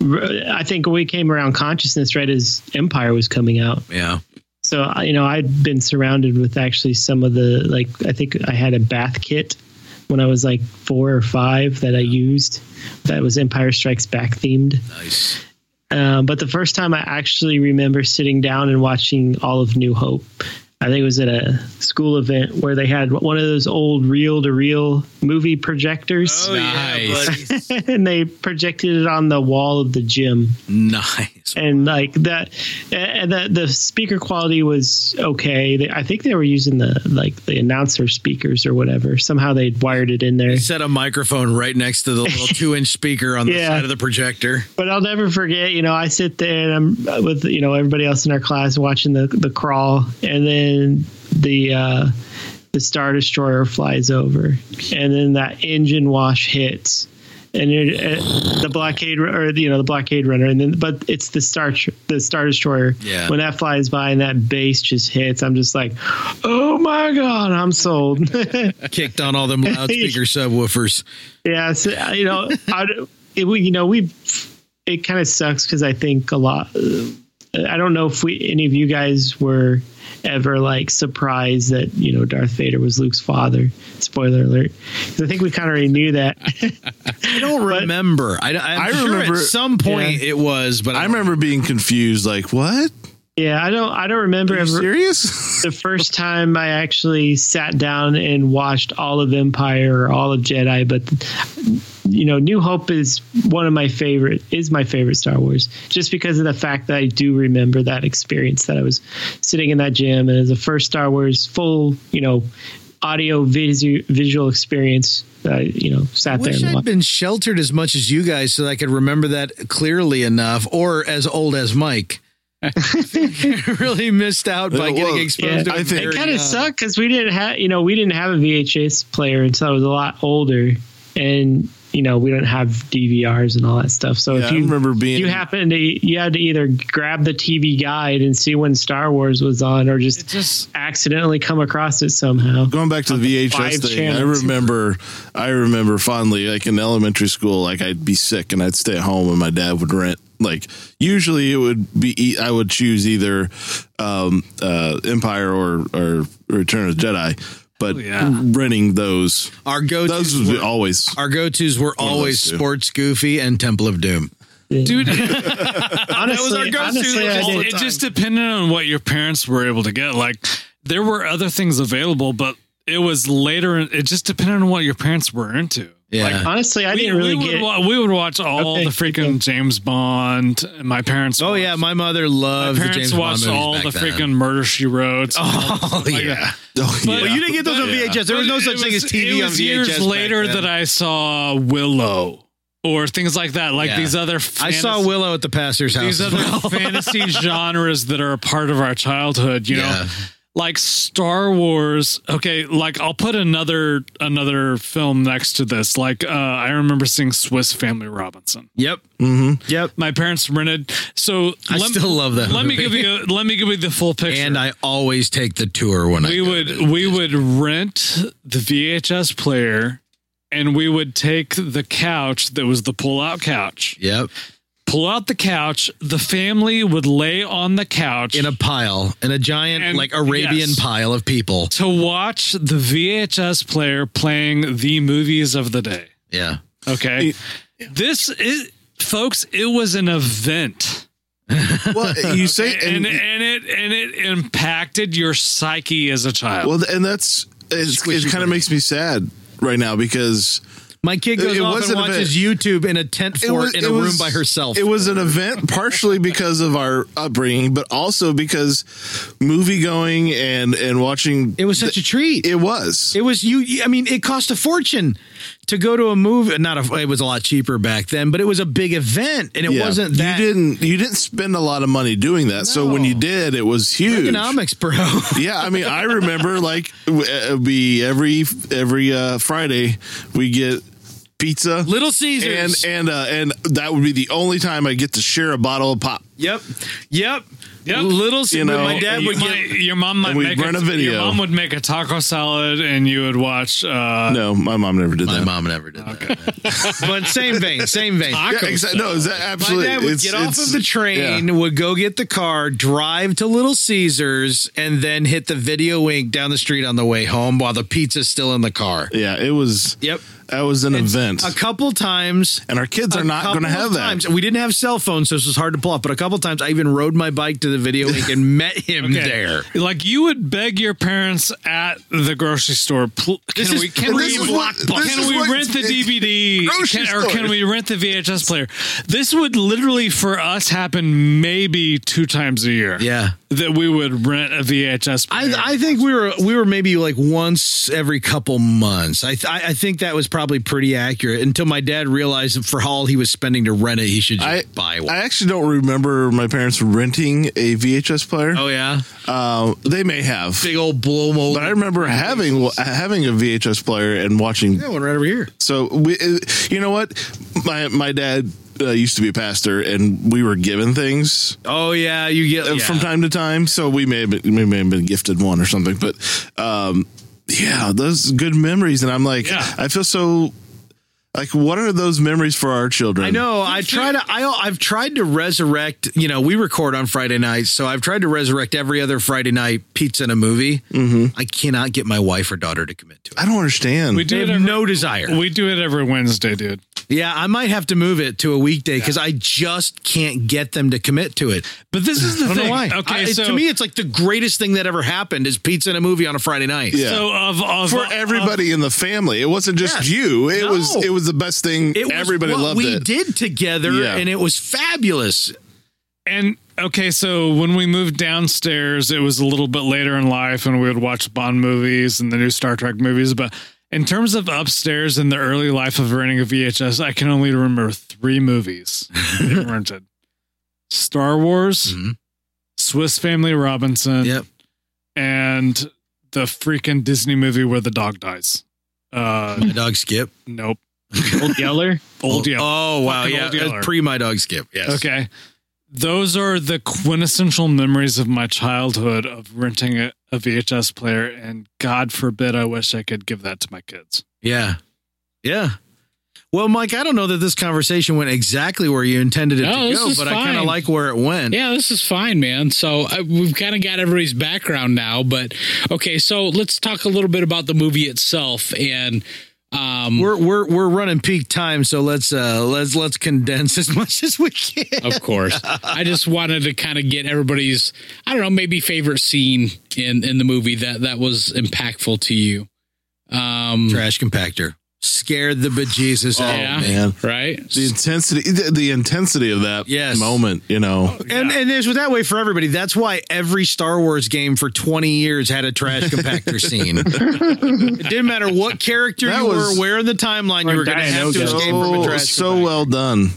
[SPEAKER 4] I think we came around consciousness right as Empire was coming out.
[SPEAKER 1] Yeah.
[SPEAKER 4] So I- you know I'd been surrounded with actually some of the like I think I had a bath kit when I was like four or five that I used that was Empire Strikes Back themed.
[SPEAKER 1] Nice.
[SPEAKER 4] Um, but the first time I actually remember sitting down and watching all of New Hope, I think it was at a school event where they had one of those old reel to reel movie projectors
[SPEAKER 3] Nice.
[SPEAKER 6] buddy.
[SPEAKER 4] and they projected it on the wall of the gym
[SPEAKER 1] Nice.
[SPEAKER 4] and like that and the the speaker quality was okay they, i think they were using the like the announcer speakers or whatever somehow they'd wired it in there
[SPEAKER 1] Set a microphone right next to the little two inch speaker on the
[SPEAKER 4] Yeah.
[SPEAKER 1] side of the projector.
[SPEAKER 4] but i'll never forget you know i sit there and i'm with you know everybody else in our class watching the the crawl and then the uh the star destroyer flies over and then that engine wash hits and it, uh, the blockade or you know the blockade runner and then but it's the star Tr- the star destroyer
[SPEAKER 1] Yeah.
[SPEAKER 4] when that flies by and that bass just hits i'm just like oh my god i'm sold
[SPEAKER 1] Kicked on all them loudspeaker subwoofers.
[SPEAKER 4] yeah so, uh, you know I, it, we, you know we it kind of sucks because i think a lot uh, i don't know if we any of you guys were ever like surprised that you know darth vader was luke's father spoiler alert 'Cause i think we kind of already knew that
[SPEAKER 1] I don't remember. I, i
[SPEAKER 7] I
[SPEAKER 1] remember
[SPEAKER 7] remember-
[SPEAKER 1] at some point it was, but
[SPEAKER 7] I remember being confused, like, what?
[SPEAKER 4] yeah i don't i don't remember
[SPEAKER 7] Are you
[SPEAKER 4] ever
[SPEAKER 7] serious?
[SPEAKER 4] the first time I actually sat down and watched all of Empire or all of Jedi, but you know, New Hope is one of my favorite is my favorite Star Wars just because of the fact that I do remember that experience that I was sitting in that gym and it was the first Star Wars full, you know, audio visu- visual experience that I, you know, sat
[SPEAKER 1] I
[SPEAKER 4] there
[SPEAKER 1] wish
[SPEAKER 4] and
[SPEAKER 1] I'd
[SPEAKER 4] watched.
[SPEAKER 1] been sheltered as much as you guys so that I could remember that clearly enough or as old as Mike. I really missed out by
[SPEAKER 7] Uh,
[SPEAKER 1] getting
[SPEAKER 7] well,
[SPEAKER 4] yeah.
[SPEAKER 1] exposed to
[SPEAKER 7] I
[SPEAKER 1] it.
[SPEAKER 7] think-
[SPEAKER 4] it kind of sucked because we didn't have you know we didn't have a VHS player until I was a lot older, and you know we don't have DVRs and all that stuff. So
[SPEAKER 7] Yeah,
[SPEAKER 4] if
[SPEAKER 7] I
[SPEAKER 4] you
[SPEAKER 7] remember being.
[SPEAKER 4] you happen to you had to either grab the TV guide and see when Star Wars was on, or just
[SPEAKER 2] just
[SPEAKER 4] accidentally come across it somehow.
[SPEAKER 7] going back to the
[SPEAKER 4] five
[SPEAKER 7] VHS thing,
[SPEAKER 4] channels.
[SPEAKER 7] I remember, I remember fondly, like in elementary school, like I'd be sick and I'd stay at home and my dad would rent. Like usually it would be, e- I would choose either um, uh, Empire or, or Return of the Jedi, but
[SPEAKER 2] yeah.
[SPEAKER 7] renting those,
[SPEAKER 1] Our go
[SPEAKER 7] those
[SPEAKER 1] tos
[SPEAKER 7] was
[SPEAKER 1] were,
[SPEAKER 7] always.
[SPEAKER 1] our go-tos were
[SPEAKER 7] of those
[SPEAKER 1] always
[SPEAKER 7] two.
[SPEAKER 1] Sports Goofy and Temple of Doom.
[SPEAKER 2] dude.
[SPEAKER 4] Honestly, honestly, I
[SPEAKER 2] It
[SPEAKER 4] did.
[SPEAKER 2] just- it just depended on what your parents were able to get. Like there were other things available, but it was later. It just depended on what your parents were into.
[SPEAKER 1] Yeah.
[SPEAKER 4] Honestly, I
[SPEAKER 2] we,
[SPEAKER 4] didn't really
[SPEAKER 2] we would
[SPEAKER 4] get.
[SPEAKER 2] wa- we would watch all
[SPEAKER 4] Okay,
[SPEAKER 2] the freaking
[SPEAKER 4] okay.
[SPEAKER 2] James Bond. and My parents.
[SPEAKER 1] oh
[SPEAKER 2] watched-
[SPEAKER 1] yeah, my mother
[SPEAKER 2] my
[SPEAKER 1] loved the
[SPEAKER 2] parents
[SPEAKER 1] James Bond
[SPEAKER 2] watched
[SPEAKER 1] movies
[SPEAKER 2] all
[SPEAKER 1] back
[SPEAKER 2] the
[SPEAKER 1] then.
[SPEAKER 2] freaking Murder She Wrote.
[SPEAKER 1] Oh yeah.
[SPEAKER 7] Oh,
[SPEAKER 2] But-
[SPEAKER 7] yeah.
[SPEAKER 1] You didn't get those on
[SPEAKER 7] Yeah.
[SPEAKER 1] VHS. There was no
[SPEAKER 2] But
[SPEAKER 1] such
[SPEAKER 2] it
[SPEAKER 1] thing as
[SPEAKER 2] was-
[SPEAKER 1] TV
[SPEAKER 2] it
[SPEAKER 1] on
[SPEAKER 2] was
[SPEAKER 1] VHS.
[SPEAKER 2] Years
[SPEAKER 1] back
[SPEAKER 2] later,
[SPEAKER 1] then.
[SPEAKER 2] that I saw Willow or things like that, like
[SPEAKER 1] Yeah.
[SPEAKER 2] these other.
[SPEAKER 1] I saw
[SPEAKER 2] fantasy-
[SPEAKER 1] Willow at the pastor's house.
[SPEAKER 2] These
[SPEAKER 1] as
[SPEAKER 2] other
[SPEAKER 1] well.
[SPEAKER 2] fantasy genres that are a part of our childhood, you know,
[SPEAKER 1] Yeah.
[SPEAKER 2] like Star Wars. Okay, like I'll put another another film next to this. Like uh, I remember seeing Swiss Family Robinson.
[SPEAKER 1] Yep.
[SPEAKER 7] Mm-hmm.
[SPEAKER 1] Yep.
[SPEAKER 2] My parents rented. So
[SPEAKER 1] I still love that
[SPEAKER 2] Let me
[SPEAKER 1] movie.
[SPEAKER 2] give you. Let me give you the full picture.
[SPEAKER 1] And I always take the tour when
[SPEAKER 2] we
[SPEAKER 1] I go
[SPEAKER 2] would
[SPEAKER 1] to
[SPEAKER 2] we would rent the VHS player and we would take the couch that was the pull out couch.
[SPEAKER 1] Yep.
[SPEAKER 2] Pull out the couch, the family would lay on the couch
[SPEAKER 1] In a pile, in a giant
[SPEAKER 2] And-
[SPEAKER 1] like Arabian
[SPEAKER 2] yes.
[SPEAKER 1] pile of people.
[SPEAKER 2] to watch the VHS player playing the movies of the day.
[SPEAKER 1] Yeah.
[SPEAKER 2] Okay. This is folks, it was an event.
[SPEAKER 7] Well, you say,
[SPEAKER 2] And and it and it impacted your psyche as a child.
[SPEAKER 7] well, and that's, it's, it kind of makes me sad right now because
[SPEAKER 1] My kid goes
[SPEAKER 7] It- it
[SPEAKER 1] off and
[SPEAKER 7] wasn't a bit-
[SPEAKER 1] watches YouTube in a tent fort in a room
[SPEAKER 7] was-
[SPEAKER 1] by herself.
[SPEAKER 7] It was an event partially because of our upbringing, but also because movie going and and watching.
[SPEAKER 1] It was such a treat.
[SPEAKER 7] It was.
[SPEAKER 1] It was you. I mean, it cost a fortune to go to a movie. Not a. It was a lot cheaper back then, but it was a big event, and it
[SPEAKER 7] Yeah.
[SPEAKER 1] wasn't that
[SPEAKER 7] you didn't you didn't spend a lot of money doing that. So when you did, it was huge.
[SPEAKER 1] economics, bro.
[SPEAKER 7] yeah, I mean, I remember like w- uh, it'd be every every uh, Friday we get pizza
[SPEAKER 1] Little
[SPEAKER 7] and
[SPEAKER 1] Caesars.
[SPEAKER 7] and uh, and that would be the only time I get to share a bottle of pop.
[SPEAKER 1] Yep. Yep.
[SPEAKER 2] Yep.
[SPEAKER 1] Little
[SPEAKER 7] You know,
[SPEAKER 1] my dad would
[SPEAKER 2] You
[SPEAKER 1] get
[SPEAKER 2] might- your mom might
[SPEAKER 7] and we'd
[SPEAKER 2] make
[SPEAKER 7] run a
[SPEAKER 2] Your
[SPEAKER 7] video.
[SPEAKER 2] mom would make a taco salad, and you would watch. Uh,
[SPEAKER 7] No, my mom never did
[SPEAKER 9] My
[SPEAKER 7] that.
[SPEAKER 9] mom never did that.
[SPEAKER 1] but same vein, same vein.
[SPEAKER 7] Yeah, exa- no, is that
[SPEAKER 1] My
[SPEAKER 7] absolutely?
[SPEAKER 1] dad would
[SPEAKER 7] it's-
[SPEAKER 1] get off
[SPEAKER 7] it's-
[SPEAKER 1] of the train, would go get the car, drive to Little Caesars, and then hit the video wink down the street on the way home while the pizza's still in the car.
[SPEAKER 7] Yeah, it was.
[SPEAKER 1] Yep.
[SPEAKER 7] that was an event,
[SPEAKER 1] A couple times.
[SPEAKER 7] and our kids are
[SPEAKER 1] a
[SPEAKER 7] not going to
[SPEAKER 1] couple
[SPEAKER 7] have
[SPEAKER 1] of
[SPEAKER 7] that.
[SPEAKER 1] times- We didn't have cell phones, so this was hard to pull off. But a couple times, I even rode my bike to the video wink and met him
[SPEAKER 2] Okay.
[SPEAKER 1] there.
[SPEAKER 2] Like you would beg your parents at the grocery store. pl- Can
[SPEAKER 1] This is-
[SPEAKER 2] we can
[SPEAKER 1] and
[SPEAKER 2] we,
[SPEAKER 1] this is
[SPEAKER 7] what- this
[SPEAKER 2] can
[SPEAKER 7] is
[SPEAKER 2] we
[SPEAKER 7] what-
[SPEAKER 2] rent the DVD
[SPEAKER 7] Grocery
[SPEAKER 2] can, or can
[SPEAKER 7] stores.
[SPEAKER 2] we rent the VHS player? This would literally for us happen maybe two times a year.
[SPEAKER 1] Yeah.
[SPEAKER 2] that we would rent a VHS player.
[SPEAKER 1] I, I think we were we were maybe like once every couple months. I th- I I think that was probably pretty accurate until my dad realized that for all he was spending to rent it, he should just
[SPEAKER 7] I
[SPEAKER 1] buy one.
[SPEAKER 7] I actually don't remember my parents renting a VHS player.
[SPEAKER 1] oh yeah,
[SPEAKER 7] Uh, they may have,
[SPEAKER 1] big old blow mold.
[SPEAKER 7] but I remember having having a VHS player and watching
[SPEAKER 1] Yeah, one right over here.
[SPEAKER 7] So we, it- you know what, my my dad uh, used to be a pastor, and we were given things
[SPEAKER 1] Oh yeah, you get
[SPEAKER 7] uh, from time to time. So we may have been, we may have been gifted one or something, but um, yeah, those good memories. And I'm like,
[SPEAKER 2] Yeah.
[SPEAKER 7] I feel so like, what are those memories for our children?
[SPEAKER 1] I know. I try to. I, I've tried to resurrect. You know, we record on Friday nights, so I've tried to resurrect every other Friday night pizza and a movie.
[SPEAKER 7] Mm-hmm.
[SPEAKER 1] I cannot get my wife or daughter to commit to it.
[SPEAKER 7] I don't understand.
[SPEAKER 2] we
[SPEAKER 1] They
[SPEAKER 2] do it
[SPEAKER 1] have
[SPEAKER 2] every,
[SPEAKER 1] no desire.
[SPEAKER 2] we do it every Wednesday, dude.
[SPEAKER 1] Yeah, I might have to move it to a weekday because I just can't get them to commit to it.
[SPEAKER 2] But this is the
[SPEAKER 1] I don't
[SPEAKER 2] thing.
[SPEAKER 1] know why.
[SPEAKER 2] Okay,
[SPEAKER 1] I-
[SPEAKER 2] so
[SPEAKER 1] to me, it's like the greatest thing that ever happened is pizza and a movie on a Friday night.
[SPEAKER 7] Yeah.
[SPEAKER 2] so of, of
[SPEAKER 7] for
[SPEAKER 2] of-
[SPEAKER 7] everybody in the family, it wasn't just
[SPEAKER 1] Yes.
[SPEAKER 7] you. It was
[SPEAKER 1] um, No.
[SPEAKER 7] it was the best thing.
[SPEAKER 1] It was
[SPEAKER 7] Everybody
[SPEAKER 1] what
[SPEAKER 7] loved
[SPEAKER 1] we
[SPEAKER 7] it.
[SPEAKER 1] did together,
[SPEAKER 7] Yeah.
[SPEAKER 1] and it was fabulous.
[SPEAKER 2] And okay, so when we moved downstairs, it was a little bit later in life, and we would watch Bond movies and the new Star Trek movies. But in terms of upstairs in the early life of renting a VHS, I can only remember three movies that we rented: Star Wars,
[SPEAKER 1] Mhm.
[SPEAKER 2] Swiss Family Robinson,
[SPEAKER 1] Yep.
[SPEAKER 2] and the freaking Disney movie where the dog dies. Uh,
[SPEAKER 1] My dog Skip.
[SPEAKER 2] nope,
[SPEAKER 4] Old Yeller.
[SPEAKER 2] old Yeller.
[SPEAKER 1] Oh wow,
[SPEAKER 2] Fucking
[SPEAKER 1] yeah,
[SPEAKER 2] Old Yeller.
[SPEAKER 1] pre my dog Skip. Yes.
[SPEAKER 2] Okay. Those are the quintessential memories of my childhood of renting a, a VHS player, and God forbid I wish I could give that to my kids.
[SPEAKER 1] Yeah. Yeah. Well, Mike, I don't know that this conversation went exactly where you intended it
[SPEAKER 3] No,
[SPEAKER 1] to
[SPEAKER 3] this
[SPEAKER 1] go,
[SPEAKER 3] is
[SPEAKER 1] but I kind of
[SPEAKER 3] fine.
[SPEAKER 1] like where it went.
[SPEAKER 3] Yeah, this is fine, man. So I, we've kind of got everybody's background now, but okay. So let's talk a little bit about the movie itself, and um,
[SPEAKER 1] We're we're we're running peak time, so let's uh let's let's condense as much as we can.
[SPEAKER 3] of course, I just wanted to kind of get everybody's, I don't know, maybe favorite scene in in the movie that that was impactful to you. Um,
[SPEAKER 1] Trash compactor scared the bejesus out.
[SPEAKER 3] yeah,
[SPEAKER 7] man.
[SPEAKER 3] right.
[SPEAKER 7] The intensity, the, the intensity of that
[SPEAKER 1] Yes.
[SPEAKER 7] moment, you know.
[SPEAKER 1] And and there's that way for everybody. That's why every Star Wars game for 20 years had a trash compactor scene. it didn't matter what character
[SPEAKER 7] That
[SPEAKER 1] you
[SPEAKER 7] was-
[SPEAKER 1] were, where in the timeline you were going to have to escape from a
[SPEAKER 7] so,
[SPEAKER 1] trash
[SPEAKER 7] Oh, so well done.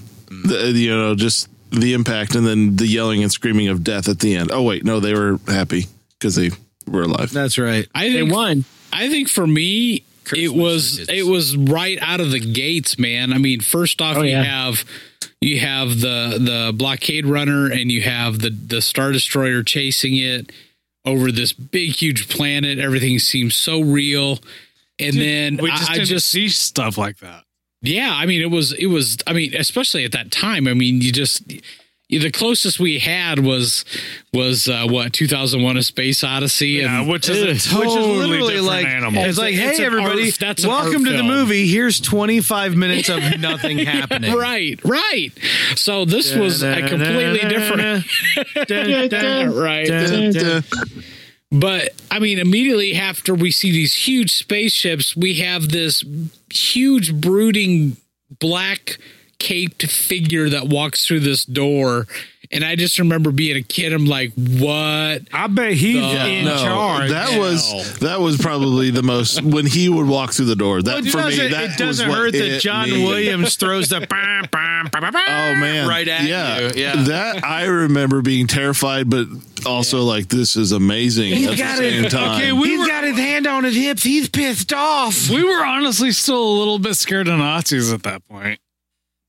[SPEAKER 7] The, you know, just the impact, and then the yelling and screaming of death at the end. Oh wait, no, they were happy because they were alive.
[SPEAKER 1] That's right.
[SPEAKER 3] I
[SPEAKER 4] They
[SPEAKER 3] think
[SPEAKER 4] won.
[SPEAKER 3] I think for me, it was
[SPEAKER 1] messages.
[SPEAKER 3] it was right out of the gates, man. I mean, first
[SPEAKER 2] Oh,
[SPEAKER 3] off, you
[SPEAKER 4] yeah.
[SPEAKER 3] have you have the the blockade runner, and you have the the star destroyer chasing it over this big, huge planet. Everything seems so real. And then
[SPEAKER 2] we just
[SPEAKER 3] I, I
[SPEAKER 2] didn't
[SPEAKER 3] just
[SPEAKER 2] see stuff like that.
[SPEAKER 3] yeah, I mean, it was, it was, I mean, especially at that time. I mean, you just, you- the closest we had was, was, uh, what, 2001 A Space Odyssey?
[SPEAKER 1] Uh,
[SPEAKER 2] Yeah,
[SPEAKER 3] and,
[SPEAKER 2] which is a
[SPEAKER 3] Ugh.
[SPEAKER 2] totally different
[SPEAKER 1] like
[SPEAKER 2] animal.
[SPEAKER 1] it's like,
[SPEAKER 3] It's a-
[SPEAKER 1] hey
[SPEAKER 3] it's an
[SPEAKER 1] everybody,
[SPEAKER 3] art- that's an art
[SPEAKER 1] welcome to the
[SPEAKER 3] film.
[SPEAKER 1] movie. Here's 25 minutes of nothing happening.
[SPEAKER 3] Right, right. So this was a completely different. right.
[SPEAKER 7] Dun, dun.
[SPEAKER 3] But I mean, immediately after we see these huge spaceships, we have this huge, brooding, black caped figure that walks through this door. And I just remember being a kid, I'm like, what?
[SPEAKER 1] I bet he's
[SPEAKER 3] Yeah,
[SPEAKER 1] in
[SPEAKER 7] No,
[SPEAKER 1] charge.
[SPEAKER 7] that
[SPEAKER 3] now.
[SPEAKER 7] was that was probably the most when he would walk through the door. That
[SPEAKER 1] It
[SPEAKER 7] for
[SPEAKER 1] doesn't,
[SPEAKER 7] me, that
[SPEAKER 1] it doesn't
[SPEAKER 7] was what
[SPEAKER 1] hurt that
[SPEAKER 7] it
[SPEAKER 1] John
[SPEAKER 7] needed.
[SPEAKER 1] Williams throws the bah, bah, bah, bah, bah,
[SPEAKER 7] Oh man!
[SPEAKER 1] right at you. Yeah.
[SPEAKER 7] that I remember being terrified, but also like this is amazing at the same time.
[SPEAKER 2] Okay, we were,
[SPEAKER 1] got his hand on his hips. He's pissed off.
[SPEAKER 2] we were honestly still a little bit scared of Nazis at that point.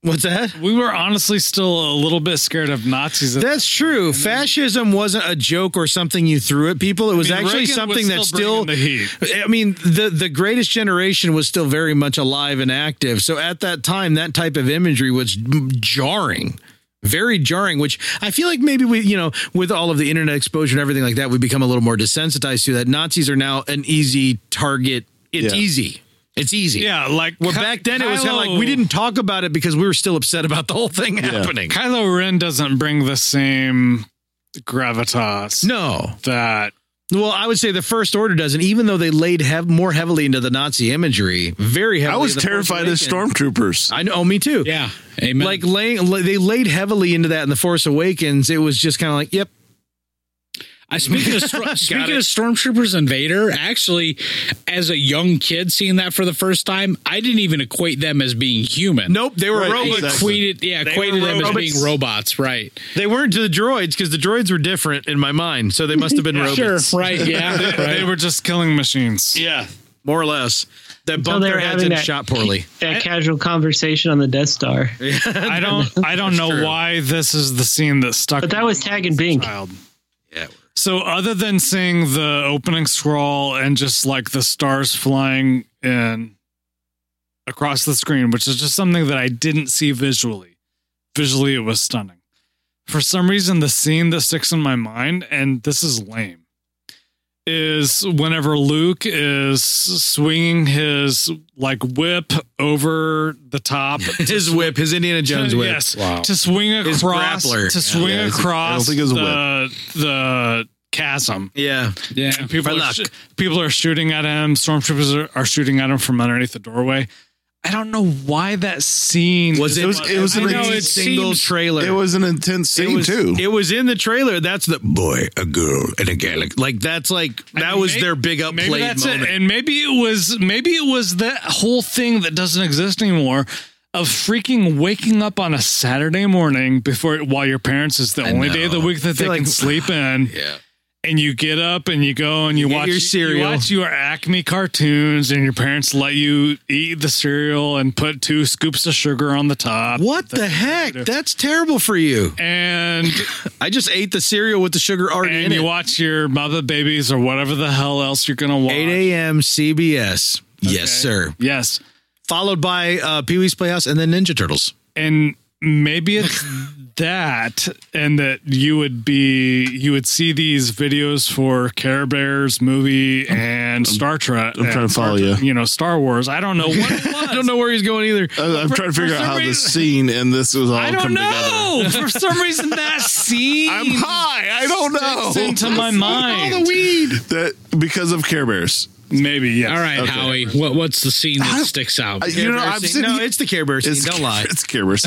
[SPEAKER 1] What's that?
[SPEAKER 2] We were honestly still a little bit scared of Nazis. at
[SPEAKER 1] That's true. Fascism wasn't a joke or something you threw at people. It was
[SPEAKER 2] I mean,
[SPEAKER 1] actually
[SPEAKER 2] Reagan was
[SPEAKER 1] something that
[SPEAKER 2] bringing
[SPEAKER 1] still.
[SPEAKER 2] the heat.
[SPEAKER 1] I mean, the the Greatest Generation was still very much alive and active. So at that time, that type of imagery was jarring, very jarring. Which I feel like maybe we, you know, with all of the internet exposure and everything like that, we become a little more desensitized to that. Nazis are now an easy target. It's
[SPEAKER 7] Yeah.
[SPEAKER 1] easy. It's easy.
[SPEAKER 2] Yeah, like
[SPEAKER 1] Well,
[SPEAKER 2] Ky-
[SPEAKER 1] back then it was kind of like
[SPEAKER 2] Kylo-
[SPEAKER 1] we didn't talk about it because we were still upset about the whole thing happening.
[SPEAKER 2] Kylo Ren doesn't bring the same gravitas
[SPEAKER 1] No,
[SPEAKER 2] that
[SPEAKER 1] Well, I would say the First Order doesn't, even though they laid hev- more heavily into the Nazi imagery, very
[SPEAKER 7] I
[SPEAKER 1] heavily.
[SPEAKER 7] was
[SPEAKER 1] in The Force
[SPEAKER 7] terrified of
[SPEAKER 1] Awakens.
[SPEAKER 7] stormtroopers.
[SPEAKER 1] I know, oh, me too.
[SPEAKER 3] Yeah. Amen.
[SPEAKER 1] Like laying, la- they laid heavily into that in the Force Awakens. It was just kind of like, yep,
[SPEAKER 3] I speaking of stor- speaking of stormtroopers and Vader, actually, as a young kid seeing that for the first time, I didn't even equate them as being human.
[SPEAKER 1] nope, they were
[SPEAKER 7] Right,
[SPEAKER 1] robots.
[SPEAKER 7] exactly.
[SPEAKER 3] equated yeah, equated
[SPEAKER 1] were
[SPEAKER 3] them as
[SPEAKER 1] robots.
[SPEAKER 3] being robots, right?
[SPEAKER 1] They weren't the droids because the droids were different in my mind, so they must have been robots,
[SPEAKER 3] Sure, right? Yeah, right.
[SPEAKER 2] they were just killing machines.
[SPEAKER 1] yeah, more or less. That bumped
[SPEAKER 4] they
[SPEAKER 1] their
[SPEAKER 4] were
[SPEAKER 1] heads
[SPEAKER 4] having
[SPEAKER 1] and
[SPEAKER 4] that-
[SPEAKER 1] shot poorly.
[SPEAKER 4] That casual conversation on the Death Star.
[SPEAKER 2] I don't I don't know why this is the scene that stuck.
[SPEAKER 4] But that
[SPEAKER 2] in
[SPEAKER 4] was
[SPEAKER 2] my
[SPEAKER 4] Tag
[SPEAKER 2] mind
[SPEAKER 4] and
[SPEAKER 2] as a
[SPEAKER 4] Bink.
[SPEAKER 2] child. So other than seeing the opening scroll and just like the stars flying in across the screen, which is just something that I didn't see visually. Visually it was stunning. For some reason the scene that sticks in my mind and this is lame is whenever Luke is swinging his like whip over the top
[SPEAKER 1] His whip, his Indiana Jones
[SPEAKER 2] to,
[SPEAKER 1] whip.
[SPEAKER 2] Yes, to swing
[SPEAKER 1] His
[SPEAKER 2] across,
[SPEAKER 1] grappler.
[SPEAKER 2] to swing
[SPEAKER 7] Yeah, it's- I don't
[SPEAKER 2] across
[SPEAKER 7] think it was a
[SPEAKER 2] the, the chasm.
[SPEAKER 1] Yeah,
[SPEAKER 3] yeah.
[SPEAKER 2] And people, are
[SPEAKER 1] luck.
[SPEAKER 2] sh- people are shooting at him. Stormtroopers are, are shooting at him from underneath the doorway. I don't know why that scene
[SPEAKER 1] was it?
[SPEAKER 7] It was- it was
[SPEAKER 1] in
[SPEAKER 7] an
[SPEAKER 1] a
[SPEAKER 7] intense-
[SPEAKER 1] single
[SPEAKER 3] seems-
[SPEAKER 1] trailer.
[SPEAKER 7] It was an intense
[SPEAKER 1] It
[SPEAKER 7] scene
[SPEAKER 1] was-
[SPEAKER 7] too.
[SPEAKER 1] It was in the trailer. That's the
[SPEAKER 8] Boy, a girl, and a galaxy.
[SPEAKER 1] Like that's like that
[SPEAKER 2] mean,
[SPEAKER 1] was
[SPEAKER 2] may-
[SPEAKER 1] their big
[SPEAKER 2] maybe
[SPEAKER 1] upplay
[SPEAKER 2] that's
[SPEAKER 1] moment.
[SPEAKER 2] it. And maybe it was maybe it was that whole thing that doesn't exist anymore of freaking waking up on a Saturday morning before while your parents is the only day of the week that they
[SPEAKER 1] feel
[SPEAKER 2] can
[SPEAKER 1] like-
[SPEAKER 2] sleep in.
[SPEAKER 8] Yeah.
[SPEAKER 2] And you get up and you go and you,
[SPEAKER 1] get
[SPEAKER 2] watch
[SPEAKER 1] your cereal.
[SPEAKER 2] You watch your Acme cartoons and your parents let you eat the cereal and put two scoops of sugar on the top.
[SPEAKER 1] What the heck? That's terrible for you.
[SPEAKER 2] And
[SPEAKER 1] I just ate the cereal with the sugar already in
[SPEAKER 2] and you
[SPEAKER 1] it.
[SPEAKER 2] watch your mother babies or whatever the hell else you're gonna watch.
[SPEAKER 1] 8 a.m. CBS. Yes, sir.
[SPEAKER 2] Yes.
[SPEAKER 1] Followed by uh, Pee Wee's Playhouse and then Ninja Turtles.
[SPEAKER 2] and maybe it's that and that you would be you would see these videos for care bears movie and star trek i'm
[SPEAKER 7] trying to follow you.
[SPEAKER 2] you know star wars i don't know what it was. i don't know
[SPEAKER 1] where he's going either.
[SPEAKER 7] I, I'm
[SPEAKER 2] for-
[SPEAKER 7] trying to
[SPEAKER 2] for
[SPEAKER 7] figure out
[SPEAKER 2] some
[SPEAKER 7] how this
[SPEAKER 2] reason-
[SPEAKER 7] scene and this was all
[SPEAKER 2] i don't
[SPEAKER 7] come
[SPEAKER 2] know Oh, for some reason that scene
[SPEAKER 7] together. I'm high. I don't know.
[SPEAKER 2] sticks into my mind
[SPEAKER 7] weed that because of Care Bears.
[SPEAKER 2] maybe yeah
[SPEAKER 3] All right, Howie. What what's the scene that sticks out?
[SPEAKER 7] I- you know, I'm sitting.
[SPEAKER 1] no,
[SPEAKER 7] here-
[SPEAKER 1] it's the Care Bear scene.
[SPEAKER 7] it's,
[SPEAKER 1] Don't lie.
[SPEAKER 7] It's Care Bears.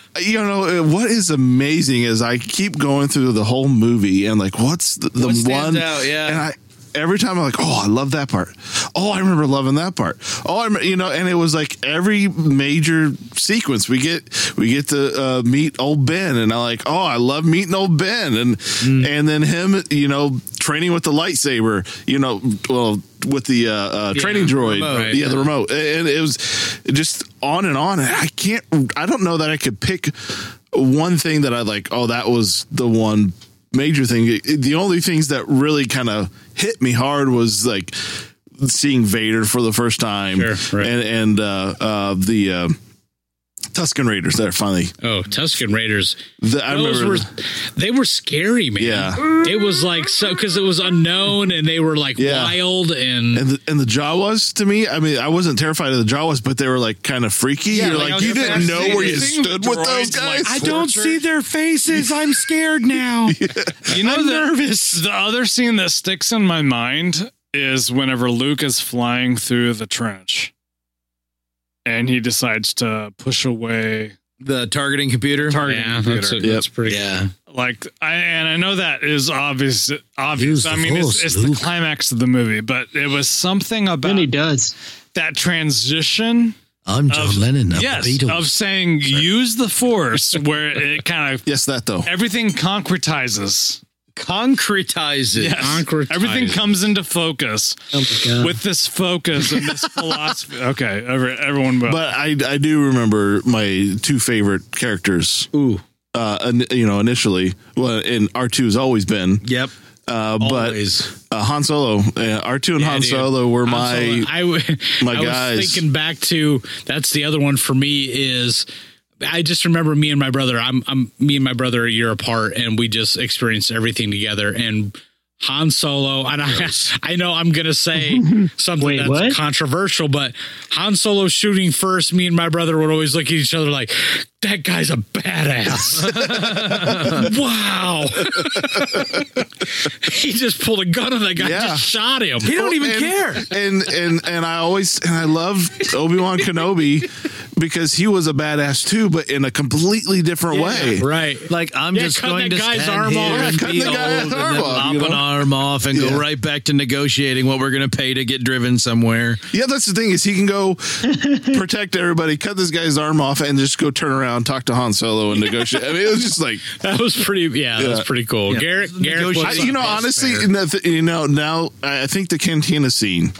[SPEAKER 7] you know uh, what is amazing is I keep going through the whole movie and like what's the, the
[SPEAKER 1] What stands
[SPEAKER 7] one
[SPEAKER 1] out, yeah.
[SPEAKER 7] and I. Every time I'm like, oh, I love that part. Oh, I remember loving that part. Oh, I'm, you know, and it was like every major sequence we get, we get to uh, meet old Ben, and I like, oh, I love meeting old Ben, and
[SPEAKER 1] Mm.
[SPEAKER 7] and then him, you know, training with the lightsaber, you know, well, with the uh, uh, training droid,
[SPEAKER 1] remote.
[SPEAKER 7] yeah, the remote, and it was just on and on. And I can't, I don't know that I could pick one thing that I like. Oh, that was the one major thing. It- The only things that really kind of hit me hard was like seeing Vader for the first time,
[SPEAKER 3] Sure, right.
[SPEAKER 7] and and uh, uh, the uh, Tuscan Raiders that are finally.
[SPEAKER 3] oh, Tuscan Raiders.
[SPEAKER 7] The, I
[SPEAKER 3] Those
[SPEAKER 7] remember.
[SPEAKER 3] were they were scary, man.
[SPEAKER 7] Yeah.
[SPEAKER 3] It was like so because it was unknown and they were like
[SPEAKER 7] Yeah.
[SPEAKER 3] wild and,
[SPEAKER 7] and the, and the Jawas to me, I mean, I wasn't terrified of the Jawas, but they were like kind of freaky.
[SPEAKER 1] like,
[SPEAKER 7] You're
[SPEAKER 1] I
[SPEAKER 7] like,
[SPEAKER 1] was
[SPEAKER 7] you
[SPEAKER 1] gonna
[SPEAKER 7] didn't
[SPEAKER 1] say,
[SPEAKER 7] know
[SPEAKER 1] I've
[SPEAKER 7] where you
[SPEAKER 2] seen the
[SPEAKER 7] stood with
[SPEAKER 2] droids,
[SPEAKER 7] those
[SPEAKER 2] like,
[SPEAKER 7] guys.
[SPEAKER 2] I don't see
[SPEAKER 1] their faces. I'm scared now.
[SPEAKER 2] you know the, the other scene that sticks in my mind is whenever luke is flying through the trench and he decides to push away
[SPEAKER 1] the targeting computer.
[SPEAKER 2] targeting
[SPEAKER 3] yeah,
[SPEAKER 2] computer.
[SPEAKER 3] that's, a, that's pretty
[SPEAKER 1] Yeah.
[SPEAKER 2] like I and I know that is obvious obvious.
[SPEAKER 8] the
[SPEAKER 2] I mean
[SPEAKER 8] force,
[SPEAKER 2] it's, it's the
[SPEAKER 8] Luke.
[SPEAKER 2] climax of the movie, but it was something
[SPEAKER 4] Then he
[SPEAKER 2] about
[SPEAKER 4] does.
[SPEAKER 2] that transition
[SPEAKER 8] I'm John
[SPEAKER 2] Of-
[SPEAKER 8] Lennon. Of
[SPEAKER 2] yes of saying use the force where it kind of
[SPEAKER 7] Yes, that though.
[SPEAKER 2] everything concretizes.
[SPEAKER 1] concretize it.
[SPEAKER 3] Concretize
[SPEAKER 2] Everything
[SPEAKER 3] it.
[SPEAKER 2] comes into focus
[SPEAKER 4] Oh my god.
[SPEAKER 2] with this focus and this philosophy. Okay, every, everyone. Will.
[SPEAKER 7] But I I do remember my two favorite characters.
[SPEAKER 1] Ooh.
[SPEAKER 7] Uh, in- you know, initially, well, and R two has always been.
[SPEAKER 1] Yep.
[SPEAKER 7] Uh, but
[SPEAKER 1] Always.
[SPEAKER 7] uh, Han Solo, uh, R two and Han
[SPEAKER 3] dude.
[SPEAKER 7] Solo were
[SPEAKER 3] I'm
[SPEAKER 7] my.
[SPEAKER 3] so- I, w-
[SPEAKER 7] my
[SPEAKER 3] I
[SPEAKER 7] guys.
[SPEAKER 3] was thinking back to that's the other one for me is I just remember me and my brother. I'm I'm me and my brother a year apart, and we just experienced everything together. And Han Solo, and I, I know I'm gonna say something
[SPEAKER 4] Wait,
[SPEAKER 3] that's
[SPEAKER 4] what?
[SPEAKER 3] controversial, but Han Solo shooting first. Me and my brother would always look at each other like, "That guy's a badass." wow, he just pulled a gun on that guy,
[SPEAKER 7] Yeah.
[SPEAKER 3] just shot him.
[SPEAKER 1] He don't even
[SPEAKER 7] and,
[SPEAKER 1] care.
[SPEAKER 7] And and and I always and I love Obi Wan Kenobi because he was a badass too, but in a completely different way.
[SPEAKER 3] Right.
[SPEAKER 1] Like I'm
[SPEAKER 3] Yeah,
[SPEAKER 1] just
[SPEAKER 3] cut
[SPEAKER 1] going
[SPEAKER 3] that
[SPEAKER 1] to
[SPEAKER 3] guy's
[SPEAKER 1] stand
[SPEAKER 3] arm
[SPEAKER 1] here
[SPEAKER 3] off.
[SPEAKER 1] and
[SPEAKER 7] Cut
[SPEAKER 1] be
[SPEAKER 7] the
[SPEAKER 1] old
[SPEAKER 7] guy's
[SPEAKER 1] and
[SPEAKER 7] arm
[SPEAKER 1] then
[SPEAKER 7] off,
[SPEAKER 1] lop
[SPEAKER 7] you
[SPEAKER 1] an
[SPEAKER 7] know?
[SPEAKER 1] arm off and
[SPEAKER 7] Yeah.
[SPEAKER 1] go right back to negotiating what we're going to pay to get driven somewhere.
[SPEAKER 7] Yeah, that's the thing is he can go protect everybody, cut this guy's arm off, and just go turn around, talk to Han Solo, and negotiate. I mean, it was just like
[SPEAKER 3] That was pretty. Yeah, that was pretty cool.
[SPEAKER 1] Yeah.
[SPEAKER 3] Garrett, Garrett,
[SPEAKER 7] I,
[SPEAKER 3] what's
[SPEAKER 1] Negotiate-
[SPEAKER 7] you know,
[SPEAKER 1] That's
[SPEAKER 7] honestly,
[SPEAKER 1] fair.
[SPEAKER 7] in the th- you know now I I think the cantina scene,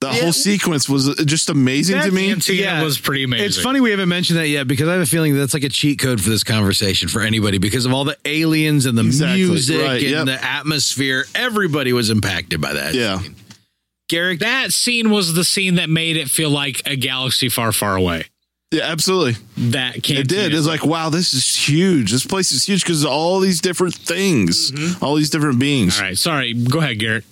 [SPEAKER 7] that whole sequence was just amazing to
[SPEAKER 1] That
[SPEAKER 7] me.
[SPEAKER 3] up? yeah, was pretty amazing.
[SPEAKER 1] It's funny we haven't mentioned that yet because I have a feeling that's like a cheat code for this conversation for anybody because of all the aliens and the
[SPEAKER 7] Exactly,
[SPEAKER 1] music
[SPEAKER 7] right,
[SPEAKER 1] and
[SPEAKER 7] yep.
[SPEAKER 1] the atmosphere. Everybody was impacted by that.
[SPEAKER 7] Yeah.
[SPEAKER 1] Garrick,
[SPEAKER 3] That scene was the scene that made it feel like a galaxy far, far away.
[SPEAKER 7] Yeah, absolutely.
[SPEAKER 3] That can't.
[SPEAKER 7] It did. It's like, wow, this is huge. This place is huge because all these different things, all these different beings.
[SPEAKER 3] All right. Sorry. Go ahead, Garrett.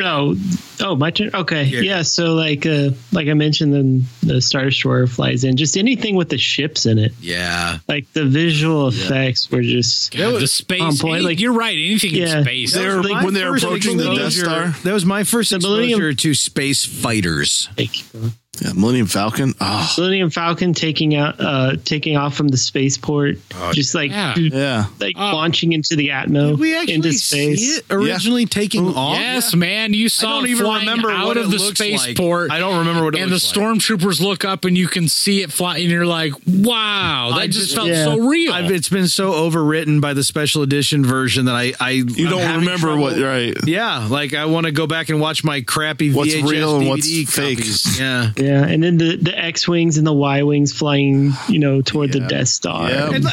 [SPEAKER 4] Oh, oh, my turn. Okay, yeah. so, like, uh, like I mentioned, then the Star Destroyer flies in. Just anything with the ships in it,
[SPEAKER 1] yeah,
[SPEAKER 4] like the visual effects were just.
[SPEAKER 3] God, the space.
[SPEAKER 4] on point,
[SPEAKER 3] any-
[SPEAKER 4] like-
[SPEAKER 3] you're right. Anything
[SPEAKER 4] Yeah.
[SPEAKER 3] in space.
[SPEAKER 7] They were-
[SPEAKER 1] My
[SPEAKER 7] when they were
[SPEAKER 1] first
[SPEAKER 7] approaching the Death
[SPEAKER 1] exposure-
[SPEAKER 7] Star.
[SPEAKER 1] That was my first
[SPEAKER 4] Millennium-
[SPEAKER 1] exposure to space fighters.
[SPEAKER 4] Thank you.
[SPEAKER 7] Yeah, Millennium Falcon. Oh,
[SPEAKER 4] Millennium Falcon taking out, uh, taking off from the spaceport, just like
[SPEAKER 3] yeah.
[SPEAKER 4] dude,
[SPEAKER 7] yeah.
[SPEAKER 4] like
[SPEAKER 3] Oh.
[SPEAKER 4] launching into the atmo,
[SPEAKER 1] Did we actually
[SPEAKER 4] Oh, into
[SPEAKER 1] see
[SPEAKER 4] space.
[SPEAKER 1] it originally taking off?
[SPEAKER 3] Yes, man. You saw
[SPEAKER 1] don't
[SPEAKER 3] it
[SPEAKER 1] even
[SPEAKER 3] flying
[SPEAKER 1] remember
[SPEAKER 3] out
[SPEAKER 1] what
[SPEAKER 3] of
[SPEAKER 1] it
[SPEAKER 3] the
[SPEAKER 1] looks like.
[SPEAKER 3] spaceport.
[SPEAKER 1] I don't remember what it
[SPEAKER 3] And the
[SPEAKER 1] looks like.
[SPEAKER 3] stormtroopers look up, and you can see it fly, and you're like, "Wow, that
[SPEAKER 1] I
[SPEAKER 3] just,
[SPEAKER 1] just-
[SPEAKER 3] felt
[SPEAKER 4] Yeah.
[SPEAKER 3] so real."
[SPEAKER 1] I've, it's been so overwritten by the special edition version that I, I
[SPEAKER 7] You don't remember what, right?
[SPEAKER 1] Yeah, like I want to go back and watch my crappy
[SPEAKER 7] What's
[SPEAKER 1] VHS
[SPEAKER 7] real and
[SPEAKER 1] DVD
[SPEAKER 7] what's fake.
[SPEAKER 1] copies. Yeah,
[SPEAKER 4] Yeah, and then the, the X wings and the Y wings flying, you know, toward the Death Star,
[SPEAKER 7] Yeah.
[SPEAKER 1] uh,
[SPEAKER 4] And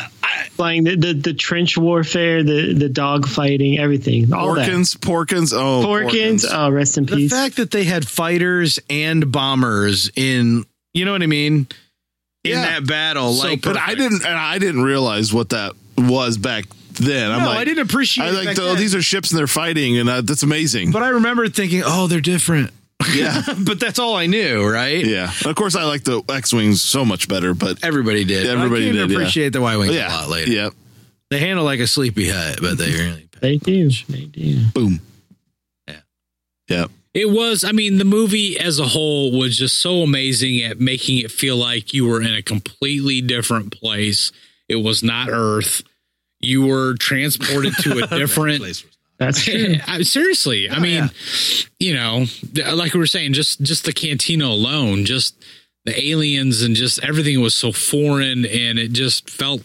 [SPEAKER 4] flying the, the the trench warfare, the the dog fighting, everything, all
[SPEAKER 7] Porkins, Porkins. Oh,
[SPEAKER 4] that. Porkins, oh, rest in
[SPEAKER 1] the
[SPEAKER 4] peace.
[SPEAKER 1] fact that they had fighters and bombers in, you know what I mean, in
[SPEAKER 7] Yeah.
[SPEAKER 1] that battle,
[SPEAKER 7] So,
[SPEAKER 1] like,
[SPEAKER 7] but I didn't, and I didn't realize what that was back then. I'm
[SPEAKER 1] No,
[SPEAKER 7] like,
[SPEAKER 1] I didn't appreciate.
[SPEAKER 7] I
[SPEAKER 1] it
[SPEAKER 7] like,
[SPEAKER 1] back
[SPEAKER 7] oh,
[SPEAKER 1] then.
[SPEAKER 7] these are ships and they're fighting, and uh, that's amazing.
[SPEAKER 1] But I remember thinking, oh, they're different.
[SPEAKER 7] yeah,
[SPEAKER 1] But that's all I knew, right?
[SPEAKER 7] yeah. Of course, I like the X wings so much better, but
[SPEAKER 1] Everybody did.
[SPEAKER 7] Yeah, everybody
[SPEAKER 1] I came to
[SPEAKER 7] did, yeah.
[SPEAKER 1] appreciate the Y wings
[SPEAKER 7] yeah,
[SPEAKER 1] a lot later.
[SPEAKER 7] yeah.
[SPEAKER 1] They handle like a sleepy hut, but they really.
[SPEAKER 4] they do, they do.
[SPEAKER 7] Boom.
[SPEAKER 1] Yeah.
[SPEAKER 7] Yeah.
[SPEAKER 3] It was, I mean, the movie as a whole was just so amazing at making it feel like you were in a completely different place. It was not Earth. You were transported to a different.
[SPEAKER 4] That's true.
[SPEAKER 1] Mm.
[SPEAKER 3] I- seriously,
[SPEAKER 1] Oh,
[SPEAKER 3] I mean, you know, th- like we were saying, just just the cantina alone, just the aliens and just everything was so foreign, and it just felt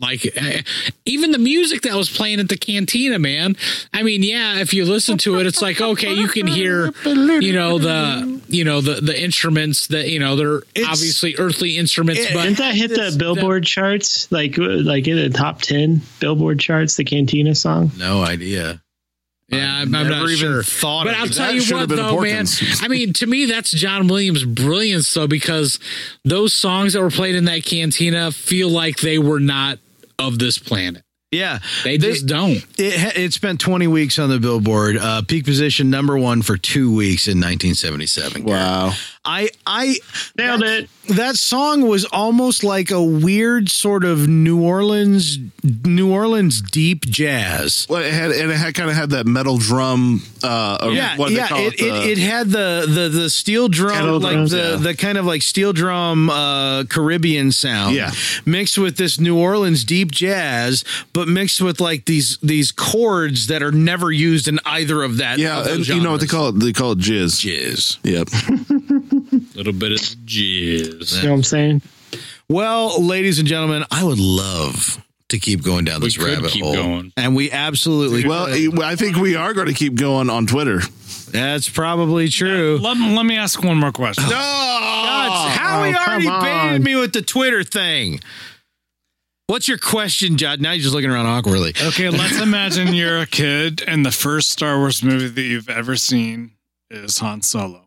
[SPEAKER 3] like eh, even the music that was playing at the cantina, man. I mean, yeah, if you listen to it, it's like okay, you can hear, you know, the you know the the instruments that you know they're obviously earthly instruments, but
[SPEAKER 4] Didn't that hit the Billboard charts? Like, uh, like in the top ten Billboard charts, the Cantina song.
[SPEAKER 1] No idea.
[SPEAKER 3] yeah, I'm, I'm
[SPEAKER 1] Never
[SPEAKER 3] not
[SPEAKER 1] even
[SPEAKER 3] sure.
[SPEAKER 1] thought
[SPEAKER 3] But
[SPEAKER 1] of
[SPEAKER 3] I'll
[SPEAKER 1] it.
[SPEAKER 3] tell
[SPEAKER 7] That
[SPEAKER 3] you
[SPEAKER 7] should
[SPEAKER 3] what,
[SPEAKER 7] have been
[SPEAKER 3] though, man.
[SPEAKER 7] Porkins.
[SPEAKER 3] I mean, to me, that's John Williams' brilliance, though, because those songs that were played in that cantina feel like they were not of this planet.
[SPEAKER 1] Yeah,
[SPEAKER 3] They,
[SPEAKER 1] They-
[SPEAKER 3] just don't.
[SPEAKER 1] It, ha- it spent 20 weeks on the Billboard, uh, peak position number one for two weeks in 1977.
[SPEAKER 7] Wow.
[SPEAKER 1] I, I,
[SPEAKER 4] Nailed it.
[SPEAKER 1] that song was almost like a weird sort of New Orleans, New Orleans deep jazz.
[SPEAKER 7] Well, it had and it had kind of had that metal drum. Uh, or
[SPEAKER 1] Yeah,
[SPEAKER 7] what do they
[SPEAKER 1] yeah.
[SPEAKER 7] call
[SPEAKER 1] It,
[SPEAKER 7] it, uh,
[SPEAKER 1] it,
[SPEAKER 7] The-
[SPEAKER 1] it had the the the steel drum,
[SPEAKER 4] Kettle
[SPEAKER 1] like
[SPEAKER 4] drums,
[SPEAKER 1] the
[SPEAKER 7] yeah.
[SPEAKER 1] the kind of like steel drum uh, Caribbean sound,
[SPEAKER 7] Yeah.
[SPEAKER 1] mixed with this New Orleans deep jazz, but mixed with like these these chords that are never used in either of that.
[SPEAKER 7] yeah,
[SPEAKER 1] of
[SPEAKER 7] and
[SPEAKER 1] those
[SPEAKER 7] you know what they
[SPEAKER 1] genres.
[SPEAKER 7] call it? They call it jizz.
[SPEAKER 1] Jizz.
[SPEAKER 7] Yep.
[SPEAKER 3] A little bit of jizz.
[SPEAKER 4] You know what I'm saying?
[SPEAKER 1] Well, ladies and gentlemen, I would love to keep going down
[SPEAKER 3] We
[SPEAKER 1] this
[SPEAKER 3] could
[SPEAKER 1] rabbit
[SPEAKER 3] keep
[SPEAKER 1] hole.
[SPEAKER 3] going.
[SPEAKER 1] And we absolutely
[SPEAKER 7] Well, it- I think we are going to keep going on Twitter.
[SPEAKER 1] That's probably true.
[SPEAKER 2] Let, let me ask one more question.
[SPEAKER 1] No, Howie
[SPEAKER 7] Oh,
[SPEAKER 4] come
[SPEAKER 1] already baited
[SPEAKER 4] on.
[SPEAKER 1] me with the Twitter thing. What's your question, John? Now you're just looking around awkwardly.
[SPEAKER 2] Okay, let's imagine you're a kid and the first Star Wars movie that you've ever seen is Han Solo.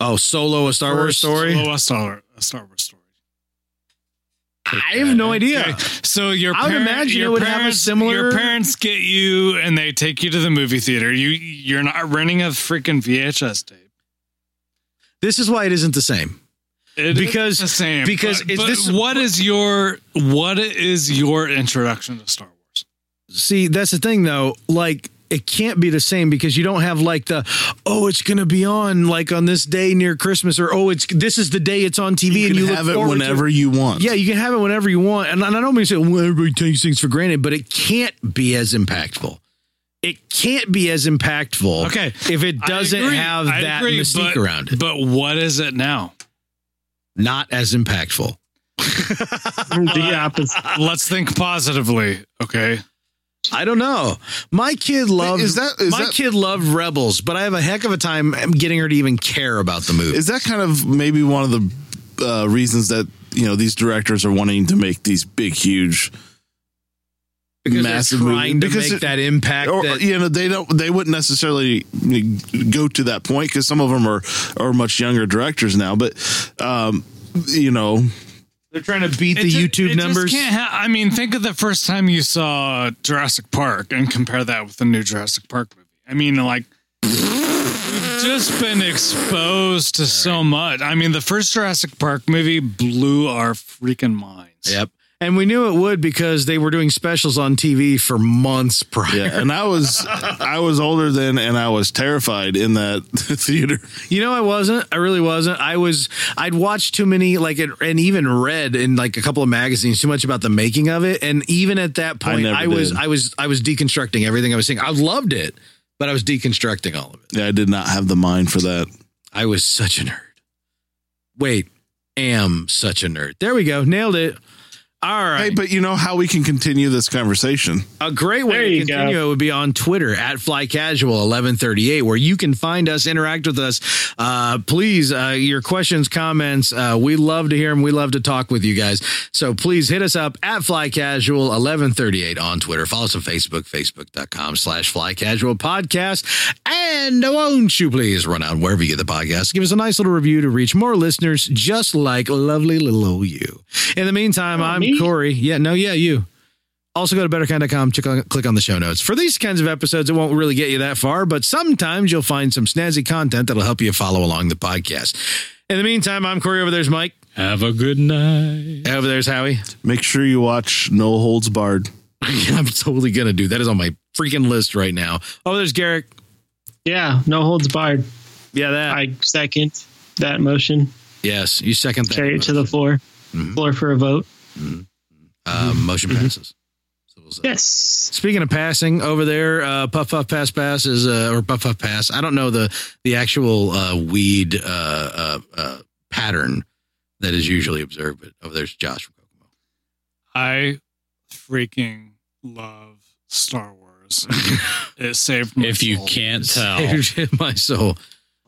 [SPEAKER 1] Oh, solo a Star Wars
[SPEAKER 2] First
[SPEAKER 1] story?
[SPEAKER 2] Solo, a Star, a Star Wars story.
[SPEAKER 1] I have no idea.
[SPEAKER 2] So your
[SPEAKER 1] I would
[SPEAKER 2] parent-
[SPEAKER 1] imagine
[SPEAKER 2] your
[SPEAKER 1] it would have a
[SPEAKER 2] parents,
[SPEAKER 1] similar-
[SPEAKER 2] Your parents get you and they take you to the movie theater. You you're not renting a freaking VHS tape.
[SPEAKER 1] This is why it isn't the same.
[SPEAKER 2] It is
[SPEAKER 1] Because-
[SPEAKER 2] the same.
[SPEAKER 1] because
[SPEAKER 2] but,
[SPEAKER 1] is
[SPEAKER 2] but
[SPEAKER 1] this-
[SPEAKER 2] what is your what is your introduction to Star Wars?
[SPEAKER 1] See, that's the thing though. Like it can't be the same because you don't have like the oh, it's going to be on like on this day near Christmas or oh, it's this is the day it's on TV
[SPEAKER 7] You
[SPEAKER 1] and
[SPEAKER 7] can
[SPEAKER 1] you look
[SPEAKER 7] have it
[SPEAKER 1] forward to
[SPEAKER 7] whenever you want.
[SPEAKER 1] Yeah, you can have it whenever you want. And I and I don't mean to say well, everybody takes things for granted, but it can't be as impactful. It can't be as impactful.
[SPEAKER 2] Okay.
[SPEAKER 1] If it
[SPEAKER 2] I
[SPEAKER 1] doesn't
[SPEAKER 2] agree.
[SPEAKER 1] have
[SPEAKER 2] I
[SPEAKER 1] that
[SPEAKER 2] agree,
[SPEAKER 1] mystique
[SPEAKER 2] but-
[SPEAKER 1] around it,
[SPEAKER 2] But what is it now?
[SPEAKER 1] not as impactful.
[SPEAKER 4] the opposite.
[SPEAKER 2] Let's think positively. Okay.
[SPEAKER 1] I don't know. My kid loved
[SPEAKER 7] is that- is
[SPEAKER 1] my
[SPEAKER 7] that-
[SPEAKER 1] kid loved Rebels, but I have a heck of a time getting her to even care about the movie.
[SPEAKER 7] Is that kind of maybe one of the uh, reasons that you know these directors are wanting to make these big, huge,
[SPEAKER 1] because
[SPEAKER 7] massive
[SPEAKER 1] they're
[SPEAKER 7] movie.
[SPEAKER 1] trying to
[SPEAKER 7] Because
[SPEAKER 1] make
[SPEAKER 7] it- Oh,
[SPEAKER 1] that impact.
[SPEAKER 7] or
[SPEAKER 1] that-
[SPEAKER 7] you know they don't they wouldn't necessarily go to that point because some of them are are much younger directors now, but um, you know
[SPEAKER 1] they're trying to beat
[SPEAKER 2] It
[SPEAKER 1] the
[SPEAKER 2] ju- it
[SPEAKER 1] YouTube
[SPEAKER 2] just
[SPEAKER 1] numbers.
[SPEAKER 2] can't ha- I mean, think of the first time you saw Jurassic Park and compare that with the new Jurassic Park movie. I mean, like, we've just been exposed to so much. I mean, the first Jurassic Park movie blew our freaking minds.
[SPEAKER 1] Yep. And we knew it would because they were doing specials on TV for months prior.
[SPEAKER 7] Yeah, and I was I was older then, and I was terrified in that theater.
[SPEAKER 1] You know, I wasn't. I really wasn't. I was. I'd watched too many, like, and and even read in like a couple of magazines too much about the making of it. And even at that point,
[SPEAKER 7] never
[SPEAKER 1] I, was,
[SPEAKER 7] did.
[SPEAKER 1] I was, I was deconstructing everything I was seeing. I loved it, but I was deconstructing all of it.
[SPEAKER 7] Yeah, I did not have the mind for that.
[SPEAKER 1] I was such a nerd. Wait, am such a nerd. There we go. Nailed it. All
[SPEAKER 7] Hey,
[SPEAKER 1] right.
[SPEAKER 7] but you know how we can continue this conversation?
[SPEAKER 1] A great
[SPEAKER 4] There
[SPEAKER 1] way to
[SPEAKER 4] you go.
[SPEAKER 1] continue it would be on Twitter at Fly Casual 1138, where you can find us, interact with us. Uh, please, uh, your questions, comments. Uh, we love to hear them. We love to talk with you guys. So please hit us up at Fly Casual 1138 on Twitter. Follow us on Facebook, facebook.com slash Fly Casual Podcast. And won't you please run out wherever you get the podcast? Give us a nice little review to reach more listeners, just like lovely little old you. In the meantime,
[SPEAKER 4] Oh,
[SPEAKER 1] I'm
[SPEAKER 4] me?
[SPEAKER 1] Corey. Yeah, no, yeah, you. Also, go to betterkind.com, check on, click on the show notes. For these kinds of episodes, it won't really get you that far, but sometimes you'll find some snazzy content that'll help you follow along the podcast. In the meantime, I'm Corey. Over there's Mike.
[SPEAKER 3] Have a good night.
[SPEAKER 1] Over there's Howie.
[SPEAKER 7] Make sure you watch No Holds Barred.
[SPEAKER 1] I'm totally going to do that. Is on my freaking list right now. Over there's Garrick.
[SPEAKER 4] Yeah, no holds barred.
[SPEAKER 1] Yeah, that.
[SPEAKER 4] I second that motion.
[SPEAKER 1] yes, you second that.
[SPEAKER 4] Carry it to the floor. Floor for a vote.
[SPEAKER 1] Uh, motion
[SPEAKER 4] Mm-hmm.
[SPEAKER 1] passes. So we'll say.
[SPEAKER 4] Yes.
[SPEAKER 1] Speaking of passing, over there, uh, puff puff pass pass is uh, or puff puff pass. I don't know the the actual uh, weed uh, uh, uh, pattern that is usually observed, but over there's Josh from Kokomo.
[SPEAKER 2] I freaking love Star Wars. it saved my
[SPEAKER 3] If you
[SPEAKER 2] soul.
[SPEAKER 3] can't tell,
[SPEAKER 1] Saved my soul.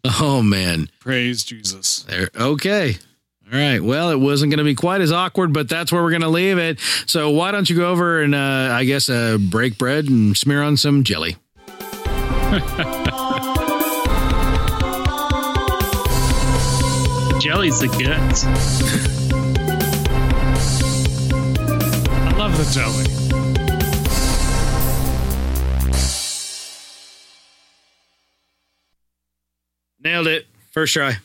[SPEAKER 1] Oh man.
[SPEAKER 2] Praise Jesus.
[SPEAKER 1] There. Okay. All right. Well, it wasn't going to be quite as awkward, but that's where we're going to leave it. So why don't you go over and uh, I guess uh, break bread and smear on some jelly.
[SPEAKER 4] Jelly's the guts.
[SPEAKER 2] I love the jelly.
[SPEAKER 1] Nailed it. First try.